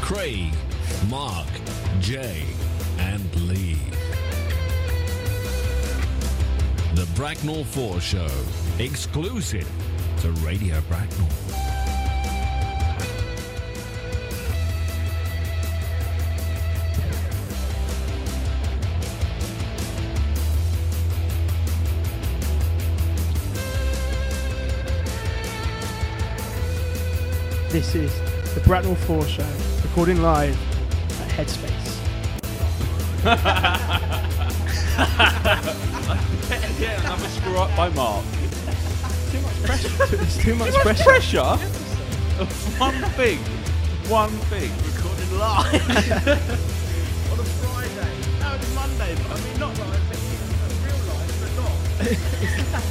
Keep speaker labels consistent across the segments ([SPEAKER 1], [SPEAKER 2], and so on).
[SPEAKER 1] Craig, Mark, Jay, and Lee. The Bracknell 4 Show, exclusive to Radio Bracknell.
[SPEAKER 2] This is the Bracknell 4 Show, recording live at Headspace.
[SPEAKER 3] Yeah, another screw up by Mark.
[SPEAKER 2] There's too much pressure.
[SPEAKER 3] Pressure? one thing. One thing.
[SPEAKER 4] Recorded live on a Friday. No, it's Monday. But I mean, not live, but it's real life,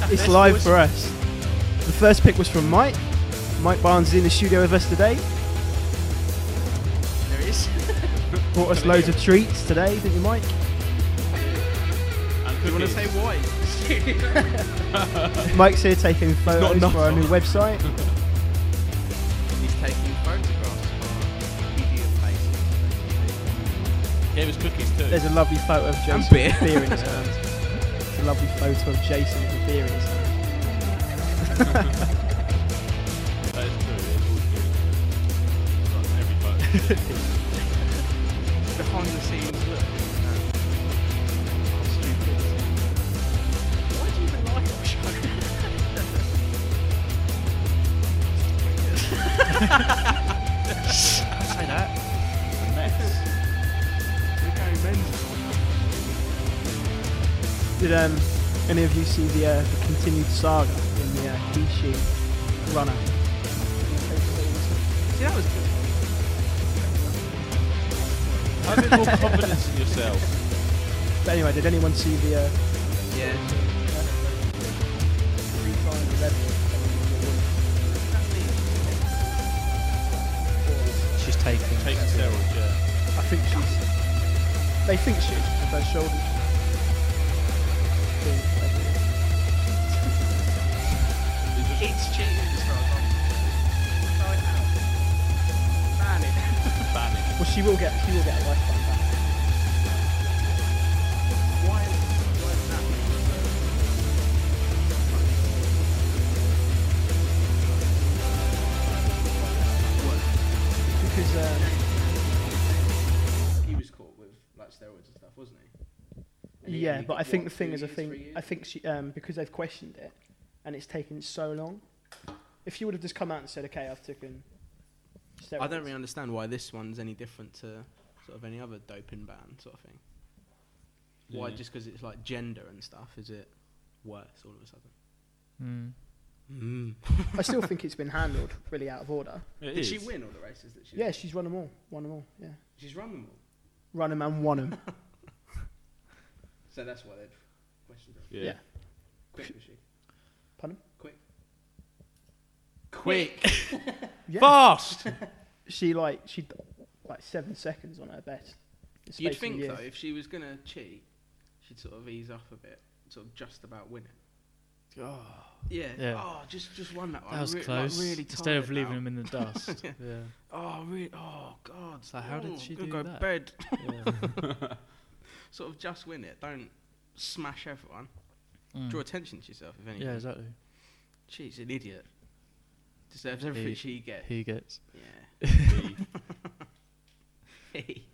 [SPEAKER 4] but not.
[SPEAKER 2] It's live for us. The first pick was from Mike. Mike Barnes is in the studio with us today.
[SPEAKER 4] There it is.
[SPEAKER 2] Brought us loads of treats today, didn't you, Mike?
[SPEAKER 3] And
[SPEAKER 4] Do you want to say why?
[SPEAKER 2] Mike's here taking
[SPEAKER 3] not
[SPEAKER 2] photos
[SPEAKER 3] enough.
[SPEAKER 2] for our new website.
[SPEAKER 4] He's taking photographs of idiot faces.
[SPEAKER 3] Gave us cookies too.
[SPEAKER 2] There's a lovely photo of Jason with
[SPEAKER 4] beer.
[SPEAKER 2] a beer in his hand. It's a lovely photo of Jason with a beer in his hand.
[SPEAKER 3] That is true. It's all good. Every photo.
[SPEAKER 4] Behind the scenes look. Um, stupid. Why do you even like our show? Say that.
[SPEAKER 3] It's a mess.
[SPEAKER 4] We're going men's.
[SPEAKER 2] Did um, any of you see the, uh, the continued saga in the uh, Kishi runner?
[SPEAKER 4] See, that was good.
[SPEAKER 3] Have a bit more confidence in yourself.
[SPEAKER 2] But anyway, did anyone see the uh,
[SPEAKER 4] Yeah.
[SPEAKER 2] three times
[SPEAKER 4] She's taking.
[SPEAKER 3] Take steroids, yeah.
[SPEAKER 2] I think she's. They think she's with her shoulders. being flat.
[SPEAKER 3] It's just-
[SPEAKER 4] It's cheating as far as I'm Throw it out. Ban oh, it.
[SPEAKER 3] ban it.
[SPEAKER 2] Well, she will get. She will get a lifetime back.
[SPEAKER 4] Why is, why is that?
[SPEAKER 2] Because um,
[SPEAKER 4] He was caught with like steroids and stuff, wasn't he? And he-
[SPEAKER 2] yeah,
[SPEAKER 4] he
[SPEAKER 2] but
[SPEAKER 4] got,
[SPEAKER 2] I think
[SPEAKER 4] what,
[SPEAKER 2] the thing
[SPEAKER 4] two
[SPEAKER 2] is, I
[SPEAKER 4] years,
[SPEAKER 2] think
[SPEAKER 4] three years?
[SPEAKER 2] I think she um, because they've questioned it, and it's taken so long. If she would have just come out and said, "Okay, I've taken," steroids.
[SPEAKER 4] I don't really understand why this one's any different to sort of any other doping ban sort of thing. Why
[SPEAKER 3] Yeah.
[SPEAKER 4] just because it's like gender and stuff is it worse all of a sudden?
[SPEAKER 5] Mm.
[SPEAKER 4] Mm.
[SPEAKER 2] I still think it's been handled really out of order.
[SPEAKER 3] It
[SPEAKER 4] Did
[SPEAKER 3] is.
[SPEAKER 4] she win all the races that she?
[SPEAKER 2] Yeah, she's run them all, won them all. Yeah,
[SPEAKER 4] She's run them all.
[SPEAKER 2] run them and won them.
[SPEAKER 4] So that's why they've questioned her.
[SPEAKER 3] Yeah.
[SPEAKER 2] Yeah.
[SPEAKER 4] Quick was she?
[SPEAKER 2] Pardon?
[SPEAKER 4] Quick. Quick.
[SPEAKER 2] Yeah.
[SPEAKER 3] Fast!
[SPEAKER 2] she like she like seven seconds on her best. in space
[SPEAKER 4] You'd
[SPEAKER 2] of a
[SPEAKER 4] think
[SPEAKER 2] year.
[SPEAKER 4] though, if she was gonna cheat, she'd sort of ease off a bit, sort of just about win it.
[SPEAKER 5] Oh,
[SPEAKER 2] Ah.
[SPEAKER 4] Yeah.
[SPEAKER 5] Yeah.
[SPEAKER 4] Oh, just just won that one.
[SPEAKER 5] that was
[SPEAKER 4] I'm re-
[SPEAKER 5] close.
[SPEAKER 4] Like, really
[SPEAKER 5] Instead of
[SPEAKER 4] tired
[SPEAKER 5] leaving
[SPEAKER 4] now.
[SPEAKER 5] him in the dust. yeah.
[SPEAKER 4] Oh really? Oh God.
[SPEAKER 5] like, how did
[SPEAKER 4] oh,
[SPEAKER 5] she
[SPEAKER 4] gonna
[SPEAKER 5] do
[SPEAKER 4] go
[SPEAKER 5] that?
[SPEAKER 4] bed.
[SPEAKER 5] yeah.
[SPEAKER 4] Sort of just win it. Don't smash everyone.
[SPEAKER 5] Mm.
[SPEAKER 4] Draw attention to yourself if anything.
[SPEAKER 5] yeah, exactly.
[SPEAKER 4] She's an idiot. Deserves everything
[SPEAKER 5] He-
[SPEAKER 4] she gets.
[SPEAKER 5] He gets.
[SPEAKER 4] yeah. Hey.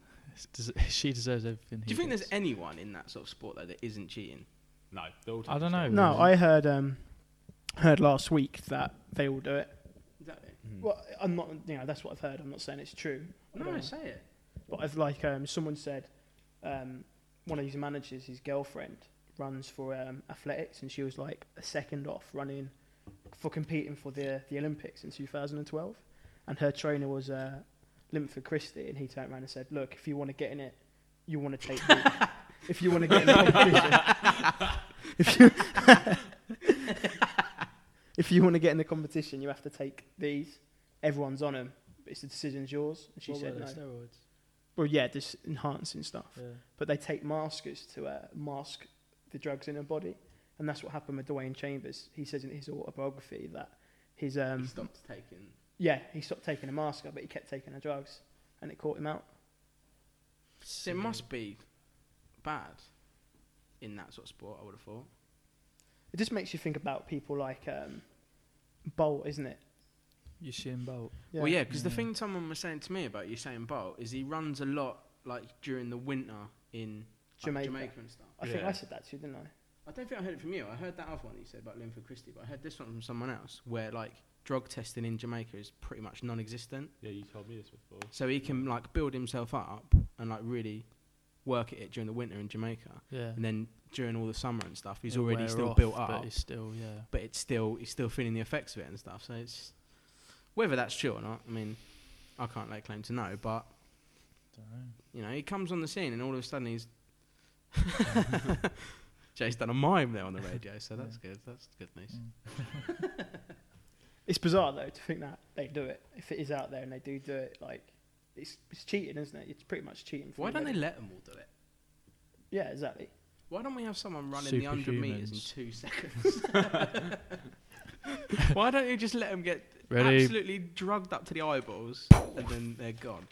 [SPEAKER 5] des- She deserves everything.
[SPEAKER 4] Do you think there's anyone in that sort of sport though that isn't cheating?
[SPEAKER 3] no, they're all
[SPEAKER 5] I don't know.
[SPEAKER 3] taking
[SPEAKER 2] No, I heard um, heard last week that they all do it.
[SPEAKER 4] Exactly.
[SPEAKER 2] Well, I'm not. You know, that's what I've heard. I'm not saying it's true. I don't
[SPEAKER 4] No,
[SPEAKER 2] know.
[SPEAKER 4] say it.
[SPEAKER 2] But I've like um, someone said, um, one of these managers, his girlfriend runs for um, athletics, and she was like a second off running for competing for the the Olympics in 2012, and her trainer was uh, Linford Christie, and he turned around and said, "Look, if you want to get in it, you want to take the, if you want to get in the competition, if you if you want to get in the competition, you have to take these. Everyone's on them. It's the decision's yours." And she said, "No."
[SPEAKER 5] steroids.
[SPEAKER 2] Well, yeah, just enhancing stuff.
[SPEAKER 5] Yeah.
[SPEAKER 2] But they take maskers to uh, mask the drugs in her body, and that's what happened with Dwayne Chambers. He says in his autobiography that his um
[SPEAKER 4] He stopped taking.
[SPEAKER 2] yeah he stopped taking a masker, but he kept taking the drugs, and it caught him out.
[SPEAKER 5] So
[SPEAKER 4] So it must be bad in that sort of sport. I would have thought.
[SPEAKER 2] It just makes you think about people like um, Bolt, isn't it?
[SPEAKER 5] Your shin bolt.
[SPEAKER 4] Well, yeah, because the
[SPEAKER 5] Yeah.
[SPEAKER 4] thing someone was saying to me about Usain Bolt is he runs a lot like during the winter in like,
[SPEAKER 2] Jamaica.
[SPEAKER 4] Jamaica and stuff.
[SPEAKER 2] I think
[SPEAKER 1] Yeah.
[SPEAKER 2] I said that to you, didn't I?
[SPEAKER 4] I don't think I heard it from you. I heard that other one that you said about Linford Christie, but I heard this one from someone else where like drug testing in Jamaica is pretty much non-existent.
[SPEAKER 1] Yeah, you told me this before.
[SPEAKER 4] So he can like build himself up and like really work at it during the winter in Jamaica,
[SPEAKER 5] Yeah.
[SPEAKER 4] and then during all the summer and stuff, he's
[SPEAKER 5] It'll
[SPEAKER 4] already
[SPEAKER 5] wear
[SPEAKER 4] still
[SPEAKER 5] off,
[SPEAKER 4] built up.
[SPEAKER 5] But he's still, yeah.
[SPEAKER 4] but it's still he's still feeling the effects of it and stuff. So it's whether that's true or not. I mean, I can't lay claim to know, but
[SPEAKER 5] Dunno.
[SPEAKER 4] you know, he comes on the scene and all of a sudden he's Jay's done a mime there on the radio, so that's good. That's good news.
[SPEAKER 5] Mm.
[SPEAKER 2] It's bizarre though to think that they do it. If it is out there and they do do it, like it's it's cheating, isn't it? It's pretty much cheating. For
[SPEAKER 4] Why
[SPEAKER 2] a
[SPEAKER 4] don't they
[SPEAKER 2] living.
[SPEAKER 4] let them all do it?
[SPEAKER 2] Yeah, exactly.
[SPEAKER 4] Why don't we have someone running the 100 meters in
[SPEAKER 5] Superhumans.
[SPEAKER 4] two seconds? Why don't you just let them get
[SPEAKER 5] Ready?
[SPEAKER 4] absolutely drugged up to the eyeballs and then they're gone?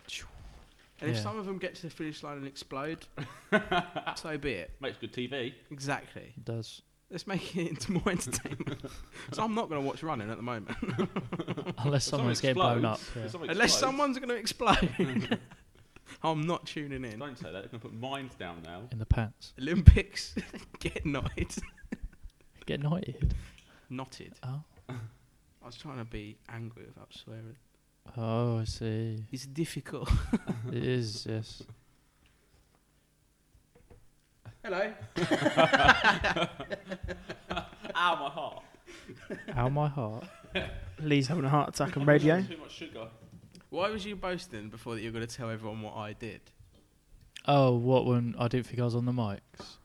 [SPEAKER 4] And if
[SPEAKER 5] Yeah.
[SPEAKER 4] some of them get to the finish line and explode, so be it.
[SPEAKER 1] Makes good TV.
[SPEAKER 4] Exactly.
[SPEAKER 5] It does.
[SPEAKER 4] Let's make it into more entertainment. so I'm not going to watch running at the moment.
[SPEAKER 1] If
[SPEAKER 5] Unless someone's
[SPEAKER 1] someone
[SPEAKER 5] getting blown up.
[SPEAKER 1] explodes-
[SPEAKER 5] Yeah.
[SPEAKER 1] if someone
[SPEAKER 4] Unless
[SPEAKER 1] explodes-
[SPEAKER 4] someone's going to explode. I'm not tuning in.
[SPEAKER 1] Don't say that. They're gonna put mines down now.
[SPEAKER 5] In the pants.
[SPEAKER 4] Olympics, get knotted.
[SPEAKER 5] Get knighted.
[SPEAKER 4] Knotted.
[SPEAKER 5] Oh.
[SPEAKER 4] I was trying to be angry without swearing.
[SPEAKER 5] Oh, I see.
[SPEAKER 4] It's difficult.
[SPEAKER 5] it is, yes.
[SPEAKER 4] Hello.
[SPEAKER 1] Ow, my heart.
[SPEAKER 5] Ow, my heart.
[SPEAKER 2] Lee's having a heart attack on radio.
[SPEAKER 1] Too much sugar.
[SPEAKER 4] Why was you boasting before that you were going to tell everyone what I did?
[SPEAKER 5] Oh, what when I didn't think I was on the mics?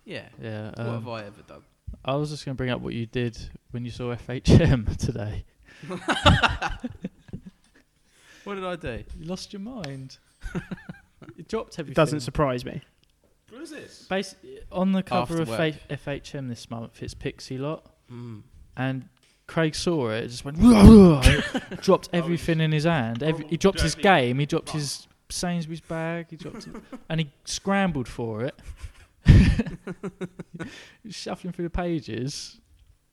[SPEAKER 4] Yeah.
[SPEAKER 5] Yeah.
[SPEAKER 4] what
[SPEAKER 5] Um,
[SPEAKER 4] have I ever done?
[SPEAKER 5] I was just going to bring up what you did when you saw FHM today.
[SPEAKER 4] What did I do?
[SPEAKER 5] You lost your mind. you dropped everything.
[SPEAKER 2] It doesn't surprise me.
[SPEAKER 1] What is this?
[SPEAKER 5] Basi- on the cover
[SPEAKER 4] After
[SPEAKER 5] of
[SPEAKER 4] work.
[SPEAKER 5] F- FHM this month, it's Pixie Lot,
[SPEAKER 4] Mm.
[SPEAKER 5] and Craig saw it. Just went, and dropped
[SPEAKER 1] Oh, he
[SPEAKER 5] everything in his hand. Every, he
[SPEAKER 1] Well,
[SPEAKER 5] dropped his
[SPEAKER 1] Jamie-
[SPEAKER 5] game. He dropped his Sainsbury's bag. He dropped it, and he scrambled for it. He's shuffling through the pages.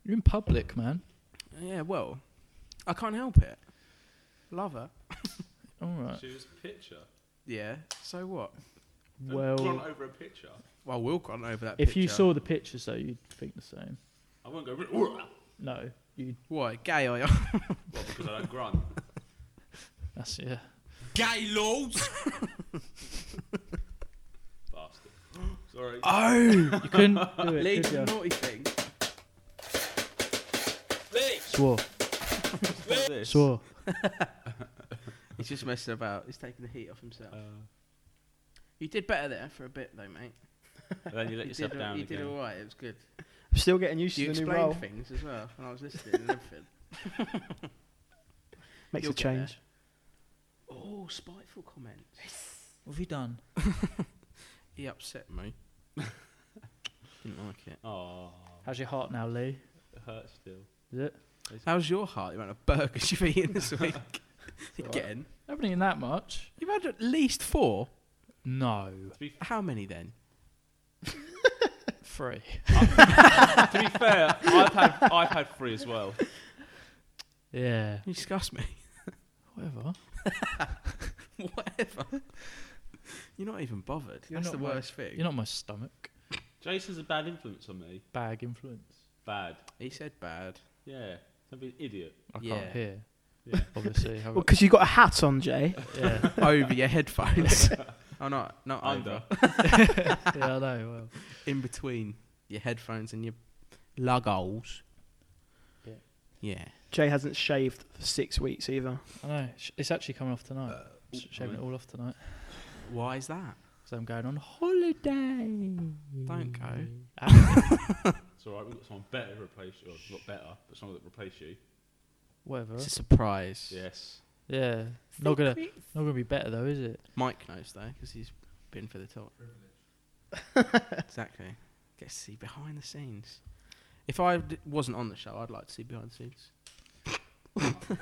[SPEAKER 5] You're in public, man.
[SPEAKER 4] Yeah, well, I can't help it. Love her.
[SPEAKER 5] All right.
[SPEAKER 1] She was a picture.
[SPEAKER 4] Yeah. So what?
[SPEAKER 1] Don't grunt
[SPEAKER 5] Well,
[SPEAKER 1] over a picture.
[SPEAKER 4] Well, we'll grunt over that.
[SPEAKER 5] if you
[SPEAKER 4] picture.
[SPEAKER 5] saw the pictures, though, you'd think the same.
[SPEAKER 1] I won't go. Well,
[SPEAKER 5] No, you.
[SPEAKER 4] why gay I am.
[SPEAKER 1] because I don't grunt.
[SPEAKER 5] That's yeah.
[SPEAKER 1] Gay laws. Bastard. Uh, Sorry.
[SPEAKER 5] Oh, you couldn't do it.
[SPEAKER 4] Leeds
[SPEAKER 5] could you?
[SPEAKER 4] naughty thing.
[SPEAKER 5] Swore,
[SPEAKER 1] this.
[SPEAKER 5] swore.
[SPEAKER 4] He's just messing about. He's taking the heat off himself.
[SPEAKER 1] Uh,
[SPEAKER 4] You did better there for a bit though, mate.
[SPEAKER 1] and then you let
[SPEAKER 4] you
[SPEAKER 1] yourself
[SPEAKER 4] did,
[SPEAKER 1] down
[SPEAKER 4] You
[SPEAKER 1] again.
[SPEAKER 4] did all right. It was good.
[SPEAKER 2] I'm still getting used
[SPEAKER 4] You
[SPEAKER 2] to the new role.
[SPEAKER 4] explained things as well when I was listening and everything.
[SPEAKER 2] Makes
[SPEAKER 4] You'll
[SPEAKER 2] a
[SPEAKER 4] get there.
[SPEAKER 2] change.
[SPEAKER 4] Oh, spiteful comments.
[SPEAKER 5] What have you done?
[SPEAKER 4] He upset me. Didn't like it.
[SPEAKER 1] Oh,
[SPEAKER 5] How's your heart now, Lee?
[SPEAKER 1] it hurts still.
[SPEAKER 5] Is it?
[SPEAKER 4] How's your heart? The amount of burgers you've eaten this week.
[SPEAKER 5] alright.
[SPEAKER 4] Again.
[SPEAKER 5] Haven't eaten that much.
[SPEAKER 4] You've had at least four.
[SPEAKER 5] No,
[SPEAKER 4] How many then?
[SPEAKER 5] three.
[SPEAKER 1] to be fair, I've had I've had three as well.
[SPEAKER 5] Yeah,
[SPEAKER 4] You disgust me.
[SPEAKER 5] whatever.
[SPEAKER 4] Whatever. You're not even bothered.
[SPEAKER 5] You're
[SPEAKER 4] That's
[SPEAKER 5] not
[SPEAKER 4] the
[SPEAKER 5] my-
[SPEAKER 4] worst thing.
[SPEAKER 5] You're not my stomach.
[SPEAKER 1] Jason's a bad influence on me.
[SPEAKER 5] Bag influence.
[SPEAKER 1] Bad.
[SPEAKER 4] he said bad.
[SPEAKER 1] Yeah. Don't be an idiot.
[SPEAKER 5] I
[SPEAKER 4] Yeah.
[SPEAKER 5] can't hear.
[SPEAKER 1] Yeah.
[SPEAKER 5] Obviously. have
[SPEAKER 2] Well,
[SPEAKER 5] it-
[SPEAKER 2] because you got a hat on, Jay.
[SPEAKER 5] yeah.
[SPEAKER 4] over your headphones. oh, not not
[SPEAKER 1] Under.
[SPEAKER 4] over.
[SPEAKER 5] yeah, I know. Well,
[SPEAKER 4] In between your headphones and your lug holes.
[SPEAKER 5] Yeah.
[SPEAKER 4] Yeah.
[SPEAKER 2] Jay hasn't shaved for six weeks either.
[SPEAKER 5] I know. Sh- It's actually coming off tonight.
[SPEAKER 1] Uh,
[SPEAKER 5] Sh- Shaving it all off tonight.
[SPEAKER 4] Why is that?
[SPEAKER 5] Because I'm going on holiday.
[SPEAKER 4] Don't go.
[SPEAKER 5] Mm-hmm.
[SPEAKER 1] It's alright, we've got someone better to replace you. Or not better, but someone that replace you.
[SPEAKER 5] Whatever.
[SPEAKER 4] It's a surprise.
[SPEAKER 1] Yes.
[SPEAKER 5] Yeah. Not gonna. Not gonna be better though, is it?
[SPEAKER 4] Mike knows though, because he's been for the top. exactly. Get to see behind the scenes. If I d- wasn't on the show, I'd like to see behind the scenes.
[SPEAKER 5] Yeah.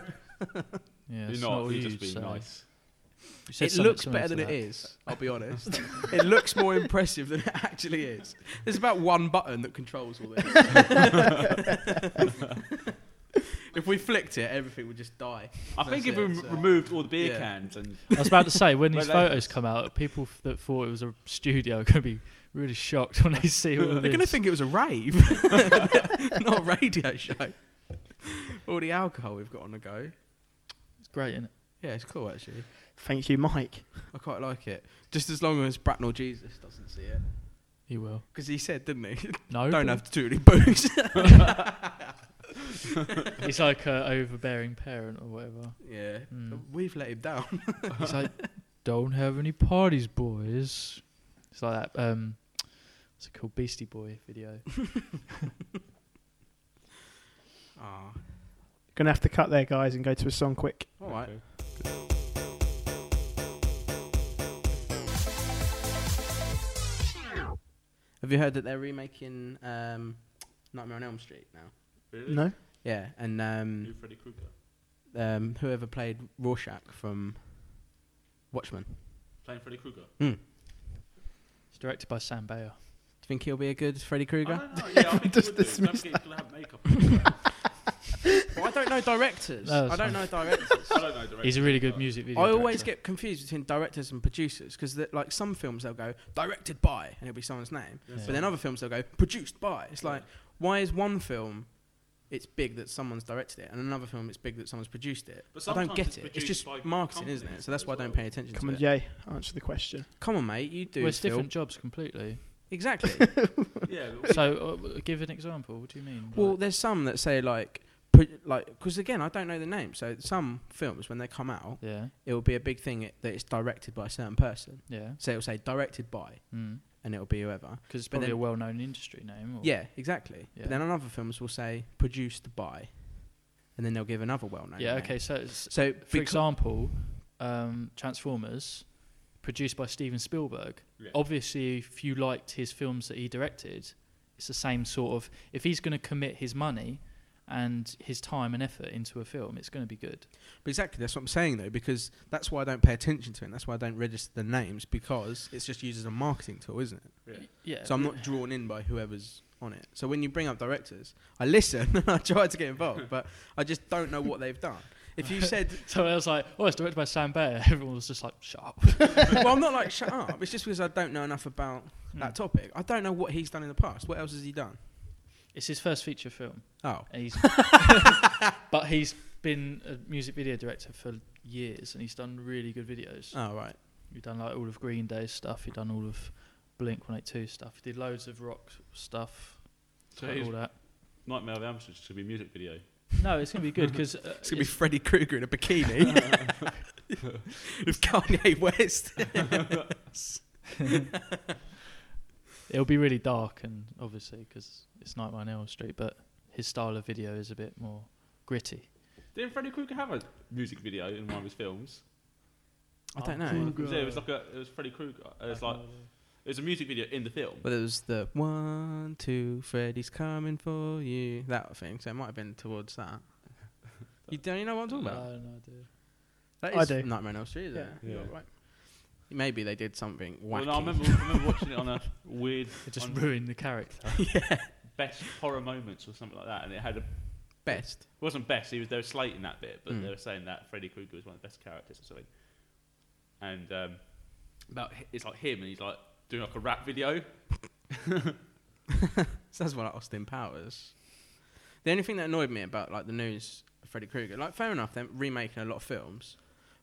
[SPEAKER 1] You're
[SPEAKER 5] it's
[SPEAKER 1] not,
[SPEAKER 5] all
[SPEAKER 1] you're
[SPEAKER 5] you
[SPEAKER 1] just being
[SPEAKER 5] say.
[SPEAKER 1] nice.
[SPEAKER 5] You said
[SPEAKER 4] It
[SPEAKER 5] something
[SPEAKER 4] looks
[SPEAKER 5] similar
[SPEAKER 4] better
[SPEAKER 5] to
[SPEAKER 4] than it
[SPEAKER 5] that.
[SPEAKER 4] is. I'll be honest. it looks more impressive than it actually is. There's about one button that controls all this. if we flicked it, everything would just die.
[SPEAKER 6] I think if
[SPEAKER 4] That's
[SPEAKER 6] we
[SPEAKER 4] it,
[SPEAKER 6] re-
[SPEAKER 4] so-
[SPEAKER 6] removed all the beer
[SPEAKER 4] Yeah.
[SPEAKER 6] cans and
[SPEAKER 5] I was about to say when these
[SPEAKER 6] Well, that-
[SPEAKER 5] photos come out, people f- that thought it was a studio are going to be really shocked when they see all of this.
[SPEAKER 4] They're going to think it was a rave, not a radio show. All the alcohol we've got on the go.
[SPEAKER 5] it's great, isn't it?
[SPEAKER 4] Yeah, it's cool actually.
[SPEAKER 2] Thank you, Mike.
[SPEAKER 4] I quite like it. Just as long as Bracknell Jesus doesn't see it.
[SPEAKER 5] You will.
[SPEAKER 4] Because he said, didn't he?
[SPEAKER 5] No,
[SPEAKER 4] Don't
[SPEAKER 5] but
[SPEAKER 4] have too many booze.
[SPEAKER 5] He's like an overbearing parent or whatever.
[SPEAKER 4] yeah,
[SPEAKER 5] Mm.
[SPEAKER 4] we've let him down.
[SPEAKER 5] He's like, "Don't have any parties, boys." It's like that. Um, what's it called? Beastie Boy video.
[SPEAKER 4] Ah,
[SPEAKER 2] Gonna have to cut there, guys, and go to a song quick.
[SPEAKER 4] all right. Have you heard that they're remaking um, Nightmare on Elm Street now?
[SPEAKER 6] really?
[SPEAKER 2] No,
[SPEAKER 4] Yeah, and
[SPEAKER 6] New
[SPEAKER 4] um,
[SPEAKER 6] Freddy Krueger
[SPEAKER 4] um, whoever played Rorschach from Watchmen, do
[SPEAKER 6] playing Freddy Krueger.
[SPEAKER 5] It's directed by Sam Bayer.
[SPEAKER 4] you think he'll be a good Freddy
[SPEAKER 6] I
[SPEAKER 4] Krueger?
[SPEAKER 6] don't know. Yeah, I think
[SPEAKER 2] Just
[SPEAKER 6] he would do. Don't
[SPEAKER 2] dismiss
[SPEAKER 6] forget he's gonna have makeup. on.
[SPEAKER 4] Well, I don't know directors.
[SPEAKER 5] No,
[SPEAKER 4] I
[SPEAKER 5] that's
[SPEAKER 4] don't
[SPEAKER 5] fine.
[SPEAKER 4] know directors.
[SPEAKER 6] I don't know. the
[SPEAKER 5] He's a
[SPEAKER 6] rest
[SPEAKER 5] really
[SPEAKER 6] of it,
[SPEAKER 5] good
[SPEAKER 6] but
[SPEAKER 5] music video.
[SPEAKER 4] I always
[SPEAKER 5] director.
[SPEAKER 4] get confused between directors and producers because like some films they'll go directed by and it'll be someone's name,
[SPEAKER 5] Yeah.
[SPEAKER 4] but then other films they'll go produced by. It's
[SPEAKER 6] Yeah.
[SPEAKER 4] like why is one film it's big that someone's directed it and another film it's big that someone's produced it?
[SPEAKER 6] But
[SPEAKER 4] I don't
[SPEAKER 6] sometimes
[SPEAKER 4] get
[SPEAKER 6] it's
[SPEAKER 4] it. It's
[SPEAKER 6] produced
[SPEAKER 4] just
[SPEAKER 6] by
[SPEAKER 4] marketing, isn't it?
[SPEAKER 6] companies
[SPEAKER 4] So that's why I
[SPEAKER 6] as
[SPEAKER 4] don't
[SPEAKER 6] well.
[SPEAKER 4] pay attention
[SPEAKER 2] come
[SPEAKER 4] to
[SPEAKER 2] on,
[SPEAKER 4] it.
[SPEAKER 2] Jay, answer the question.
[SPEAKER 4] Come on, mate, you do.
[SPEAKER 5] Well, it's
[SPEAKER 4] Phil.
[SPEAKER 5] different jobs completely.
[SPEAKER 4] Exactly.
[SPEAKER 6] Yeah, but
[SPEAKER 5] So, uh, give an example. What do you mean?
[SPEAKER 4] Well,
[SPEAKER 5] Like-
[SPEAKER 4] there's some that say like, pro- like, because again, I don't know the name. So some films, when they come out,
[SPEAKER 5] yeah,
[SPEAKER 4] it will be a big thing that it's directed by a certain person.
[SPEAKER 5] yeah, hmm.
[SPEAKER 4] So it'll say directed by,
[SPEAKER 5] because
[SPEAKER 4] and it'll be whoever.
[SPEAKER 5] it's
[SPEAKER 4] But
[SPEAKER 5] probably
[SPEAKER 4] then-
[SPEAKER 5] a well-known industry name. Or
[SPEAKER 4] Yeah, exactly.
[SPEAKER 5] Oh. Yeah.
[SPEAKER 4] But then on other films, will say produced by, and then they'll give another well-known.
[SPEAKER 5] yeah.
[SPEAKER 4] name.
[SPEAKER 5] Okay, so it's,
[SPEAKER 4] So
[SPEAKER 5] for
[SPEAKER 4] beca-
[SPEAKER 5] example, um, Transformers, produced by Steven Spielberg.
[SPEAKER 6] Yeah.
[SPEAKER 5] Obviously, if you liked his films that he directed, it's the same sort of. If he's going to commit his money and his time and effort into a film, it's going to be good.
[SPEAKER 4] but exactly, that's what I'm saying though, because that's why I don't pay attention to it. And that's why I don't register the names because it's just used as a marketing tool, isn't it?
[SPEAKER 5] Yeah.
[SPEAKER 4] So I'm not drawn in by whoever's on it. So when you bring up directors, I listen and I try to get involved, but I just don't know what they've done. If you said,
[SPEAKER 5] So I was like, oh, it's directed by Sam Bayer. Everyone was just like, shut up.
[SPEAKER 4] well, I'm not like shut up. It's just because I don't know enough about
[SPEAKER 5] Hmm.
[SPEAKER 4] that topic. I don't know what he's done in the past. What else has he done?
[SPEAKER 5] It's his first feature film.
[SPEAKER 4] Oh,
[SPEAKER 5] And he's but he's been a music video director for years and he's done really good videos.
[SPEAKER 4] oh right.
[SPEAKER 5] You've done like all of Green Day's stuff. You've done all of Blink One Eight Two stuff. You did loads of rock stuff.
[SPEAKER 6] So
[SPEAKER 5] like
[SPEAKER 6] he's-
[SPEAKER 5] all that.
[SPEAKER 6] Nightmare on Elm Street should be a music video.
[SPEAKER 5] No, it's gonna be good uh, because
[SPEAKER 4] It's gonna be Freddy Krueger in a bikini with Kanye West.
[SPEAKER 5] it'll be really dark and obviously because it's Nightmare on Elm Street. But his style of video is a bit more gritty.
[SPEAKER 6] Didn't Freddy Krueger have a music video in one of his films?
[SPEAKER 4] I don't
[SPEAKER 5] Oh,
[SPEAKER 4] know.
[SPEAKER 6] It was, yeah, it was like a, it was Freddy Krueger. It was like it was a music video in the film.
[SPEAKER 4] But it was the one, two, Freddy's coming for you. That thing. So it might have been towards that. You don't you know what I'm talking
[SPEAKER 5] No,
[SPEAKER 4] about?
[SPEAKER 5] no, dude.
[SPEAKER 4] That
[SPEAKER 2] I
[SPEAKER 4] is
[SPEAKER 2] do.
[SPEAKER 4] Nightmare on Elm Street, isn't
[SPEAKER 2] Yeah,
[SPEAKER 4] it?
[SPEAKER 6] Yeah.
[SPEAKER 2] right.
[SPEAKER 4] Maybe they did something wacky.
[SPEAKER 6] Well, no, I remember, I remember watching it on a weird
[SPEAKER 5] It just
[SPEAKER 6] on
[SPEAKER 5] ruined the character.
[SPEAKER 6] best horror moments or something like that, and it had a
[SPEAKER 4] Best.
[SPEAKER 6] It wasn't best. He was they were slating that bit, but
[SPEAKER 4] Mm.
[SPEAKER 6] they were saying that Freddy Krueger was one of the best characters or something. And um, about hi- it's like him, and he's like doing like a rap video.
[SPEAKER 4] Sounds more like Austin Powers. The only thing that annoyed me about like the news of Freddy Krueger, like fair enough, they're remaking a lot of films,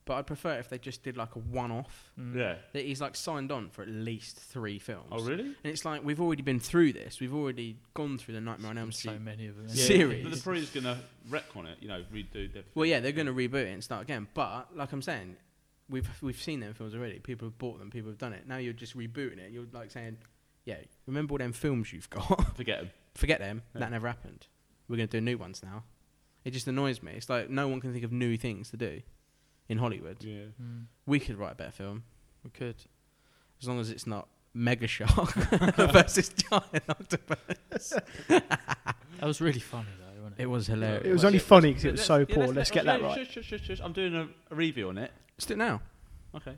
[SPEAKER 4] but I'd prefer if they just did like a one-off.
[SPEAKER 5] Mm.
[SPEAKER 6] Yeah.
[SPEAKER 4] That he's like signed on for at least three films.
[SPEAKER 6] Oh really?
[SPEAKER 4] And it's like we've already been through this. We've already gone through the Nightmare on Elm Street.
[SPEAKER 5] So many of them.
[SPEAKER 4] Yeah. Serious.
[SPEAKER 6] But the probably just gonna wreck on it, you know, redo. their-
[SPEAKER 4] Well, yeah, they're going to reboot it and start again. But like I'm saying, we've we've seen them films already. People have bought them. People have done it. Now you're just rebooting it. You're like saying, yeah, remember all them films you've got.
[SPEAKER 6] forget him.
[SPEAKER 4] Forget them.
[SPEAKER 6] Yeah.
[SPEAKER 4] That never happened. We're going to do new ones now. It just annoys me. It's like no one can think of new things to do in Hollywood.
[SPEAKER 6] Yeah.
[SPEAKER 5] Mm,
[SPEAKER 4] We could write a better film
[SPEAKER 5] we could.
[SPEAKER 4] as long as it's not Mega Shark versus Giant Octopus.
[SPEAKER 5] That was really funny though, wasn't it?
[SPEAKER 4] It was hilarious.
[SPEAKER 2] It was only
[SPEAKER 6] Yeah,
[SPEAKER 2] funny because
[SPEAKER 6] yeah,
[SPEAKER 2] it was so
[SPEAKER 6] yeah,
[SPEAKER 2] poor. Let's get that
[SPEAKER 6] yeah,
[SPEAKER 2] right.
[SPEAKER 6] shush, shush, shush, shush. I'm doing a, a review on it.
[SPEAKER 4] Just do it now.
[SPEAKER 6] Okay.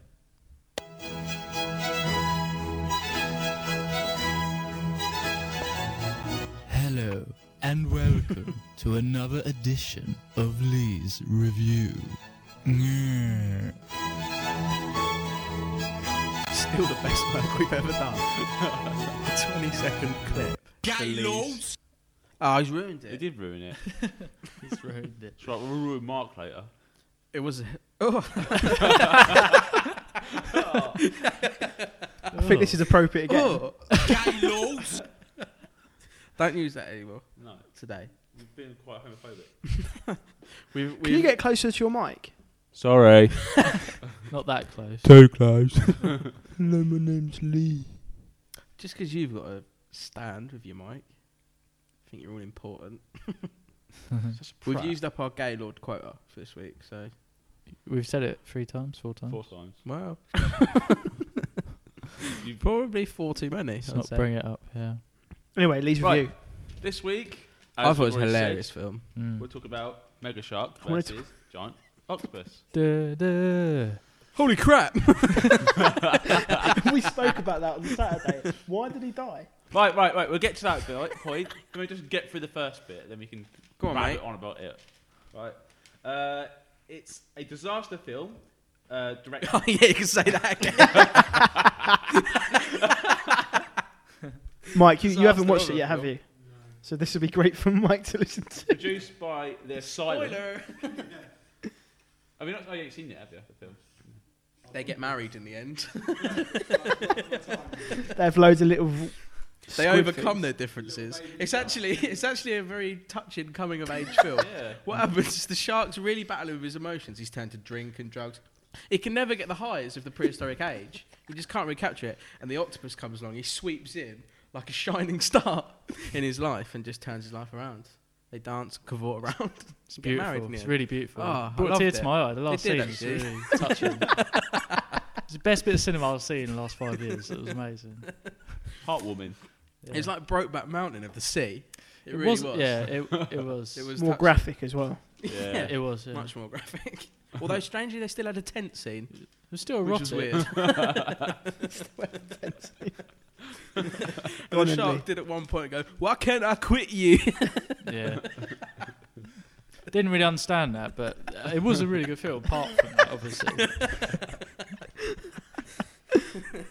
[SPEAKER 7] Hello and welcome to another edition of Lee's Review. Nyeh.
[SPEAKER 4] Still the best work we've ever done. A 20 second clip. Gaylords! Oh, he's ruined
[SPEAKER 6] It
[SPEAKER 4] it.
[SPEAKER 6] did ruin it.
[SPEAKER 5] He's ruined it.
[SPEAKER 6] Right, we'll ruin Mark later.
[SPEAKER 4] It was. Oh,
[SPEAKER 6] Oh.
[SPEAKER 2] I think this is appropriate again.
[SPEAKER 4] oh. Don't use that anymore
[SPEAKER 6] No,
[SPEAKER 4] today.
[SPEAKER 6] you've been quite homophobic.
[SPEAKER 4] We've,
[SPEAKER 2] Can you get closer to your mic?
[SPEAKER 6] Sorry.
[SPEAKER 5] Oh, Not that close.
[SPEAKER 7] Too close. Hello, my name's Lee.
[SPEAKER 4] just because you've got a stand with your mic, I think you're all important. We've used up our Gaylord quota for this week, so
[SPEAKER 5] We've said it three times, four times.
[SPEAKER 6] Four times.
[SPEAKER 4] wow. you probably four too many.
[SPEAKER 5] Let's
[SPEAKER 4] I'd
[SPEAKER 5] not
[SPEAKER 4] say.
[SPEAKER 5] bring it up. Yeah.
[SPEAKER 2] Anyway, Lee's
[SPEAKER 6] Right.
[SPEAKER 2] review.
[SPEAKER 6] This week,
[SPEAKER 4] I
[SPEAKER 6] as
[SPEAKER 4] thought it was a
[SPEAKER 6] we've already
[SPEAKER 4] hilarious
[SPEAKER 6] said,
[SPEAKER 4] film.
[SPEAKER 5] Mm.
[SPEAKER 6] we'll talk about Mega Shark
[SPEAKER 2] I wanted
[SPEAKER 6] versus
[SPEAKER 2] to-
[SPEAKER 6] Giant Octopus.
[SPEAKER 5] Duh, duh.
[SPEAKER 4] Holy crap!
[SPEAKER 2] we spoke about that on Saturday. Why did he die?
[SPEAKER 6] Right, right, right. We'll get to that bit, right, point. Can we just get through the first bit, then we can
[SPEAKER 4] Go on,
[SPEAKER 6] rabbit
[SPEAKER 4] mate.
[SPEAKER 6] on about it. Right. Uh, it's a disaster film. Uh, directed.
[SPEAKER 4] oh yeah, you can say that again.
[SPEAKER 2] Mike, you,
[SPEAKER 4] So
[SPEAKER 2] you haven't
[SPEAKER 4] after
[SPEAKER 2] watched it
[SPEAKER 4] all
[SPEAKER 2] yet,
[SPEAKER 4] that
[SPEAKER 2] have you? So this would be great for Mike to listen to.
[SPEAKER 6] produced by the Asylum.
[SPEAKER 4] Spoiler.
[SPEAKER 6] I mean, oh, yeah, you've seen it, have you? The film.
[SPEAKER 4] They get married in the end.
[SPEAKER 2] They have loads of little.
[SPEAKER 4] They overcome their differences. It's actually it's actually a very touching coming of age film.
[SPEAKER 6] Yeah.
[SPEAKER 4] What happens is the shark's really battling with his emotions. He's turned to drink and drugs. He can never get the highs of the prehistoric age. He just can't recapture it. And the octopus comes along. He sweeps in like a shining star in his life and just turns his life around. They dance, cavort around.
[SPEAKER 5] It's
[SPEAKER 4] Get married
[SPEAKER 5] beautiful.
[SPEAKER 4] in the
[SPEAKER 5] It's
[SPEAKER 4] end.
[SPEAKER 5] really beautiful.
[SPEAKER 4] Oh, I
[SPEAKER 5] Brought a tear
[SPEAKER 4] loved
[SPEAKER 5] to
[SPEAKER 4] it.
[SPEAKER 5] my eye. The last
[SPEAKER 4] did,
[SPEAKER 5] season was really touching. it's the best bit of cinema I've seen in the last five years. It was amazing.
[SPEAKER 6] Heartwarming.
[SPEAKER 5] Yeah.
[SPEAKER 4] It's like Brokeback Mountain of the sea. It, really was.
[SPEAKER 5] wasn't- Yeah, it, it was.
[SPEAKER 4] It was
[SPEAKER 2] more
[SPEAKER 4] touching.
[SPEAKER 2] graphic as well.
[SPEAKER 6] Yeah.
[SPEAKER 5] It was. Yeah.
[SPEAKER 4] Much more graphic. Although strangely, they still had a tent scene,
[SPEAKER 5] It was still
[SPEAKER 4] which was
[SPEAKER 5] erotic.
[SPEAKER 4] weird.
[SPEAKER 2] Go on
[SPEAKER 4] And the
[SPEAKER 2] then, Lee.
[SPEAKER 4] shark did at one point go, "Why can't I quit you?"
[SPEAKER 5] Yeah. Didn't really understand that, but uh, it was a really good film. Apart from that, obviously.
[SPEAKER 4] Oh yeah,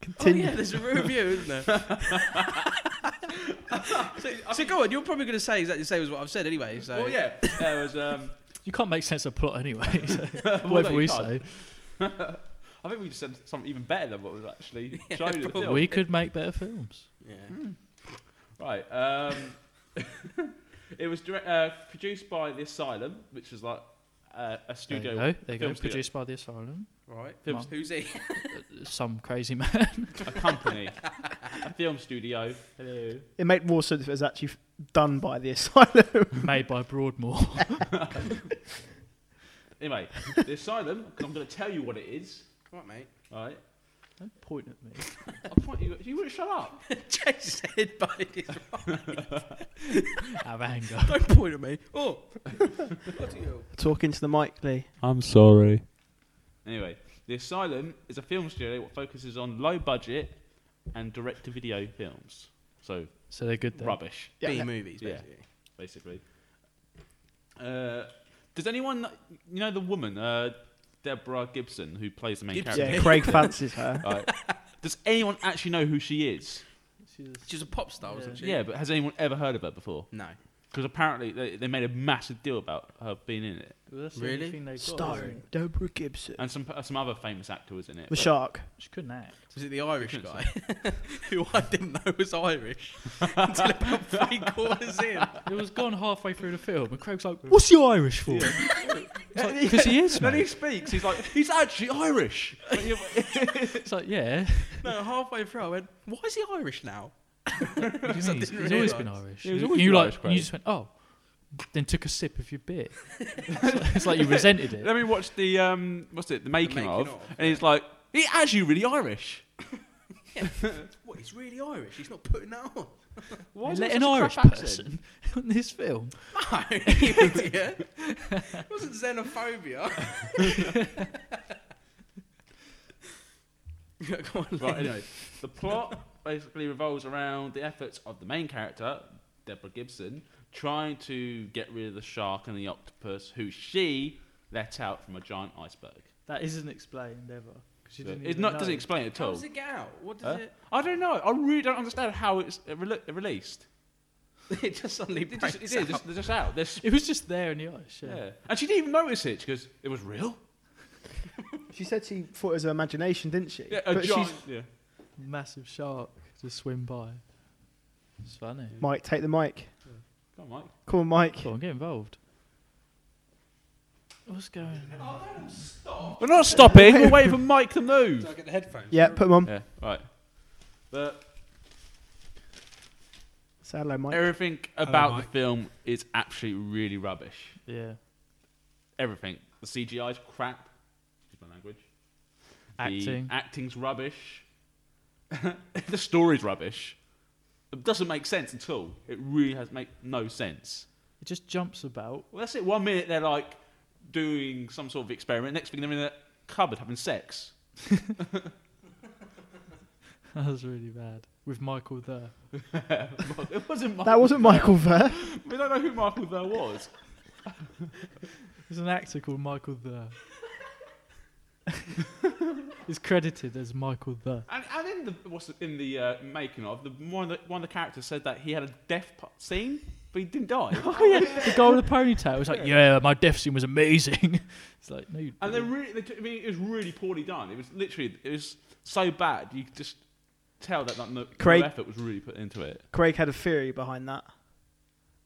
[SPEAKER 2] Continue.
[SPEAKER 4] there's a review, isn't there? so, so go on. You're probably going to say exactly the same as what I've said anyway. So
[SPEAKER 6] Well, yeah. There was. Um,
[SPEAKER 5] You can't make sense of plot anyway. So
[SPEAKER 6] well,
[SPEAKER 5] whatever
[SPEAKER 6] no, you
[SPEAKER 5] we
[SPEAKER 6] can't.
[SPEAKER 5] say,
[SPEAKER 6] I think we just said something even better than what was actually shown in the
[SPEAKER 4] probably.
[SPEAKER 6] film.
[SPEAKER 5] we could make better films.
[SPEAKER 4] Yeah.
[SPEAKER 6] Right. Um, it was direct, uh, produced by The Asylum, which was like
[SPEAKER 5] There
[SPEAKER 6] uh, a
[SPEAKER 5] you
[SPEAKER 6] studio.
[SPEAKER 5] go. There you
[SPEAKER 6] film
[SPEAKER 5] go.
[SPEAKER 6] studio.
[SPEAKER 5] Produced by the Asylum.
[SPEAKER 4] Right.
[SPEAKER 5] Films.
[SPEAKER 4] Who's he?
[SPEAKER 5] Some crazy man.
[SPEAKER 6] A company. a film studio. Hello.
[SPEAKER 2] It made more sense if it was actually f- done by the asylum.
[SPEAKER 5] made by Broadmoor.
[SPEAKER 6] Anyway, The Asylum, i I'm going to tell you what it is.
[SPEAKER 4] Right, mate.
[SPEAKER 6] All right.
[SPEAKER 5] Don't point at me.
[SPEAKER 6] I'll point you. You wouldn't shut up.
[SPEAKER 4] Chase head by his.
[SPEAKER 5] Out of anger.
[SPEAKER 4] Don't point at me. Oh. Bloody hell.
[SPEAKER 2] Talking to the mic, Lee.
[SPEAKER 1] I'm sorry.
[SPEAKER 6] Anyway, The Asylum is a film studio that focuses on low budget and direct to video films. So,
[SPEAKER 5] So they're good. Then.
[SPEAKER 6] rubbish,
[SPEAKER 2] Yeah,
[SPEAKER 4] B
[SPEAKER 2] no.
[SPEAKER 4] movies,
[SPEAKER 6] Yeah.
[SPEAKER 4] basically.
[SPEAKER 6] basically. Uh, does anyone. kn- You know the woman, uh, Deborah Gibson, who plays the main
[SPEAKER 4] Gibson.
[SPEAKER 6] character?
[SPEAKER 2] Yeah, Craig fancies her.
[SPEAKER 6] Alright. Does anyone actually know who she is?
[SPEAKER 4] She's a pop star, wasn't she?
[SPEAKER 6] Yeah, but has anyone ever heard of her before?
[SPEAKER 4] No.
[SPEAKER 6] Because apparently they, they made a massive deal about her being in it,
[SPEAKER 4] Really?
[SPEAKER 2] Starring Deborah Gibson.
[SPEAKER 6] and some uh, some other famous actor was in it.
[SPEAKER 2] The
[SPEAKER 6] but-
[SPEAKER 2] shark.
[SPEAKER 5] She couldn't act.
[SPEAKER 4] Was it the Irish
[SPEAKER 6] couldn't
[SPEAKER 4] guy who I didn't know was Irish until about three quarters in?
[SPEAKER 5] It was gone halfway through the film, and Craig's like,
[SPEAKER 7] What's you Irish for?
[SPEAKER 5] Because he is,
[SPEAKER 6] Then he
[SPEAKER 5] mate.
[SPEAKER 6] speaks. He's like, he's actually Irish. But you-
[SPEAKER 5] It's like, yeah.
[SPEAKER 4] No, halfway through I went, "Why is he Irish now?"
[SPEAKER 5] He's,
[SPEAKER 4] I
[SPEAKER 5] he's
[SPEAKER 4] didn't
[SPEAKER 5] always
[SPEAKER 4] realise.
[SPEAKER 5] been Irish.
[SPEAKER 6] Yeah, he's
[SPEAKER 5] You-
[SPEAKER 6] always
[SPEAKER 5] you
[SPEAKER 6] been
[SPEAKER 5] like,
[SPEAKER 6] Irish, Craig.
[SPEAKER 5] you just went, oh. Then took a sip of your beer. it's, like, it's like you resented
[SPEAKER 6] Then
[SPEAKER 5] it.
[SPEAKER 6] we watched the um, what's it, the making,
[SPEAKER 4] Making
[SPEAKER 6] of,
[SPEAKER 4] Of,
[SPEAKER 6] and he's like, he actually really Irish.
[SPEAKER 4] What? He's really Irish. He's not putting that on.
[SPEAKER 6] Why
[SPEAKER 5] You
[SPEAKER 6] is
[SPEAKER 5] let
[SPEAKER 6] it
[SPEAKER 5] an
[SPEAKER 6] such a
[SPEAKER 5] Irish
[SPEAKER 6] crap accent?
[SPEAKER 5] person on this film.
[SPEAKER 4] No, you idiot. it wasn't xenophobia. Go on,
[SPEAKER 6] Right,
[SPEAKER 4] Lee.
[SPEAKER 6] anyway, the plot basically revolves around the efforts of the main character, Deborah Gibson, trying to get rid of the shark and the octopus who she let out from a giant iceberg.
[SPEAKER 5] That isn't explained ever. 'cause you
[SPEAKER 6] So
[SPEAKER 5] didn't
[SPEAKER 6] It
[SPEAKER 5] even
[SPEAKER 6] not,
[SPEAKER 5] know.
[SPEAKER 6] doesn't explain it at
[SPEAKER 4] How
[SPEAKER 6] all.
[SPEAKER 4] does it get out? What
[SPEAKER 6] Huh?
[SPEAKER 4] does it?
[SPEAKER 6] I don't know. I really don't understand how it's uh, rele- released.
[SPEAKER 4] it just suddenly
[SPEAKER 6] It just,
[SPEAKER 4] breaks
[SPEAKER 6] it is,
[SPEAKER 4] out.
[SPEAKER 6] just- they're just out. They're, s-
[SPEAKER 5] It was just there in the ice. Yeah.
[SPEAKER 6] yeah. And she didn't even notice it. She goes, it was real?
[SPEAKER 2] She said she thought it was her imagination, didn't she?
[SPEAKER 6] Yeah, a
[SPEAKER 2] but
[SPEAKER 6] giant.
[SPEAKER 2] she's
[SPEAKER 6] Yeah.
[SPEAKER 5] Massive shark to swim by. It's funny.
[SPEAKER 2] Mike, take the mic.
[SPEAKER 6] Come on, Mike.
[SPEAKER 2] Come on, Mike.
[SPEAKER 5] Come on, get involved. What's going on? Oh.
[SPEAKER 6] We're not stopping. We're waiting for Mike to move.
[SPEAKER 4] Do I get the headphones?
[SPEAKER 2] Yeah, put him on.
[SPEAKER 6] Yeah, right. But
[SPEAKER 2] Say hello, Mike.
[SPEAKER 6] everything about the film is actually really rubbish.
[SPEAKER 5] Yeah.
[SPEAKER 6] everything. The CGI's crap. Excuse my language.
[SPEAKER 5] Acting.
[SPEAKER 6] The acting's rubbish. the story's rubbish. It doesn't make sense at all. It really has make no sense.
[SPEAKER 5] It just jumps about.
[SPEAKER 6] Well, that's it. One minute they're like doing some sort of experiment. Next thing they're in a cupboard having sex.
[SPEAKER 5] That was really bad. With Michael there.
[SPEAKER 6] it wasn't. Michael
[SPEAKER 2] That wasn't
[SPEAKER 6] Thur.
[SPEAKER 2] Michael Ver.
[SPEAKER 6] We don't know who Michael there was.
[SPEAKER 5] There's an actor called Michael there. He's credited as Michael there.
[SPEAKER 6] And, and in the what's the- in the uh, making of the one, of the one of the characters said that he had a death p- scene, but he didn't die.
[SPEAKER 5] Oh yeah, the guy with the ponytail was like, "Yeah, my death scene was amazing." it's like, no. You
[SPEAKER 6] And then
[SPEAKER 5] didn't.
[SPEAKER 6] really, they t- I mean, it was really poorly done. It was literally, it was so bad. You could just tell that like, no,
[SPEAKER 2] Craig-
[SPEAKER 6] no effort was really put into it.
[SPEAKER 2] Craig had a theory behind that.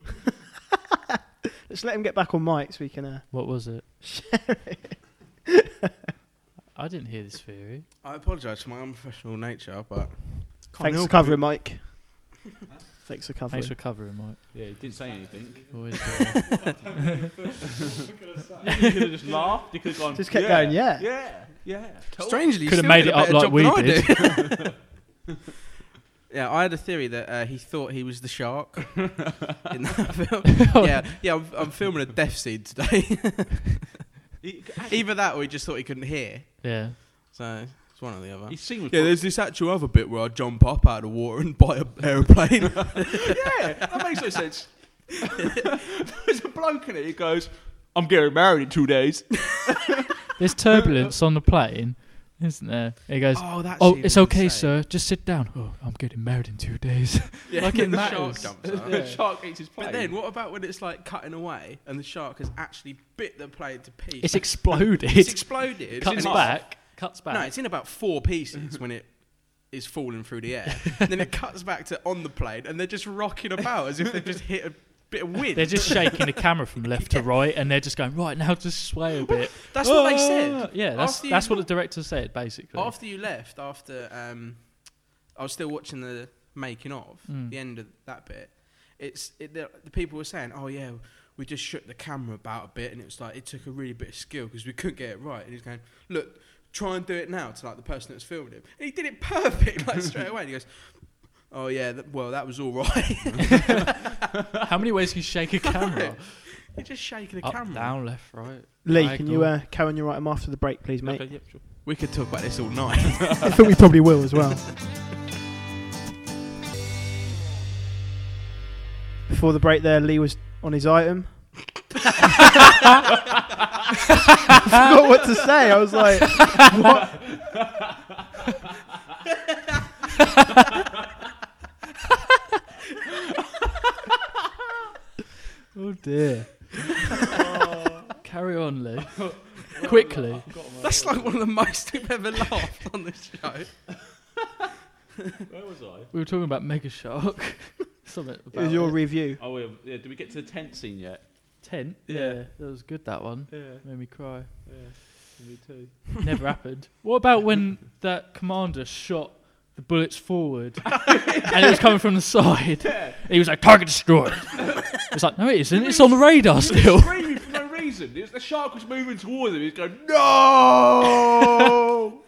[SPEAKER 2] Let's let him get back on mic so we can. Uh,
[SPEAKER 5] what was it? I didn't hear this theory.
[SPEAKER 4] I apologise for my unprofessional nature, but
[SPEAKER 2] thanks for covering, Mike. thanks for covering.
[SPEAKER 5] Thanks for covering, Mike.
[SPEAKER 6] Yeah, he didn't say anything.
[SPEAKER 5] Always do.
[SPEAKER 6] you could have just laughed. You could have gone.
[SPEAKER 2] Just kept
[SPEAKER 6] yeah,
[SPEAKER 2] going, yeah.
[SPEAKER 6] Yeah, yeah.
[SPEAKER 4] strangely, you
[SPEAKER 5] Could have
[SPEAKER 4] still
[SPEAKER 5] made
[SPEAKER 4] did
[SPEAKER 5] it
[SPEAKER 4] a
[SPEAKER 5] up
[SPEAKER 4] better
[SPEAKER 5] like
[SPEAKER 4] job
[SPEAKER 5] we
[SPEAKER 4] than I
[SPEAKER 5] did.
[SPEAKER 4] Yeah, I had a theory that uh, he thought he was the shark in that film. yeah, yeah, I'm, I'm filming a death scene today.
[SPEAKER 6] He,
[SPEAKER 4] Either that, or he just thought he couldn't hear.
[SPEAKER 5] yeah.
[SPEAKER 4] So it's one or the other.
[SPEAKER 6] he's seen with.
[SPEAKER 4] Yeah, there's this actual other bit where I jump up out of the water and buy a aeroplane.
[SPEAKER 6] yeah, that makes no sense. There's a bloke in it. He goes, "I'm getting married in two days."
[SPEAKER 5] There's turbulence on the plane, isn't there? He goes,
[SPEAKER 4] oh, that's
[SPEAKER 5] "Oh, it's okay, sir. Just sit down." Oh, I'm getting married in two days.
[SPEAKER 4] Yeah,
[SPEAKER 5] Like it
[SPEAKER 4] the
[SPEAKER 5] matters.
[SPEAKER 4] shark jumps up.
[SPEAKER 6] the shark eats his plane.
[SPEAKER 4] But then, what about when it's like cutting away and the shark has actually bit the plane to pieces?
[SPEAKER 5] it's exploded.
[SPEAKER 4] It's exploded. and
[SPEAKER 5] cuts
[SPEAKER 4] it's-
[SPEAKER 5] back. Cuts back.
[SPEAKER 4] No, it's in about four pieces when it is falling through the air. and then it cuts back to on the plane, and they're just rocking about as if they've just hit a bit of wind.
[SPEAKER 5] They're just shaking the camera from left to right, and they're just going right now. Just sway a bit.
[SPEAKER 4] That's what they
[SPEAKER 5] Ah,
[SPEAKER 4] said.
[SPEAKER 5] Yeah, that's
[SPEAKER 4] After you-
[SPEAKER 5] that's what the director said basically.
[SPEAKER 4] After you left, after um, I was still watching the making of
[SPEAKER 5] Mm.
[SPEAKER 4] the end of that bit. It's it, the, the people were saying, "Oh yeah, we just shook the camera about a bit, and it was like it took a really bit of skill because we couldn't get it right." And he's going, "Look, try and do it now" to like the person that was filming him, and he did it perfect like straight away. And he goes, "Oh yeah, th- well that was all right."
[SPEAKER 5] How many ways can you shake a camera?
[SPEAKER 4] You're just shaking a
[SPEAKER 5] Up,
[SPEAKER 4] camera.
[SPEAKER 5] down, left, right.
[SPEAKER 2] Lee, can you uh, carry on your item after the break, please, mate?
[SPEAKER 6] Okay, yep, sure.
[SPEAKER 4] We could talk about this all night.
[SPEAKER 2] I think we probably will as well. Before the break, there, Lee was on his item. I forgot what to say. I was like, what?
[SPEAKER 5] Oh dear. Carry on, Lee. Quickly.
[SPEAKER 4] That's like one of the most we've ever laughed on this show.
[SPEAKER 6] Where was I?
[SPEAKER 5] We were talking about Mega Shark. Something
[SPEAKER 2] It
[SPEAKER 5] about
[SPEAKER 2] was your review.
[SPEAKER 6] Oh, yeah, yeah, did we get to the tent scene yet?
[SPEAKER 5] tent. Yeah.
[SPEAKER 6] Yeah.
[SPEAKER 5] that was good. That one
[SPEAKER 6] Yeah,
[SPEAKER 5] made me cry.
[SPEAKER 6] yeah, me too.
[SPEAKER 5] Never happened. What about when that commander shot the bullets forward and it was coming from the side? He was like, "Target destroyed." it's like, no, it isn't. It's on the radar
[SPEAKER 6] He
[SPEAKER 5] still.
[SPEAKER 6] was screaming for no reason. It was, the shark was moving towards him. He was going, no!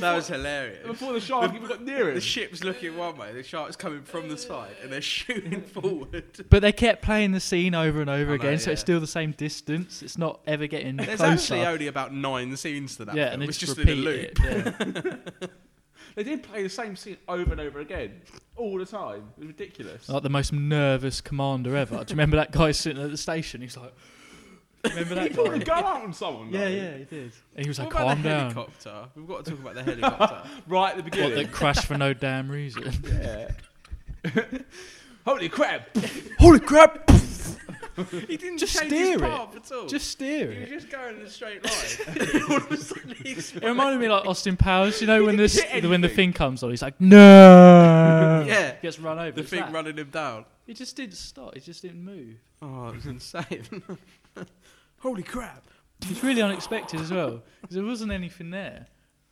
[SPEAKER 4] That was hilarious.
[SPEAKER 6] Before the shark even got near
[SPEAKER 4] The
[SPEAKER 6] him.
[SPEAKER 4] ship's looking one way, the shark's coming from the side, and they're shooting forward.
[SPEAKER 5] But they kept playing the scene over and over
[SPEAKER 4] I know,
[SPEAKER 5] again, so it's
[SPEAKER 4] yeah.
[SPEAKER 5] still the same distance. It's not ever getting
[SPEAKER 4] There's
[SPEAKER 5] closer.
[SPEAKER 4] actually only about nine scenes to that.
[SPEAKER 5] yeah,
[SPEAKER 4] film.
[SPEAKER 5] and they
[SPEAKER 4] it's
[SPEAKER 5] just,
[SPEAKER 4] just in a
[SPEAKER 5] repeat
[SPEAKER 4] loop.
[SPEAKER 5] it. yeah.
[SPEAKER 6] They did play the same scene over and over again, all the time. It was ridiculous.
[SPEAKER 5] Like the most nervous commander ever. Do you remember that guy sitting at the station? He's like, remember that
[SPEAKER 6] Put a
[SPEAKER 5] guy?
[SPEAKER 6] gun out on someone.
[SPEAKER 5] Yeah,
[SPEAKER 6] though.
[SPEAKER 5] yeah, he did. And he was
[SPEAKER 4] What
[SPEAKER 5] like,
[SPEAKER 4] about
[SPEAKER 5] calm
[SPEAKER 4] the
[SPEAKER 5] down.
[SPEAKER 4] helicopter? We've got to talk about the helicopter.
[SPEAKER 6] Right at the
[SPEAKER 5] What,
[SPEAKER 6] beginning.
[SPEAKER 5] that crashed for no damn reason.
[SPEAKER 6] Yeah. Holy crap!
[SPEAKER 5] Holy crap!
[SPEAKER 4] he didn't
[SPEAKER 5] Just
[SPEAKER 4] change
[SPEAKER 5] steer
[SPEAKER 4] his
[SPEAKER 5] it.
[SPEAKER 4] path at all.
[SPEAKER 5] Just steer
[SPEAKER 4] he was
[SPEAKER 5] it.
[SPEAKER 4] just going in a straight line. All of a sudden, he
[SPEAKER 5] It reminded me like Austin Powers, you know, when this
[SPEAKER 6] hit
[SPEAKER 5] when the
[SPEAKER 6] anything.
[SPEAKER 5] thing comes on, he's like, no.
[SPEAKER 4] yeah,
[SPEAKER 5] Gets run over.
[SPEAKER 4] the
[SPEAKER 5] it's
[SPEAKER 4] thing
[SPEAKER 5] that.
[SPEAKER 4] running him down.
[SPEAKER 5] He just didn't stop. He just didn't move.
[SPEAKER 4] Oh, it was insane. Holy crap!
[SPEAKER 5] It's really unexpected as well because there wasn't anything there,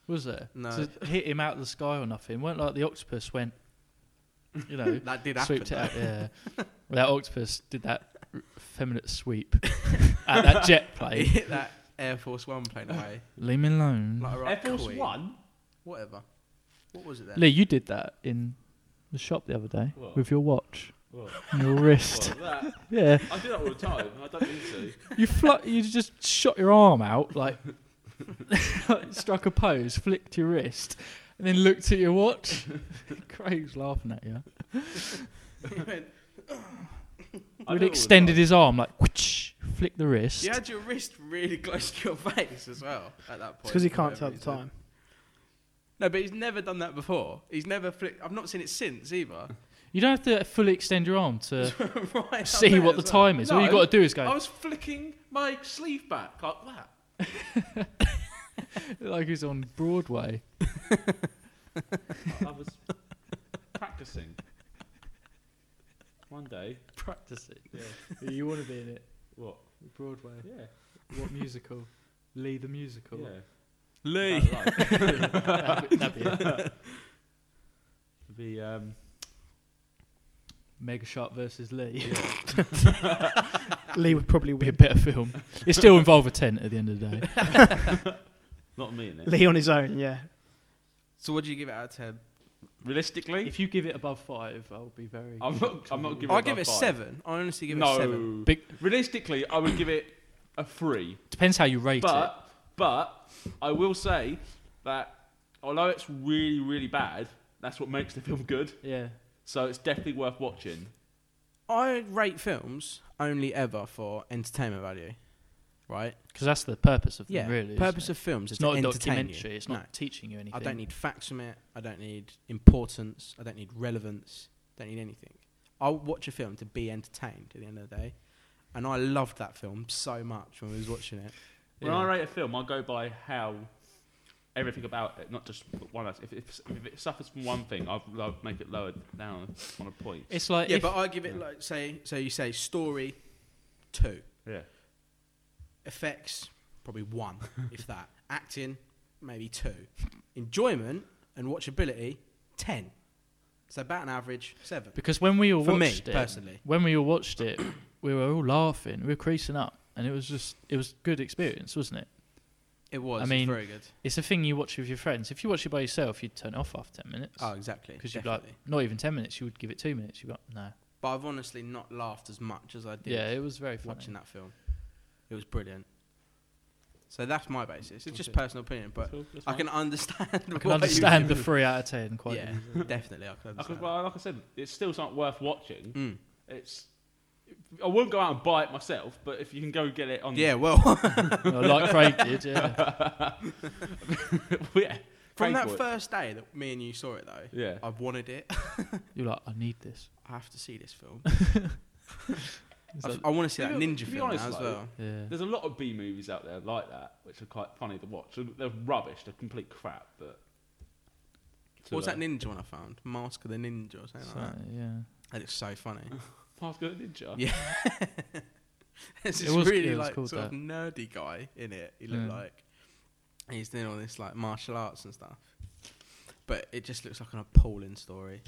[SPEAKER 5] was there?
[SPEAKER 4] No.
[SPEAKER 5] To hit him out of the sky or nothing. weren't like the octopus went, you know,
[SPEAKER 4] That did happen.
[SPEAKER 5] sweeped it out. Yeah, that octopus did that r- effeminate sweep at that jet
[SPEAKER 4] He
[SPEAKER 5] plane.
[SPEAKER 4] hit that Air Force One plane away.
[SPEAKER 5] Leave me alone.
[SPEAKER 4] Like a right
[SPEAKER 6] Air Force
[SPEAKER 4] queen.
[SPEAKER 6] One.
[SPEAKER 4] Whatever. What was it then?
[SPEAKER 5] Lee, you did that in the shop the other day
[SPEAKER 6] What?
[SPEAKER 5] with your watch
[SPEAKER 6] What?
[SPEAKER 5] and your wrist.
[SPEAKER 6] What, that?
[SPEAKER 5] Yeah,
[SPEAKER 6] I do that all the time. I don't need to.
[SPEAKER 5] you fl- you just shot your arm out like struck a pose, flicked your wrist, and then looked at your watch. Craig's laughing at you.
[SPEAKER 4] He went,
[SPEAKER 5] Would
[SPEAKER 6] I do it all the
[SPEAKER 5] extended
[SPEAKER 6] time.
[SPEAKER 5] his arm like which flick the wrist.
[SPEAKER 4] you had your wrist really close to your face as well at that point.
[SPEAKER 2] It's because he
[SPEAKER 4] for
[SPEAKER 2] can't
[SPEAKER 4] whatever
[SPEAKER 2] tell the
[SPEAKER 4] reason.
[SPEAKER 2] time.
[SPEAKER 4] No, but he's never done that before. He's never flicked. I've not seen it since either.
[SPEAKER 5] You don't have to fully extend your arm to
[SPEAKER 4] right up
[SPEAKER 5] see
[SPEAKER 4] there
[SPEAKER 5] what the
[SPEAKER 4] as well.
[SPEAKER 5] time is. All you
[SPEAKER 6] No,
[SPEAKER 5] got to do is
[SPEAKER 6] I
[SPEAKER 5] go
[SPEAKER 6] was flicking my sleeve back like that.
[SPEAKER 5] like he's on Broadway.
[SPEAKER 6] I was practicing. One day.
[SPEAKER 5] Practice it.
[SPEAKER 6] Yeah.
[SPEAKER 5] You want to be in it.
[SPEAKER 6] What?
[SPEAKER 5] Broadway.
[SPEAKER 6] Yeah.
[SPEAKER 5] What musical? Lee the musical.
[SPEAKER 6] Yeah.
[SPEAKER 4] Lee.
[SPEAKER 6] About life.
[SPEAKER 5] That'd be- that'd be it.
[SPEAKER 6] The um,
[SPEAKER 5] Mega Shark versus Lee.
[SPEAKER 2] Lee would probably
[SPEAKER 5] be a
[SPEAKER 2] win.
[SPEAKER 5] better film. It still involve a tent at the end of the day.
[SPEAKER 6] not me in it.
[SPEAKER 2] Lee on his own, yeah.
[SPEAKER 4] So what do you give it out of ten?
[SPEAKER 6] Realistically,
[SPEAKER 5] If you give it above five, I'll be very.
[SPEAKER 6] I'm not. I'm not giving.
[SPEAKER 4] I
[SPEAKER 6] it
[SPEAKER 4] give
[SPEAKER 6] above
[SPEAKER 4] it
[SPEAKER 6] five.
[SPEAKER 4] seven. I honestly give it
[SPEAKER 6] no.
[SPEAKER 4] a seven.
[SPEAKER 5] Big
[SPEAKER 6] Realistically, I would give it a three.
[SPEAKER 5] depends how you rate it.
[SPEAKER 6] But but I will say that although it's really really bad, that's what makes the film good.
[SPEAKER 5] Yeah.
[SPEAKER 6] So it's definitely worth watching.
[SPEAKER 4] I rate films only ever for entertainment value, right?
[SPEAKER 5] Because that's the purpose of them,
[SPEAKER 4] Yeah.
[SPEAKER 5] really.
[SPEAKER 4] Purpose
[SPEAKER 5] isn't it?
[SPEAKER 4] of films is
[SPEAKER 5] it's not
[SPEAKER 4] to
[SPEAKER 5] a
[SPEAKER 4] entertain you.
[SPEAKER 5] documentary. It's not
[SPEAKER 4] No.
[SPEAKER 5] teaching you anything.
[SPEAKER 4] I don't need facts from it. I don't need importance. I don't need relevance. Don't need anything. I'll watch a film to be entertained at the end of the day. And I loved that film so much when I was watching it.
[SPEAKER 6] When
[SPEAKER 5] Yeah.
[SPEAKER 6] I rate a film, I go by how everything about it, not just one. If, if, if it suffers from one thing, I'll, I'll make it lower down on a point.
[SPEAKER 5] It's like
[SPEAKER 4] yeah,
[SPEAKER 5] if-
[SPEAKER 4] but I give it like say so you say story two.
[SPEAKER 6] yeah.
[SPEAKER 4] Effects probably one, if that. Acting, maybe two. Enjoyment and watchability, ten. So about an average, seven.
[SPEAKER 5] because when we all
[SPEAKER 4] For me,
[SPEAKER 5] watched it,
[SPEAKER 4] personally.
[SPEAKER 5] when we all watched it, we were all laughing, we were creasing up, and it was just it was good experience, wasn't it?
[SPEAKER 4] It was
[SPEAKER 5] I mean-
[SPEAKER 4] very good.
[SPEAKER 5] It's a thing you watch with your friends. If you watch it by yourself, you'd turn it off after ten minutes
[SPEAKER 4] Oh, exactly.
[SPEAKER 5] because you'd be like
[SPEAKER 4] definitely.
[SPEAKER 5] not even ten minutes. You would give it two minutes. You got no.
[SPEAKER 4] But I've honestly not laughed as much as I did
[SPEAKER 5] Yeah, it was very funny.
[SPEAKER 4] watching that film. It was brilliant. So that's my basis. It's just
[SPEAKER 6] Okay.
[SPEAKER 4] personal opinion, but
[SPEAKER 6] That's all- that's
[SPEAKER 4] I
[SPEAKER 6] fine.
[SPEAKER 4] can understand.
[SPEAKER 5] I can understand the three out of ten quite.
[SPEAKER 4] Yeah, definitely. I can
[SPEAKER 6] I could-
[SPEAKER 4] understand.
[SPEAKER 6] well, like I said, it's still not worth watching.
[SPEAKER 4] Mm.
[SPEAKER 6] It's. I wouldn't go out and buy it myself, but if you can go get it on.
[SPEAKER 4] Yeah, well,
[SPEAKER 5] well. like Craig did. Yeah.
[SPEAKER 6] yeah.
[SPEAKER 4] from
[SPEAKER 6] pay
[SPEAKER 4] that
[SPEAKER 6] for it.
[SPEAKER 4] first day that me and you saw it, though,
[SPEAKER 6] Yeah.
[SPEAKER 4] I've wanted it.
[SPEAKER 5] You're like, I need this.
[SPEAKER 4] I have to see this film.
[SPEAKER 5] It's
[SPEAKER 4] I've-
[SPEAKER 5] like-
[SPEAKER 4] I want to see that
[SPEAKER 6] To be-
[SPEAKER 4] ninja
[SPEAKER 6] to be
[SPEAKER 4] film
[SPEAKER 6] honest,
[SPEAKER 4] now as
[SPEAKER 6] though,
[SPEAKER 4] well.
[SPEAKER 5] yeah.
[SPEAKER 6] There's a lot of B movies out there like that, which are quite funny to watch. They're- They're rubbish. They're complete crap. But
[SPEAKER 4] What was that ninja one I found? Mask of the Ninja or something like that.
[SPEAKER 5] So, yeah.
[SPEAKER 4] That looks so funny.
[SPEAKER 6] Mask of the Ninja.
[SPEAKER 4] Yeah. There's
[SPEAKER 5] It
[SPEAKER 4] this
[SPEAKER 5] was-
[SPEAKER 4] really
[SPEAKER 5] it was
[SPEAKER 4] like
[SPEAKER 5] called
[SPEAKER 4] sort of
[SPEAKER 5] that.
[SPEAKER 4] nerdy guy in it. He looked
[SPEAKER 5] Yeah.
[SPEAKER 4] like and he's doing all this like martial arts and stuff. But it just looks like an appalling story.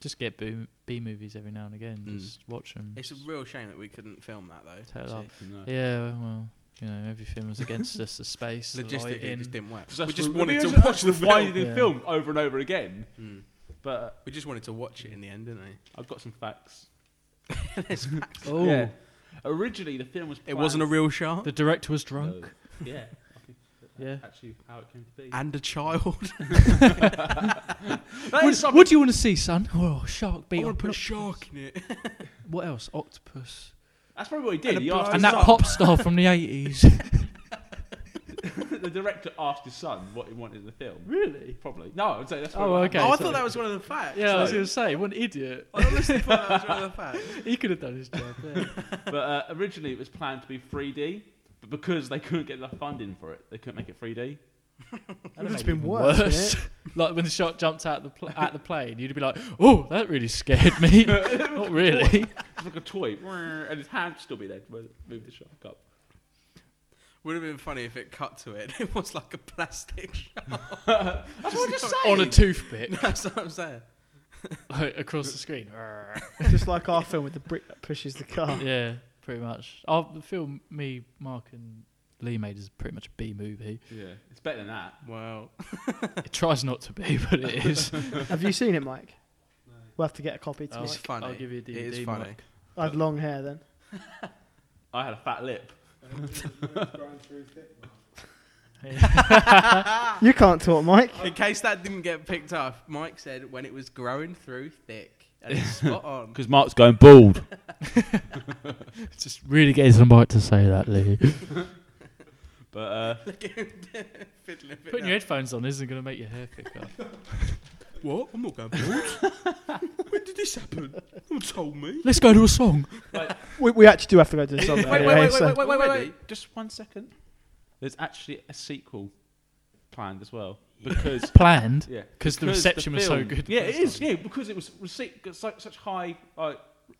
[SPEAKER 5] Just get B, B movies every now and again.
[SPEAKER 4] Mm.
[SPEAKER 5] Just watch them.
[SPEAKER 4] It's a real shame that we couldn't film that though.
[SPEAKER 5] Take it
[SPEAKER 4] See,
[SPEAKER 5] off.
[SPEAKER 6] No.
[SPEAKER 5] Yeah, well, you know, everything was against us. The space, the
[SPEAKER 4] Logistically, it
[SPEAKER 5] lighting.
[SPEAKER 4] just didn't work.
[SPEAKER 6] 'Cause
[SPEAKER 4] We
[SPEAKER 6] that's
[SPEAKER 4] just
[SPEAKER 6] what-
[SPEAKER 4] wanted to
[SPEAKER 6] we just-
[SPEAKER 4] watch the
[SPEAKER 6] that's why you
[SPEAKER 4] film.
[SPEAKER 6] did
[SPEAKER 5] Yeah.
[SPEAKER 6] film over and over again.
[SPEAKER 4] Mm.
[SPEAKER 6] But
[SPEAKER 4] We just wanted to watch it in the end, didn't we?
[SPEAKER 6] I've got some facts.
[SPEAKER 5] oh,
[SPEAKER 6] Yeah. Originally, the film was.
[SPEAKER 4] It wasn't a
[SPEAKER 6] planned-
[SPEAKER 4] real shark.
[SPEAKER 5] the director was drunk.
[SPEAKER 6] No. Yeah. I think-
[SPEAKER 5] Yeah.
[SPEAKER 6] actually how it came to be.
[SPEAKER 4] And a child.
[SPEAKER 6] That
[SPEAKER 5] What,
[SPEAKER 6] is something-
[SPEAKER 5] what do you want to see, son? Oh, shark,
[SPEAKER 4] I
[SPEAKER 5] beetle.
[SPEAKER 4] want to put a
[SPEAKER 5] no-
[SPEAKER 4] shark in it.
[SPEAKER 5] What else? Octopus.
[SPEAKER 6] that's probably what he did.
[SPEAKER 4] and a
[SPEAKER 6] He asked
[SPEAKER 5] And
[SPEAKER 6] his
[SPEAKER 5] that
[SPEAKER 6] son,
[SPEAKER 5] pop star from the 80s.
[SPEAKER 6] the director asked his son what he wanted in the film. Really? Probably. No, I would say that's.
[SPEAKER 5] Oh,
[SPEAKER 6] probably-
[SPEAKER 5] okay.
[SPEAKER 4] oh, I
[SPEAKER 5] sorry.
[SPEAKER 4] thought that was one of the facts.
[SPEAKER 5] Yeah, I was
[SPEAKER 4] Like,
[SPEAKER 5] going to say, what an idiot.
[SPEAKER 4] I honestly thought that was one of the facts.
[SPEAKER 5] He could have done his job. Yeah.
[SPEAKER 6] But uh, originally it was planned to be 3D, but because they couldn't get enough funding for it, they couldn't make it 3D.
[SPEAKER 2] It has been worse. wouldn't
[SPEAKER 5] Worse.
[SPEAKER 2] it?
[SPEAKER 5] like when the shark jumped out the pl- at the plane, you'd be like, "Oh, that really scared me." Not really.
[SPEAKER 6] It's like a toy, and his hand would still be there to move- move the shark up.
[SPEAKER 4] Would have been funny if it cut to it. It was like a plastic shark.
[SPEAKER 6] That's what I just said.
[SPEAKER 5] On a toothpick
[SPEAKER 4] That's what I'm saying.
[SPEAKER 5] like, across the screen.
[SPEAKER 2] Just like our film with the brick that pushes the car.
[SPEAKER 5] yeah, pretty much. Our, the film me, Mark, and Lee made is pretty much a B movie.
[SPEAKER 6] Yeah, it's better than that.
[SPEAKER 4] Wow.
[SPEAKER 5] It tries not to be, but it is.
[SPEAKER 2] Have you seen it, Mike? We'll have to get a copy to
[SPEAKER 5] Oh.
[SPEAKER 2] Mike.
[SPEAKER 4] It's funny.
[SPEAKER 5] I'll give you a
[SPEAKER 4] It is
[SPEAKER 5] DVD,
[SPEAKER 4] funny.
[SPEAKER 5] Mark.
[SPEAKER 2] I had long hair then.
[SPEAKER 6] I had a fat lip.
[SPEAKER 2] You can't talk, Mike.
[SPEAKER 4] In case that didn't get picked up, Mike said when it was growing through thick. And it's spot on.
[SPEAKER 6] Because Mark's going bald.
[SPEAKER 5] Just really getting the mic to say that, Lee.
[SPEAKER 6] But uh,
[SPEAKER 4] Look at him fiddling a bit
[SPEAKER 5] Putting
[SPEAKER 4] now.
[SPEAKER 5] your headphones on isn't going to make your hair pick up.
[SPEAKER 4] What? I'm not going bald. when did this happen? No one told me.
[SPEAKER 5] Let's go to a song.
[SPEAKER 2] We, we actually do have to go to the song.
[SPEAKER 4] Wait,
[SPEAKER 2] anyway,
[SPEAKER 4] wait, wait,
[SPEAKER 2] so-
[SPEAKER 4] wait, wait, wait,
[SPEAKER 6] Already?
[SPEAKER 4] wait.
[SPEAKER 6] Just one second. There's actually a sequel planned as well because
[SPEAKER 5] Planned.
[SPEAKER 6] yeah,
[SPEAKER 5] 'Cause the
[SPEAKER 6] because
[SPEAKER 5] reception was so
[SPEAKER 6] film-
[SPEAKER 5] good.
[SPEAKER 6] Yeah, it is. Yeah, because it was rece- got such, such high uh,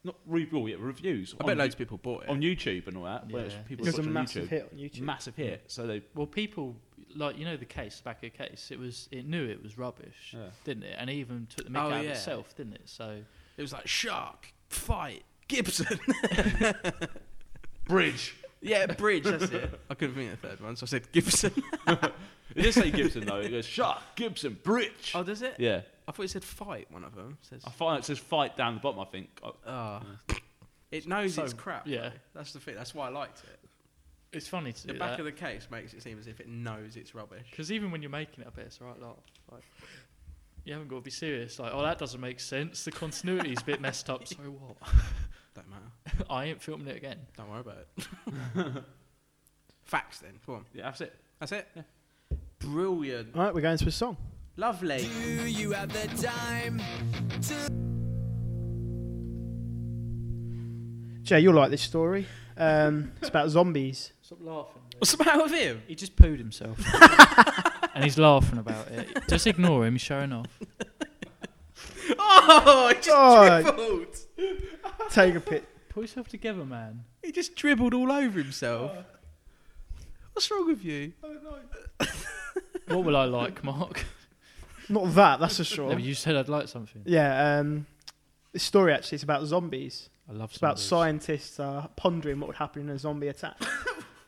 [SPEAKER 6] not review yeah, reviews.
[SPEAKER 4] I bet
[SPEAKER 6] on,
[SPEAKER 4] loads of people bought it.
[SPEAKER 6] on YouTube and all that. where it's
[SPEAKER 5] Yeah.
[SPEAKER 2] It
[SPEAKER 6] people
[SPEAKER 2] was a
[SPEAKER 6] watching on
[SPEAKER 2] massive
[SPEAKER 6] YouTube.
[SPEAKER 2] hit on YouTube.
[SPEAKER 6] Massive hit. So they
[SPEAKER 5] Well, people like you know the case, back of case. It was it knew it was rubbish,
[SPEAKER 6] Yeah.
[SPEAKER 5] didn't it? And it even took the mick
[SPEAKER 4] Oh,
[SPEAKER 5] out
[SPEAKER 4] yeah.
[SPEAKER 5] of itself, didn't it? So
[SPEAKER 4] It was like shark fight Gibson.
[SPEAKER 6] bridge.
[SPEAKER 4] yeah, bridge. That's it. I couldn't think of the third one, so I said Gibson.
[SPEAKER 6] It did say Gibson though. It goes Shark Gibson Bridge.
[SPEAKER 4] oh, does it?
[SPEAKER 6] yeah,
[SPEAKER 4] I thought it said fight. One of them says.
[SPEAKER 6] I find it says fight down the bottom. I think. Oh, I-
[SPEAKER 4] Ah. It knows
[SPEAKER 5] So,
[SPEAKER 4] it's crap.
[SPEAKER 5] yeah.
[SPEAKER 4] Yeah. That's the thing. That's why I liked it.
[SPEAKER 5] it's funny to
[SPEAKER 4] The
[SPEAKER 5] do
[SPEAKER 4] back
[SPEAKER 5] that
[SPEAKER 4] of the case makes it seem as if it knows it's rubbish.
[SPEAKER 5] because even when you're making it, I bet it's right laugh. Like, you haven't got to be serious. Like, oh, that doesn't make sense. The continuity's a bit messed up. So what?
[SPEAKER 4] Don't matter.
[SPEAKER 5] I ain't filming it again.
[SPEAKER 4] Don't worry about it. Facts then. Come on.
[SPEAKER 6] yeah, that's it.
[SPEAKER 4] That's it. Brilliant.
[SPEAKER 2] All right, we're going to a song.
[SPEAKER 4] Lovely.
[SPEAKER 2] Jay, you'll like this story. Um, it's about zombies.
[SPEAKER 5] Stop laughing.
[SPEAKER 4] What's the matter with him?
[SPEAKER 5] He just pooed himself, and he's laughing about it. Just ignore him. He's showing off.
[SPEAKER 4] Oh, he just
[SPEAKER 2] Oh.
[SPEAKER 4] dribbled.
[SPEAKER 2] Take a pic.
[SPEAKER 5] Pull yourself together, man.
[SPEAKER 4] He just dribbled all over himself. What's wrong with you?
[SPEAKER 5] What will I like, Mark?
[SPEAKER 2] Not that, that's for
[SPEAKER 5] No,
[SPEAKER 2] sure.
[SPEAKER 5] but you said I'd like something.
[SPEAKER 2] Yeah, um, this story actually is about zombies.
[SPEAKER 5] I love.
[SPEAKER 2] It's about scientists uh, pondering what would happen in a zombie attack.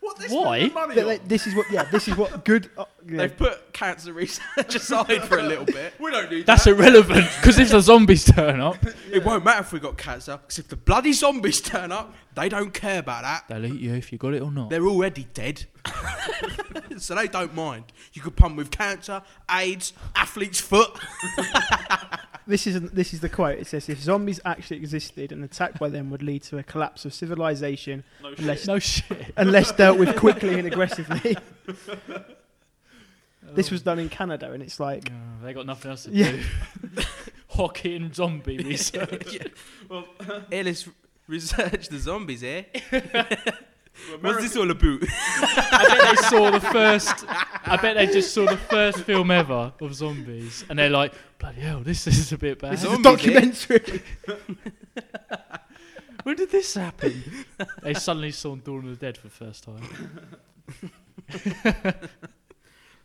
[SPEAKER 4] What?
[SPEAKER 5] they Why? spent the
[SPEAKER 2] Th- th- this is what, yeah, this is what good. Uh, yeah.
[SPEAKER 4] They've put cancer research aside for a little bit. We don't need
[SPEAKER 5] That's irrelevant because if the zombies turn up,
[SPEAKER 4] It won't matter if we got cancer, 'cause if the bloody zombies turn up, they don't care about that.
[SPEAKER 5] they'll eat you if you got it or not.
[SPEAKER 4] They're already dead. so they don't mind. You could pun with cancer, AIDS, athlete's foot.
[SPEAKER 2] This is this is the quote. It says, "If zombies actually existed, an attack by them would lead to a collapse of civilization unless
[SPEAKER 5] no shit.
[SPEAKER 2] unless dealt with quickly and aggressively." This was done in Canada, and it's like,
[SPEAKER 5] Oh, they got nothing else to
[SPEAKER 2] Yeah.
[SPEAKER 5] do. Hockey and zombie research.
[SPEAKER 4] Here, let's research the zombies here. What's this all about?
[SPEAKER 5] I bet they saw the first. I bet they just saw the first film ever of zombies, and they're like, "Bloody hell, this is a bit bad."
[SPEAKER 2] this is a
[SPEAKER 4] Zombies,
[SPEAKER 2] documentary.
[SPEAKER 5] When did this happen? they suddenly saw Dawn of the Dead for the first time.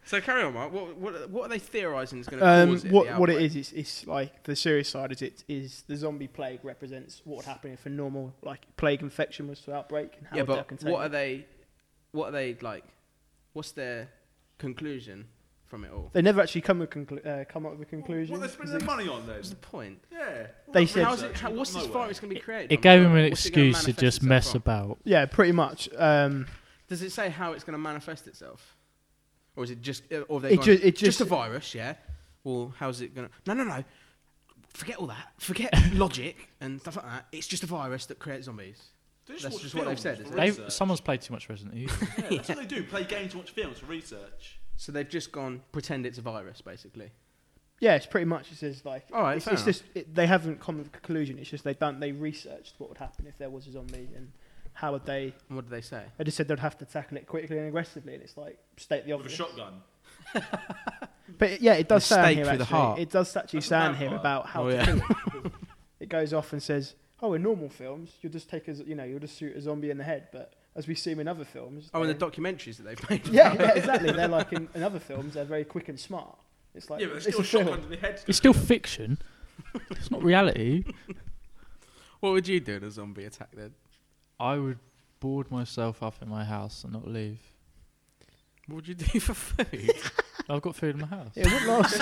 [SPEAKER 4] So carry on, Mark. What, what, what are they theorising is going to
[SPEAKER 2] Um,
[SPEAKER 4] cause it?
[SPEAKER 2] what
[SPEAKER 4] the
[SPEAKER 2] what it
[SPEAKER 4] outbreak?
[SPEAKER 2] is, it's, it's like the serious side is it is the zombie plague represents what would happen if a normal like plague infection was to outbreak and how
[SPEAKER 4] Yeah,
[SPEAKER 2] would that
[SPEAKER 4] but
[SPEAKER 2] contain
[SPEAKER 4] what are
[SPEAKER 2] it.
[SPEAKER 4] they? What are they like? What's their conclusion from it all?
[SPEAKER 2] They never actually come with conclu- uh, come up with a conclusion.
[SPEAKER 6] What they
[SPEAKER 2] Is
[SPEAKER 6] spending
[SPEAKER 2] it-
[SPEAKER 6] their money on then?
[SPEAKER 4] What's the point?
[SPEAKER 6] Yeah.
[SPEAKER 2] They said-
[SPEAKER 4] How's it, how, what's this virus going to be created?
[SPEAKER 5] It
[SPEAKER 4] from?
[SPEAKER 5] gave him an
[SPEAKER 4] What's it gonna
[SPEAKER 5] excuse to
[SPEAKER 4] manifest
[SPEAKER 5] just
[SPEAKER 4] itself
[SPEAKER 5] mess
[SPEAKER 4] from?
[SPEAKER 5] about.
[SPEAKER 2] yeah, pretty much. Um,
[SPEAKER 4] Does it say how it's going to manifest itself? Or is it just? uh, Or have they
[SPEAKER 2] It
[SPEAKER 4] gone,
[SPEAKER 2] ju- it
[SPEAKER 4] just
[SPEAKER 2] just-
[SPEAKER 4] a virus? Yeah. Well, how's it gonna? No, no, no. Forget all that. Forget logic and stuff like that. It's just a virus that creates zombies.
[SPEAKER 8] Just
[SPEAKER 4] That's
[SPEAKER 8] watch
[SPEAKER 4] just what they've
[SPEAKER 8] films
[SPEAKER 4] said,
[SPEAKER 8] for
[SPEAKER 4] isn't it?
[SPEAKER 5] They've,
[SPEAKER 8] research.
[SPEAKER 5] someone's played too much Resident Evil.
[SPEAKER 8] Yeah, that's what they do. Play games, watch films for research.
[SPEAKER 4] So they've just gone pretend it's a virus, basically.
[SPEAKER 2] Yeah, it's pretty much it's just like
[SPEAKER 4] All right,
[SPEAKER 2] it's,
[SPEAKER 4] fair
[SPEAKER 2] it's just it, they haven't come to a conclusion. It's just they don't they researched what would happen if there was a zombie and how would they?
[SPEAKER 4] And what do they say?
[SPEAKER 2] They just said they'd have to tackle it quickly and aggressively, and it's like state the
[SPEAKER 8] With a
[SPEAKER 2] obvious.
[SPEAKER 8] shotgun.
[SPEAKER 2] But it- yeah, it does
[SPEAKER 4] A
[SPEAKER 2] sound
[SPEAKER 4] stake
[SPEAKER 2] here
[SPEAKER 4] through
[SPEAKER 2] actually.
[SPEAKER 4] the heart.
[SPEAKER 2] It does actually
[SPEAKER 8] That's a
[SPEAKER 2] sound here
[SPEAKER 8] vampire.
[SPEAKER 2] about how
[SPEAKER 4] Oh,
[SPEAKER 2] to
[SPEAKER 4] yeah.
[SPEAKER 2] kill it. it goes off and says, "Oh, in normal films, you'll just take a z- you know you'll just shoot a zombie in the head, but as we see 'em in other films,
[SPEAKER 4] Oh, and the
[SPEAKER 2] they're-
[SPEAKER 4] documentaries that they've made.
[SPEAKER 2] yeah, yeah, exactly. They're like in, in other films, they're very quick and smart. It's like
[SPEAKER 8] yeah, but
[SPEAKER 2] it's
[SPEAKER 8] there's
[SPEAKER 2] a
[SPEAKER 8] still a shotgun
[SPEAKER 2] film.
[SPEAKER 8] to the head.
[SPEAKER 5] it's still fiction. It's not reality.
[SPEAKER 4] What would you do in a zombie attack then?
[SPEAKER 5] I would board myself up in my house and not leave.
[SPEAKER 4] What would you do for food?
[SPEAKER 5] I've got food in my house.
[SPEAKER 2] It wouldn't last.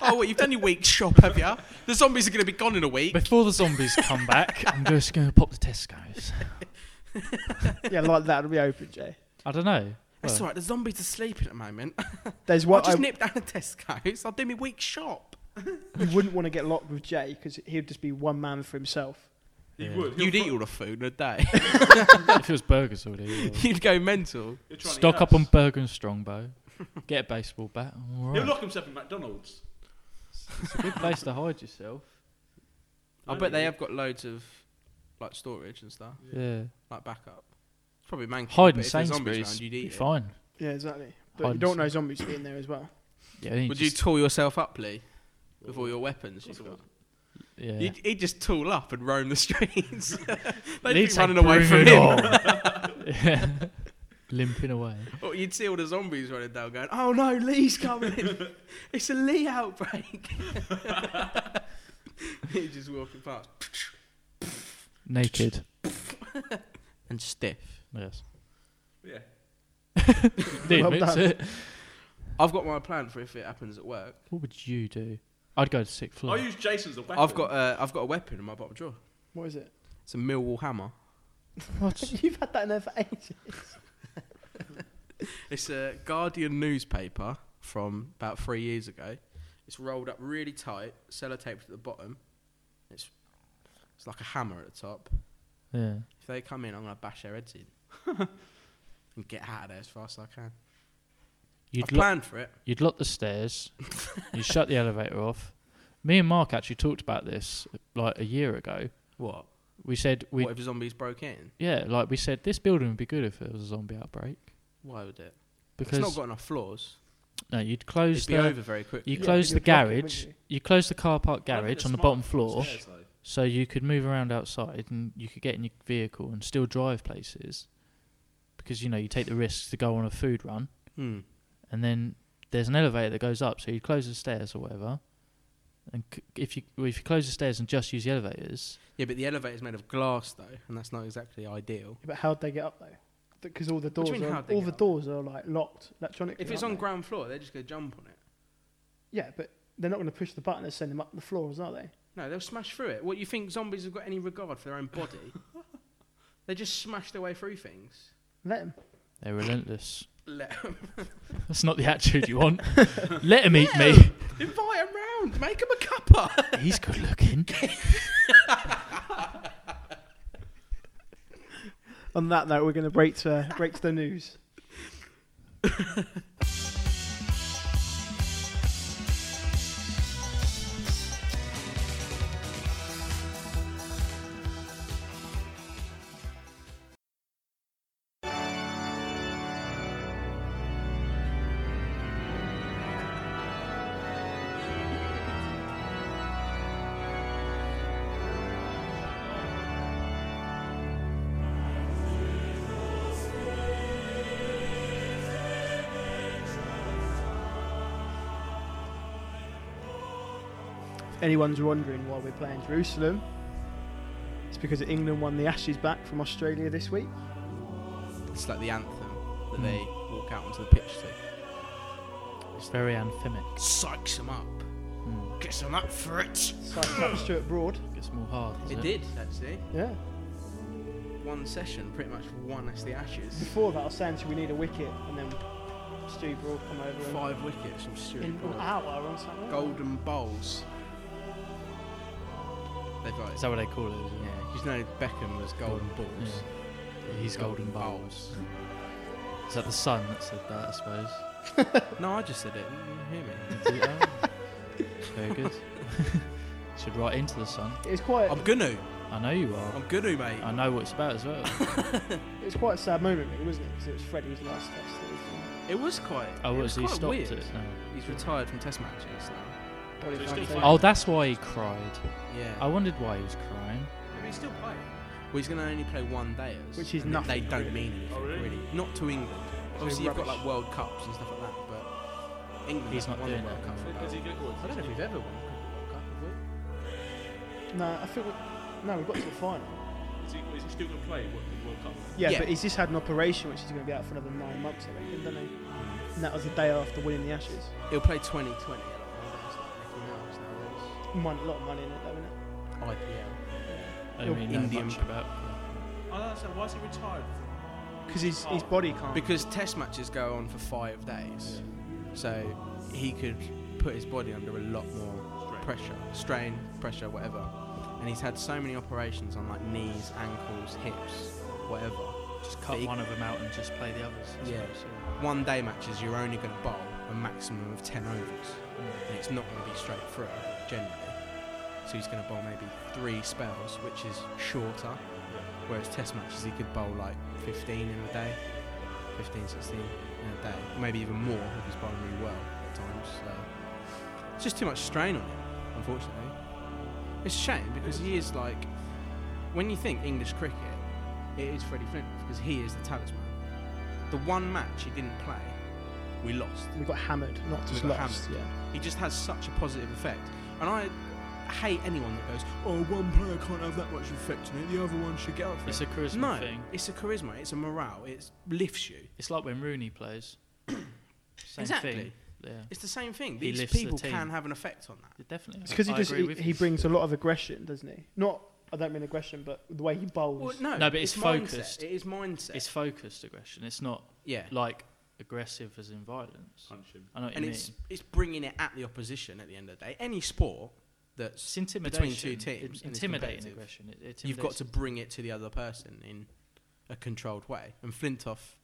[SPEAKER 4] oh, what, you've done your week's shop, have you? The zombies are going to be gone in a week.
[SPEAKER 5] Before the zombies come back, I'm just going to pop the Tesco's.
[SPEAKER 2] yeah, like that would be open, Jay.
[SPEAKER 5] I don't know.
[SPEAKER 4] That's all right, the zombies are sleeping at the moment.
[SPEAKER 2] There's what
[SPEAKER 4] I'll just
[SPEAKER 2] I-
[SPEAKER 4] nip down to Tesco's. I'll do my week's shop.
[SPEAKER 2] you wouldn't want to get locked with Jay because he'd just be one man for himself.
[SPEAKER 8] He
[SPEAKER 5] Yeah.
[SPEAKER 8] would. He'll
[SPEAKER 4] You'd
[SPEAKER 8] fu-
[SPEAKER 4] eat all the food in a day.
[SPEAKER 5] if it was burgers all day.
[SPEAKER 4] You'd go mental.
[SPEAKER 8] he'll try and eat
[SPEAKER 5] Stock up
[SPEAKER 8] us.
[SPEAKER 5] on burger and strongbow. Get a baseball bat. I'm all
[SPEAKER 8] He'll
[SPEAKER 5] right.
[SPEAKER 8] lock himself in McDonald's.
[SPEAKER 5] It's a good place to hide yourself.
[SPEAKER 4] I bet they have got loads of like storage and stuff,
[SPEAKER 5] Yeah.
[SPEAKER 4] like backup. It's probably man.
[SPEAKER 5] Hide in
[SPEAKER 4] but if there's zombies
[SPEAKER 5] Sainsbury's.
[SPEAKER 4] around, you'd
[SPEAKER 5] Be
[SPEAKER 4] eat it.
[SPEAKER 5] fine.
[SPEAKER 2] Yeah, exactly.
[SPEAKER 5] Hide
[SPEAKER 2] But you
[SPEAKER 5] and
[SPEAKER 2] don't know zombies being there as well.
[SPEAKER 5] Yeah. then you
[SPEAKER 4] Would you
[SPEAKER 5] just,
[SPEAKER 4] tool yourself up, Lee, with all your weapons
[SPEAKER 8] Of
[SPEAKER 4] you've
[SPEAKER 8] course I
[SPEAKER 4] got?
[SPEAKER 8] would.
[SPEAKER 5] yeah.
[SPEAKER 4] He'd, he'd just tool up and roam the streets. They'd be
[SPEAKER 5] Leeds had
[SPEAKER 4] running away from
[SPEAKER 5] Bruno
[SPEAKER 4] him.
[SPEAKER 5] on. yeah. Limping away.
[SPEAKER 4] Or you'd see all the zombies running down, going, "Oh no, Lee's coming! it's a Lee outbreak." he'd just walking past
[SPEAKER 5] Naked.
[SPEAKER 4] and stiff.
[SPEAKER 5] Yes.
[SPEAKER 8] Yeah.
[SPEAKER 5] He
[SPEAKER 2] Well
[SPEAKER 5] admits
[SPEAKER 2] done.
[SPEAKER 5] it.
[SPEAKER 4] I've got my plan for if it happens at work.
[SPEAKER 5] What would you do? I'd go to sick floor.
[SPEAKER 8] I use Jason's as a weapon.
[SPEAKER 4] I've got uh, I've got a weapon in my bottom drawer.
[SPEAKER 2] What is it?
[SPEAKER 4] It's a Millwall hammer.
[SPEAKER 2] You've had that in there for ages.
[SPEAKER 4] It's a Guardian newspaper from about three years ago. It's rolled up really tight, sellotaped at the bottom. It's it's like a hammer at the top.
[SPEAKER 5] yeah.
[SPEAKER 4] If they come in, I'm gonna bash their heads in and get out of there as fast as I can.
[SPEAKER 5] You'd
[SPEAKER 4] I've
[SPEAKER 5] lo-
[SPEAKER 4] planned for it.
[SPEAKER 5] you'd lock the stairs, you shut the elevator off. Me and Mark actually talked about this like a year ago.
[SPEAKER 4] What?
[SPEAKER 5] We said we
[SPEAKER 4] what if zombies broke in?
[SPEAKER 5] yeah, like we said this building would be good if it was a zombie outbreak
[SPEAKER 4] Why would it?
[SPEAKER 5] because
[SPEAKER 4] it's not got enough floors.
[SPEAKER 5] no, you'd
[SPEAKER 4] It'd
[SPEAKER 5] close
[SPEAKER 4] be
[SPEAKER 5] the
[SPEAKER 4] over very quickly.
[SPEAKER 5] you
[SPEAKER 2] Yeah,
[SPEAKER 5] close the
[SPEAKER 2] you'd block it, wouldn't
[SPEAKER 5] garage,
[SPEAKER 2] you?
[SPEAKER 5] you close the car park
[SPEAKER 8] I don't think
[SPEAKER 5] garage
[SPEAKER 8] they're
[SPEAKER 5] on the
[SPEAKER 8] smart
[SPEAKER 5] bottom
[SPEAKER 8] enough
[SPEAKER 5] floor,
[SPEAKER 8] upstairs, though.
[SPEAKER 5] so you could move around outside and you could get in your vehicle and still drive places because you know you take the risks to go on a food run
[SPEAKER 4] Hmm.
[SPEAKER 5] and then there's an elevator that goes up, so you close the stairs or whatever. And c- if you well, if you close the stairs and just use the elevators,
[SPEAKER 4] Yeah, but the elevator's made of glass though, and that's not exactly ideal.
[SPEAKER 2] But how'd they get up though? Because all the
[SPEAKER 4] What do
[SPEAKER 2] doors,
[SPEAKER 4] you mean
[SPEAKER 2] are,
[SPEAKER 4] how'd they
[SPEAKER 2] all
[SPEAKER 4] get
[SPEAKER 2] the
[SPEAKER 4] up?
[SPEAKER 2] doors are like locked electronically.
[SPEAKER 4] If it's on
[SPEAKER 2] aren't they?
[SPEAKER 4] ground floor, they're just gonna jump on it.
[SPEAKER 2] yeah, but they're not going to push the button and send them up the floors, are they?
[SPEAKER 4] No, they'll smash through it. What you think zombies have got any regard for their own body? they just smash their way through things.
[SPEAKER 2] Let them.
[SPEAKER 5] they're relentless.
[SPEAKER 4] Let 'em-
[SPEAKER 5] That's not the attitude you want. Let him eat me.
[SPEAKER 4] invite them round. Make them a cuppa.
[SPEAKER 5] He's good looking.
[SPEAKER 2] On that note, we're going to break to break to the news. If anyone's wondering why we're playing Jerusalem, it's because England won the Ashes back from Australia this week.
[SPEAKER 4] It's like the anthem that they
[SPEAKER 5] Hmm.
[SPEAKER 4] walk out onto the pitch to.
[SPEAKER 5] It's very anthemic.
[SPEAKER 4] Psychs them up.
[SPEAKER 5] Mm.
[SPEAKER 4] Gets them up for it.
[SPEAKER 2] Signed up Stuart Broad.
[SPEAKER 5] Gets more hard. doesn't
[SPEAKER 4] It did actually.
[SPEAKER 2] Yeah.
[SPEAKER 4] One session, pretty much won us the ashes.
[SPEAKER 2] Before that, I was saying, "So we need a wicket?" And then Stu Broad come over and-
[SPEAKER 4] Five wickets from Stuart
[SPEAKER 2] in an
[SPEAKER 4] Broad.
[SPEAKER 2] hour on Saturday.
[SPEAKER 4] Golden bowls. They've got
[SPEAKER 5] Is that what they call it? is it?
[SPEAKER 4] Yeah, he's known Beckham as Golden Balls.
[SPEAKER 5] Yeah, He's golden bowl. Is that the sun that said that? I suppose.
[SPEAKER 4] No, I just said it. You hear me?
[SPEAKER 5] Very good. Should write into the sun.
[SPEAKER 2] It was quite.
[SPEAKER 4] I'm gonna.
[SPEAKER 5] I know you are.
[SPEAKER 4] I'm gonna, mate.
[SPEAKER 5] I know what it's about as well.
[SPEAKER 2] It was quite a sad moment, really, wasn't it? Because it was Freddie's last test. That he-
[SPEAKER 4] It was quite.
[SPEAKER 5] Oh,
[SPEAKER 4] it
[SPEAKER 5] what,
[SPEAKER 4] was
[SPEAKER 5] so he
[SPEAKER 4] quite
[SPEAKER 5] stopped
[SPEAKER 4] weird.
[SPEAKER 5] it now?
[SPEAKER 4] He's retired from Test matches now.
[SPEAKER 2] what he
[SPEAKER 6] So he's
[SPEAKER 2] found
[SPEAKER 6] still
[SPEAKER 2] out.
[SPEAKER 5] Oh, that's why he cried.
[SPEAKER 4] Yeah.
[SPEAKER 5] I wondered why he was crying.
[SPEAKER 4] he's still playing. Well, he's gonna only play one day. as-
[SPEAKER 2] Which is
[SPEAKER 4] and
[SPEAKER 2] nothing,
[SPEAKER 4] They don't
[SPEAKER 2] really.
[SPEAKER 4] mean anything,
[SPEAKER 6] Oh, really?
[SPEAKER 4] really? Not to England. Obviously, you've got
[SPEAKER 2] rubbish.
[SPEAKER 4] like World Cups and stuff like that, but England
[SPEAKER 5] He's
[SPEAKER 4] hasn't
[SPEAKER 5] not
[SPEAKER 4] won a
[SPEAKER 5] doing
[SPEAKER 4] World
[SPEAKER 5] that.
[SPEAKER 4] Cup for about-
[SPEAKER 6] Does he get-
[SPEAKER 4] I don't know if we've ever won a World Cup. Have we?
[SPEAKER 2] No, I think. We, no, we got to the final.
[SPEAKER 6] Is he, is he still going to play what, the World Cup?
[SPEAKER 2] Yeah,
[SPEAKER 4] Yeah.
[SPEAKER 2] but he's just had an operation, which is going to be out for another nine months, I reckon, doesn't he? And that was the day after winning the Ashes.
[SPEAKER 4] He'll play 2020. a lot more, it's like everything else nowadays.
[SPEAKER 2] Won a lot of money in it, though, innit?
[SPEAKER 4] IPL.
[SPEAKER 5] I don't really know
[SPEAKER 4] Indian-
[SPEAKER 5] much about.
[SPEAKER 6] I don't understand. Ah, Why is he retired?
[SPEAKER 2] Because his, his body can't.
[SPEAKER 4] Because Test matches go on for five days, so he could put his body under a lot more pressure, strain, pressure, whatever. And he's had so many operations on like knees, ankles, hips, whatever.
[SPEAKER 5] Just cut
[SPEAKER 4] Big-
[SPEAKER 5] one of them out and just play the others. I
[SPEAKER 4] Yeah.
[SPEAKER 5] suppose,
[SPEAKER 4] One day matches, you're only going to bowl a maximum of 10 overs, and it's not going to be straight through generally. So he's going to bowl maybe three spells, which is shorter, whereas test matches he could bowl like 15 in a day, 15, 16 in a day, maybe even more if he's bowling really well at times. So it's just too much strain on him, unfortunately. It's a shame because he is like, when you think English cricket, it is Freddie Flintwinch because he is the talisman. The one match he didn't play, we lost.
[SPEAKER 2] we got hammered, not just
[SPEAKER 4] got
[SPEAKER 2] lost. Yeah.
[SPEAKER 4] He just has such a positive effect. And I hate anyone that goes, oh, one player can't have that much effect on it, the other one should get off
[SPEAKER 5] yeah. It's
[SPEAKER 4] it.
[SPEAKER 5] a charisma
[SPEAKER 4] no,
[SPEAKER 5] thing.
[SPEAKER 4] it's a charisma, it's a morale, it lifts you.
[SPEAKER 5] It's like when Rooney plays. Same
[SPEAKER 4] Exactly.
[SPEAKER 5] thing. Yeah.
[SPEAKER 4] It's the same thing.
[SPEAKER 5] He
[SPEAKER 4] These
[SPEAKER 5] lifts the
[SPEAKER 4] people
[SPEAKER 5] team.
[SPEAKER 4] can have an effect on that.
[SPEAKER 5] Yeah, Definitely.
[SPEAKER 2] It's because he
[SPEAKER 5] I
[SPEAKER 2] just
[SPEAKER 5] agree
[SPEAKER 2] he,
[SPEAKER 5] with
[SPEAKER 2] he
[SPEAKER 5] you.
[SPEAKER 2] brings a lot of aggression, doesn't he? Not I don't mean aggression, but the way he bowls.
[SPEAKER 4] Well, no,
[SPEAKER 5] No, but it's
[SPEAKER 4] mindset.
[SPEAKER 5] focused.
[SPEAKER 4] It is mindset.
[SPEAKER 5] It's focused aggression. It's not
[SPEAKER 4] yeah.
[SPEAKER 5] like aggressive as in violence.
[SPEAKER 6] Punch him.
[SPEAKER 5] I know what
[SPEAKER 4] and
[SPEAKER 5] you
[SPEAKER 4] it's
[SPEAKER 5] mean.
[SPEAKER 4] it's bringing it at the opposition at the end of the day. Any sport that's
[SPEAKER 5] It's intimidation.
[SPEAKER 4] teams and it's
[SPEAKER 5] intimidating
[SPEAKER 4] competitive.
[SPEAKER 5] aggression. It, it
[SPEAKER 4] you've got to
[SPEAKER 5] intimidates-
[SPEAKER 4] bring it to the other person in a controlled way, and Flintoff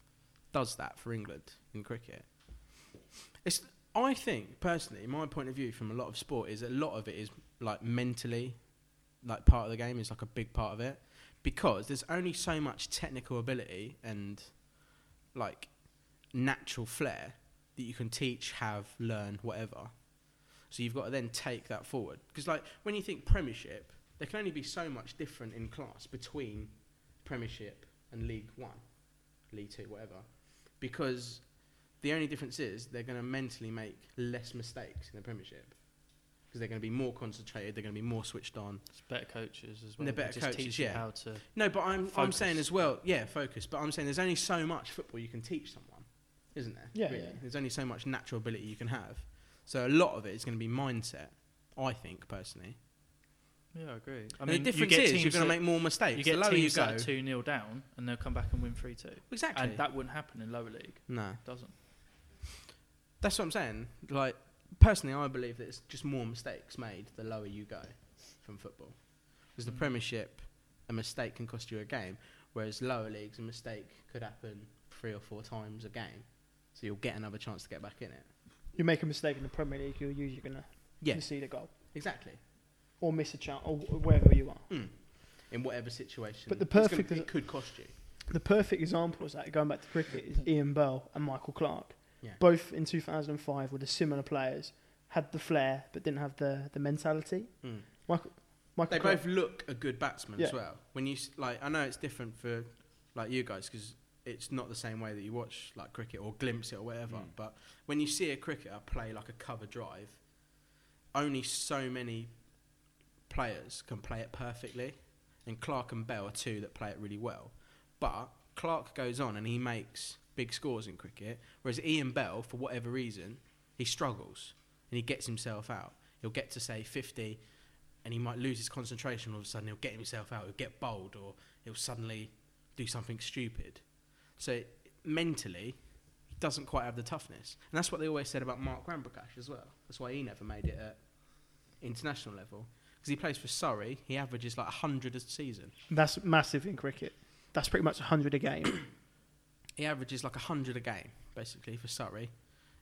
[SPEAKER 4] does that for England in cricket. It's I think personally, my point of view from a lot of sport is a lot of it is like mentally, like part of the game is like a big part of it because there's only so much technical ability and like natural flair that you can teach, have, learn, whatever. So you've got to then take that forward. Because like when you think Premiership, there can only be so much different in class between Premiership and League One, League Two, whatever, because the only difference is they're going to mentally make less mistakes in the Premiership because they're going to be more concentrated, they're going to be more switched on.
[SPEAKER 5] It's better coaches as well.
[SPEAKER 4] They're
[SPEAKER 5] They
[SPEAKER 4] better
[SPEAKER 5] just
[SPEAKER 4] coaches,
[SPEAKER 5] teach you
[SPEAKER 4] yeah.
[SPEAKER 5] How to
[SPEAKER 4] No, but I'm I'm saying
[SPEAKER 5] Focus.
[SPEAKER 4] as well, yeah, focus. But I'm saying there's only so much football you can teach someone, isn't there?
[SPEAKER 2] Yeah,
[SPEAKER 4] really?
[SPEAKER 2] yeah.
[SPEAKER 4] There's only so much natural ability you can have. So a lot of it is going to be mindset, I think personally.
[SPEAKER 5] Yeah, I agree. I
[SPEAKER 4] I mean, the difference is you're going to make more mistakes.
[SPEAKER 5] you get
[SPEAKER 4] the lower you
[SPEAKER 5] teams
[SPEAKER 4] go,
[SPEAKER 5] that are two 0 down, and they'll come back and win three two.
[SPEAKER 4] exactly.
[SPEAKER 5] And that wouldn't happen in lower league.
[SPEAKER 4] no,
[SPEAKER 5] It doesn't.
[SPEAKER 4] that's what I'm saying. Like personally, I believe that it's just more mistakes made the lower you go from football, because the
[SPEAKER 5] Mm.
[SPEAKER 4] Premiership, a mistake can cost you a game, whereas lower leagues, a mistake could happen three or four times a game, so you'll get another chance to get back in it.
[SPEAKER 2] You make a mistake in the Premier League, you're usually going to
[SPEAKER 4] Yeah,
[SPEAKER 2] concede a goal
[SPEAKER 4] exactly.
[SPEAKER 2] or miss a chance or wh- wherever you are.
[SPEAKER 4] In whatever situation,
[SPEAKER 2] But the
[SPEAKER 4] it's gonna-
[SPEAKER 2] perfect is-
[SPEAKER 4] it could cost you.
[SPEAKER 2] The perfect example is that going back to cricket is Ian Bell and Michael Clark.
[SPEAKER 4] Yeah.
[SPEAKER 2] Both in 2005 were the similar players, had the flair but didn't have the, the mentality.
[SPEAKER 4] Mm.
[SPEAKER 2] Michael, Michael
[SPEAKER 4] They
[SPEAKER 2] Clark,
[SPEAKER 4] both look a good batsman as
[SPEAKER 2] Yeah.
[SPEAKER 4] well. When you s- like, I know it's different for like you guys because it's not the same way that you watch like cricket or glimpse it or whatever.
[SPEAKER 6] Mm.
[SPEAKER 4] But when you see a cricketer play like a cover drive, only so many players can play it perfectly, and Clark and Bell are two that play it really well. But Clark goes on and he makes big scores in cricket, whereas Ian Bell, for whatever reason, he struggles and he gets himself out. He'll get to say 50 and he might lose his concentration all of a sudden. He'll get himself out, he'll get bold, or he'll suddenly do something stupid. So mentally, he doesn't quite have the toughness. And that's what they always said about Mark Ramprakash as well. That's why he never made it at international level. Because he plays for Surrey, he averages like 100 a season.
[SPEAKER 2] That's massive in cricket. That's pretty much 100 a game.
[SPEAKER 4] He averages like 100 a game, basically, for Surrey.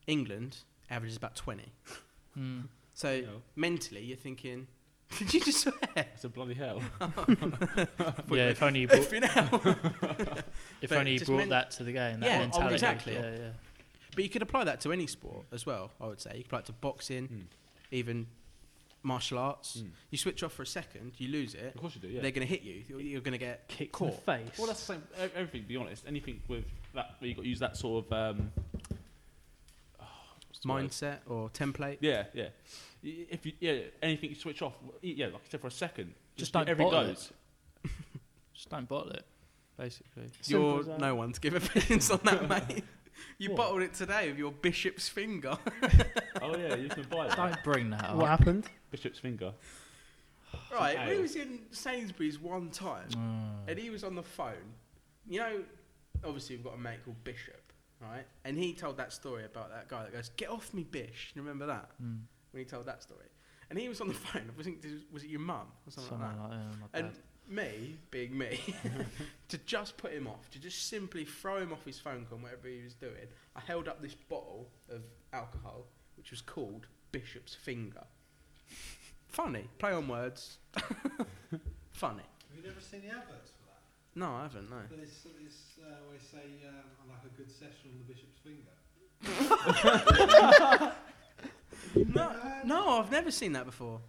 [SPEAKER 4] England averages about 20.
[SPEAKER 5] Mm.
[SPEAKER 4] So
[SPEAKER 6] hell.
[SPEAKER 4] mentally, you're thinking, did you just swear?
[SPEAKER 6] It's a bloody hell.
[SPEAKER 5] Yeah, if only you brought,
[SPEAKER 4] Flipping hell.
[SPEAKER 5] if
[SPEAKER 4] But
[SPEAKER 5] only you
[SPEAKER 4] just
[SPEAKER 5] brought
[SPEAKER 4] men-
[SPEAKER 5] that to the game, that
[SPEAKER 4] Yeah, oh,
[SPEAKER 5] mentality.
[SPEAKER 4] exactly.
[SPEAKER 5] Yeah, yeah.
[SPEAKER 4] But you could apply that to any sport as well, I would say. You could apply it to boxing,
[SPEAKER 6] Mm.
[SPEAKER 4] even martial arts.
[SPEAKER 6] Mm.
[SPEAKER 4] You switch off for a second, you lose it,
[SPEAKER 6] Of course you do, yeah.
[SPEAKER 4] they're going to hit you. You're- You're going to get
[SPEAKER 5] Kick in the
[SPEAKER 4] caught.
[SPEAKER 5] face.
[SPEAKER 6] Well, that's the same. e- Everything, to be honest. Anything with that, where you got to use that sort of um, oh, what's the word?
[SPEAKER 4] Mindset or template.
[SPEAKER 6] Yeah, yeah. Y- If you, yeah, anything you switch off, y- yeah, like I said, for a second,
[SPEAKER 5] Just
[SPEAKER 6] just,
[SPEAKER 5] don't
[SPEAKER 6] every
[SPEAKER 5] bottle
[SPEAKER 6] goes.
[SPEAKER 5] Just don't bottle it, basically.
[SPEAKER 2] Simple
[SPEAKER 4] You're
[SPEAKER 2] as that.
[SPEAKER 4] no one to give opinions on that, mate. You
[SPEAKER 5] What?
[SPEAKER 4] bottled it today with your bishop's finger.
[SPEAKER 6] oh yeah, you can buy that.
[SPEAKER 5] Don't bring that up.
[SPEAKER 2] what happened?
[SPEAKER 6] Bishop's finger.
[SPEAKER 4] right, we
[SPEAKER 6] ale.
[SPEAKER 4] was in Sainsbury's one time, and he was on the phone. You know, obviously we've got a mate called Bishop, right? And he told that story about that guy that goes, "Get off me, Bish." You remember that?
[SPEAKER 5] Mm,
[SPEAKER 4] when he told that story. And he was on the phone. I think this- was it your mum or something
[SPEAKER 5] something
[SPEAKER 4] like that?
[SPEAKER 5] like that, my
[SPEAKER 4] and
[SPEAKER 5] bad.
[SPEAKER 4] me, being me, to just put him off, to just simply throw him off his phone call, and whatever he was doing, I held up this bottle of alcohol, which was called Bishop's Finger. Funny, play on words. Funny.
[SPEAKER 8] Have you never seen the adverts for that?
[SPEAKER 4] No, I haven't. No.
[SPEAKER 8] There's, there's uh, where they say, um, I like a good session on the bishop's finger.
[SPEAKER 4] no, no, I've never seen that before.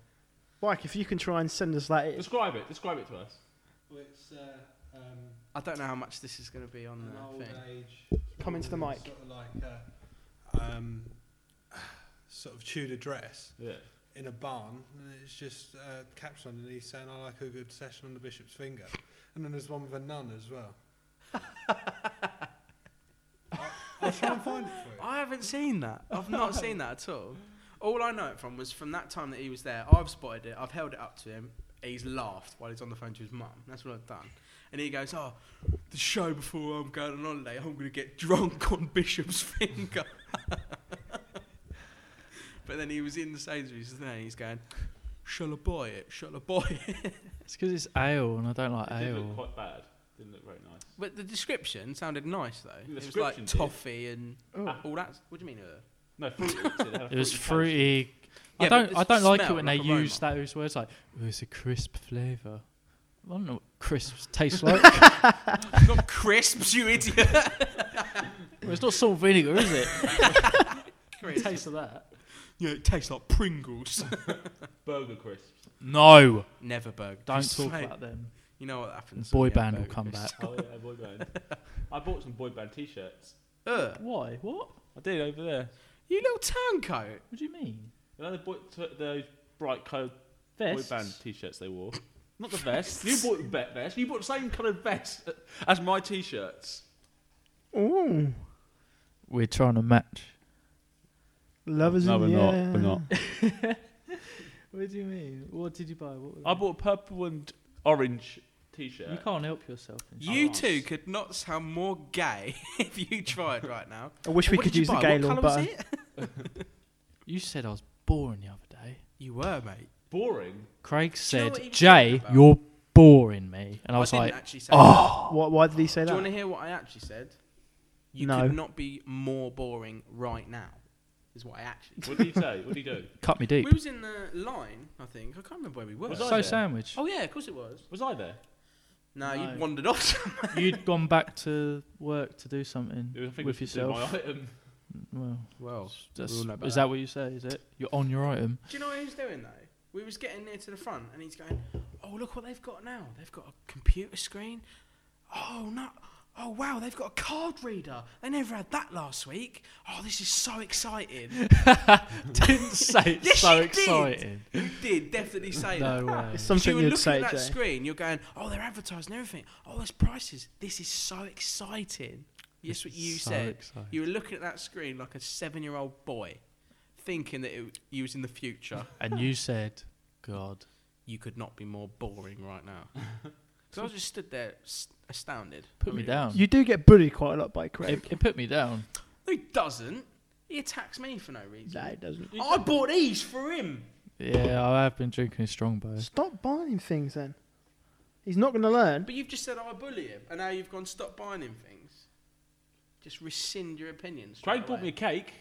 [SPEAKER 2] Mike, if you can try and send us that, it-
[SPEAKER 6] Describe it. Describe it to us.
[SPEAKER 8] Well, it's uh, um,
[SPEAKER 4] I don't know how much this is going to be on
[SPEAKER 8] an
[SPEAKER 4] the
[SPEAKER 8] old
[SPEAKER 4] thing.
[SPEAKER 8] age.
[SPEAKER 2] Come into the
[SPEAKER 8] woman,
[SPEAKER 2] mic.
[SPEAKER 8] Sort of like a, um, sort of Tudor dress
[SPEAKER 6] Yeah.
[SPEAKER 8] in a barn, and it's just uh, caps underneath saying, I like a good session on the bishop's finger. And then there's one with a nun as well. I, I'll try and find it for you.
[SPEAKER 4] I haven't seen that. I've not seen that at all. All I know it from was from that time that he was there. I've spotted it. I've held it up to him. He's laughed while he's on the phone to his mum. That's what I've done. And he goes, "Oh, the show before I'm going on holiday, I'm going to get drunk on Bishop's finger." but then he was in the Sainsbury's there. And he's going, "Shall I buy it? Shall I buy it?"
[SPEAKER 5] It's because it's ale, and I don't like
[SPEAKER 6] It did look
[SPEAKER 5] ale.
[SPEAKER 6] quite bad. Didn't look very nice.
[SPEAKER 4] But the description sounded nice though.
[SPEAKER 6] The
[SPEAKER 4] it was like
[SPEAKER 6] description did.
[SPEAKER 4] toffee and
[SPEAKER 2] Oh.
[SPEAKER 4] all that. What do you mean? Uh,
[SPEAKER 6] No, fruity. it, had a
[SPEAKER 5] It was
[SPEAKER 6] taste.
[SPEAKER 5] fruity. I
[SPEAKER 4] Yeah, but
[SPEAKER 5] don't.
[SPEAKER 4] it
[SPEAKER 5] I don't like it
[SPEAKER 4] smelled
[SPEAKER 5] when
[SPEAKER 4] like
[SPEAKER 5] they
[SPEAKER 4] aroma.
[SPEAKER 5] use those words like "Oh, it's a crisp flavour. I don't know what crisps taste like.
[SPEAKER 4] Not crisps, you idiot.
[SPEAKER 5] Well, it's not salt vinegar, is it?
[SPEAKER 4] Crisps.
[SPEAKER 5] Taste of that.
[SPEAKER 4] Yeah, it tastes like Pringles.
[SPEAKER 6] Burger crisps.
[SPEAKER 5] No,
[SPEAKER 4] Never burger.
[SPEAKER 5] don't
[SPEAKER 4] Just
[SPEAKER 5] talk
[SPEAKER 4] mate,
[SPEAKER 5] about them.
[SPEAKER 4] You know what happens. when
[SPEAKER 5] Boy
[SPEAKER 4] you have
[SPEAKER 5] band will
[SPEAKER 4] burger
[SPEAKER 5] come
[SPEAKER 4] crisps.
[SPEAKER 5] back.
[SPEAKER 6] Oh yeah, boy band. I bought some boy band t-shirts.
[SPEAKER 4] Ugh,
[SPEAKER 5] Why? What?
[SPEAKER 6] I did over there.
[SPEAKER 4] you little turncoat.
[SPEAKER 5] What do you mean?
[SPEAKER 6] You know, they bought t- those bright coloured boy
[SPEAKER 5] Vests?
[SPEAKER 6] band t-shirts they wore. Not the vests. you bought the ve- vest. You bought the same coloured vest as my t-shirts.
[SPEAKER 2] ooh,
[SPEAKER 5] We're trying to match.
[SPEAKER 2] lovers in the air.
[SPEAKER 5] What do you mean? What did you buy? What
[SPEAKER 6] I bought a purple and orange t-shirt.
[SPEAKER 5] You can't help yourself.
[SPEAKER 4] You
[SPEAKER 6] nice.
[SPEAKER 4] two could not sound more gay if you tried right now.
[SPEAKER 2] I wish we
[SPEAKER 4] What
[SPEAKER 2] could
[SPEAKER 4] did you
[SPEAKER 2] use the
[SPEAKER 4] buy?
[SPEAKER 2] gay
[SPEAKER 4] What
[SPEAKER 2] law
[SPEAKER 4] colour was
[SPEAKER 2] button.
[SPEAKER 4] it?
[SPEAKER 5] You said I was boring the other day.
[SPEAKER 4] You were, mate.
[SPEAKER 6] Boring.
[SPEAKER 5] Craig
[SPEAKER 4] you know
[SPEAKER 5] said,
[SPEAKER 4] what he was talking
[SPEAKER 5] "Jay,
[SPEAKER 4] about?
[SPEAKER 5] you're boring me," and I was
[SPEAKER 4] didn't
[SPEAKER 5] like,
[SPEAKER 4] actually say oh.
[SPEAKER 2] Why, why did he say
[SPEAKER 4] Do you
[SPEAKER 2] that?
[SPEAKER 4] want to hear what I actually said? You
[SPEAKER 2] No.
[SPEAKER 4] could not be more boring right now, is what I actually
[SPEAKER 6] What did he say? What did he do?
[SPEAKER 5] "Cut me
[SPEAKER 4] We
[SPEAKER 5] deep."
[SPEAKER 4] was in the line, I think. I can't remember where we were.
[SPEAKER 6] Was I
[SPEAKER 5] So
[SPEAKER 6] there?
[SPEAKER 5] sandwich.
[SPEAKER 4] Oh, yeah, of course it was.
[SPEAKER 6] Was I there?
[SPEAKER 4] No,
[SPEAKER 5] No.
[SPEAKER 4] you wandered off.
[SPEAKER 5] You'd gone back to work to do something
[SPEAKER 6] It was- I think
[SPEAKER 5] with
[SPEAKER 6] it was in
[SPEAKER 5] yourself.
[SPEAKER 6] My item.
[SPEAKER 5] Well,
[SPEAKER 4] well,
[SPEAKER 5] that's,
[SPEAKER 4] all know about
[SPEAKER 5] is
[SPEAKER 4] that.
[SPEAKER 5] that what you say? Is it? You're on your item.
[SPEAKER 4] Do you know what he was doing though? We was getting near to the front, and he's going, "Oh, look what they've got now! They've got a computer screen. Oh no! Oh wow! They've got a card reader. They never had that last week. Oh, this is so exciting!
[SPEAKER 5] Didn't say it's
[SPEAKER 4] Yes,
[SPEAKER 5] so
[SPEAKER 4] you did.
[SPEAKER 5] exciting. Oh, uh,
[SPEAKER 4] you did definitely say that.
[SPEAKER 5] No way.
[SPEAKER 2] It's
[SPEAKER 4] So you
[SPEAKER 2] something
[SPEAKER 4] were
[SPEAKER 2] you'd
[SPEAKER 4] looking
[SPEAKER 2] say,
[SPEAKER 4] at that
[SPEAKER 2] Jay.
[SPEAKER 4] screen. You're going, "Oh, they're advertising everything. Oh, there's prices. This is so exciting." Yes, what you
[SPEAKER 5] So
[SPEAKER 4] said.
[SPEAKER 5] exciting.
[SPEAKER 4] You were looking at that screen like a seven-year-old boy, thinking that it, you was in the future.
[SPEAKER 5] And you said, "God."
[SPEAKER 4] you could not be more boring right now. so I just stood there s- astounded. I
[SPEAKER 5] Put me
[SPEAKER 6] Oh,
[SPEAKER 4] really
[SPEAKER 5] down.
[SPEAKER 2] You do get bullied quite a lot by
[SPEAKER 5] It,
[SPEAKER 2] Craig.
[SPEAKER 5] it put me down.
[SPEAKER 4] was. Who doesn't? He attacks me for no reason.
[SPEAKER 2] No, it doesn't.
[SPEAKER 4] I bought these for him.
[SPEAKER 5] Yeah, I have been drinking strong beer.
[SPEAKER 2] Stop buying things then. He's not going to learn.
[SPEAKER 4] But you've just said I bully him, and now you've gone stop buying him things. Just rescind your opinions.
[SPEAKER 6] Craig bought me a cake.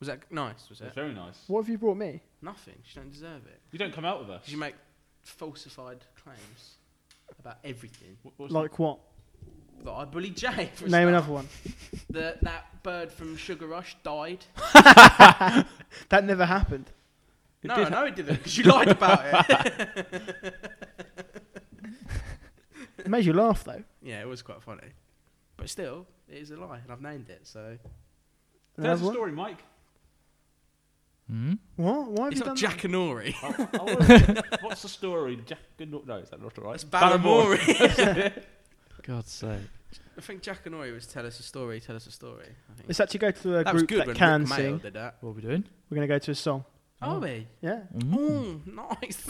[SPEAKER 4] Was that nice? Was
[SPEAKER 6] It's
[SPEAKER 4] it?
[SPEAKER 6] very nice.
[SPEAKER 2] What have you brought me?
[SPEAKER 4] Nothing. She don't deserve it.
[SPEAKER 6] You don't come out with us.
[SPEAKER 4] 'Cause you make falsified claims about everything.
[SPEAKER 6] What- what's
[SPEAKER 2] Like what?
[SPEAKER 4] That I bullied Jay. For a
[SPEAKER 2] Name
[SPEAKER 4] start.
[SPEAKER 2] another one.
[SPEAKER 4] The, that bird from Sugar Rush died.
[SPEAKER 2] That never happened.
[SPEAKER 4] no, no, it didn't. Because you lied about it.
[SPEAKER 2] It made you laugh though.
[SPEAKER 4] yeah, it was quite funny. But still, it is a lie, and I've named it. So
[SPEAKER 6] that? Tell
[SPEAKER 2] Another
[SPEAKER 6] us a
[SPEAKER 2] one?
[SPEAKER 6] story, Mike.
[SPEAKER 5] Hmm?
[SPEAKER 2] What? Why have
[SPEAKER 4] it's
[SPEAKER 2] you done
[SPEAKER 4] not
[SPEAKER 2] that?
[SPEAKER 4] Jackanory.
[SPEAKER 6] I- I wanna- Oh, what's the story? Jack Goodall- No, is that not right?
[SPEAKER 4] It's Balamori.
[SPEAKER 5] God's sake.
[SPEAKER 4] I think Jackanory was tell us a story, tell us a story. I think.
[SPEAKER 2] Let's actually go to a
[SPEAKER 4] that was
[SPEAKER 2] group
[SPEAKER 4] good
[SPEAKER 2] that
[SPEAKER 4] when
[SPEAKER 2] can
[SPEAKER 4] Rick Mayo
[SPEAKER 2] sing.
[SPEAKER 4] did that.
[SPEAKER 5] What are we doing? Mm.
[SPEAKER 2] We're going to go to a song.
[SPEAKER 4] Are we?
[SPEAKER 2] Yeah.
[SPEAKER 4] Oh, nice.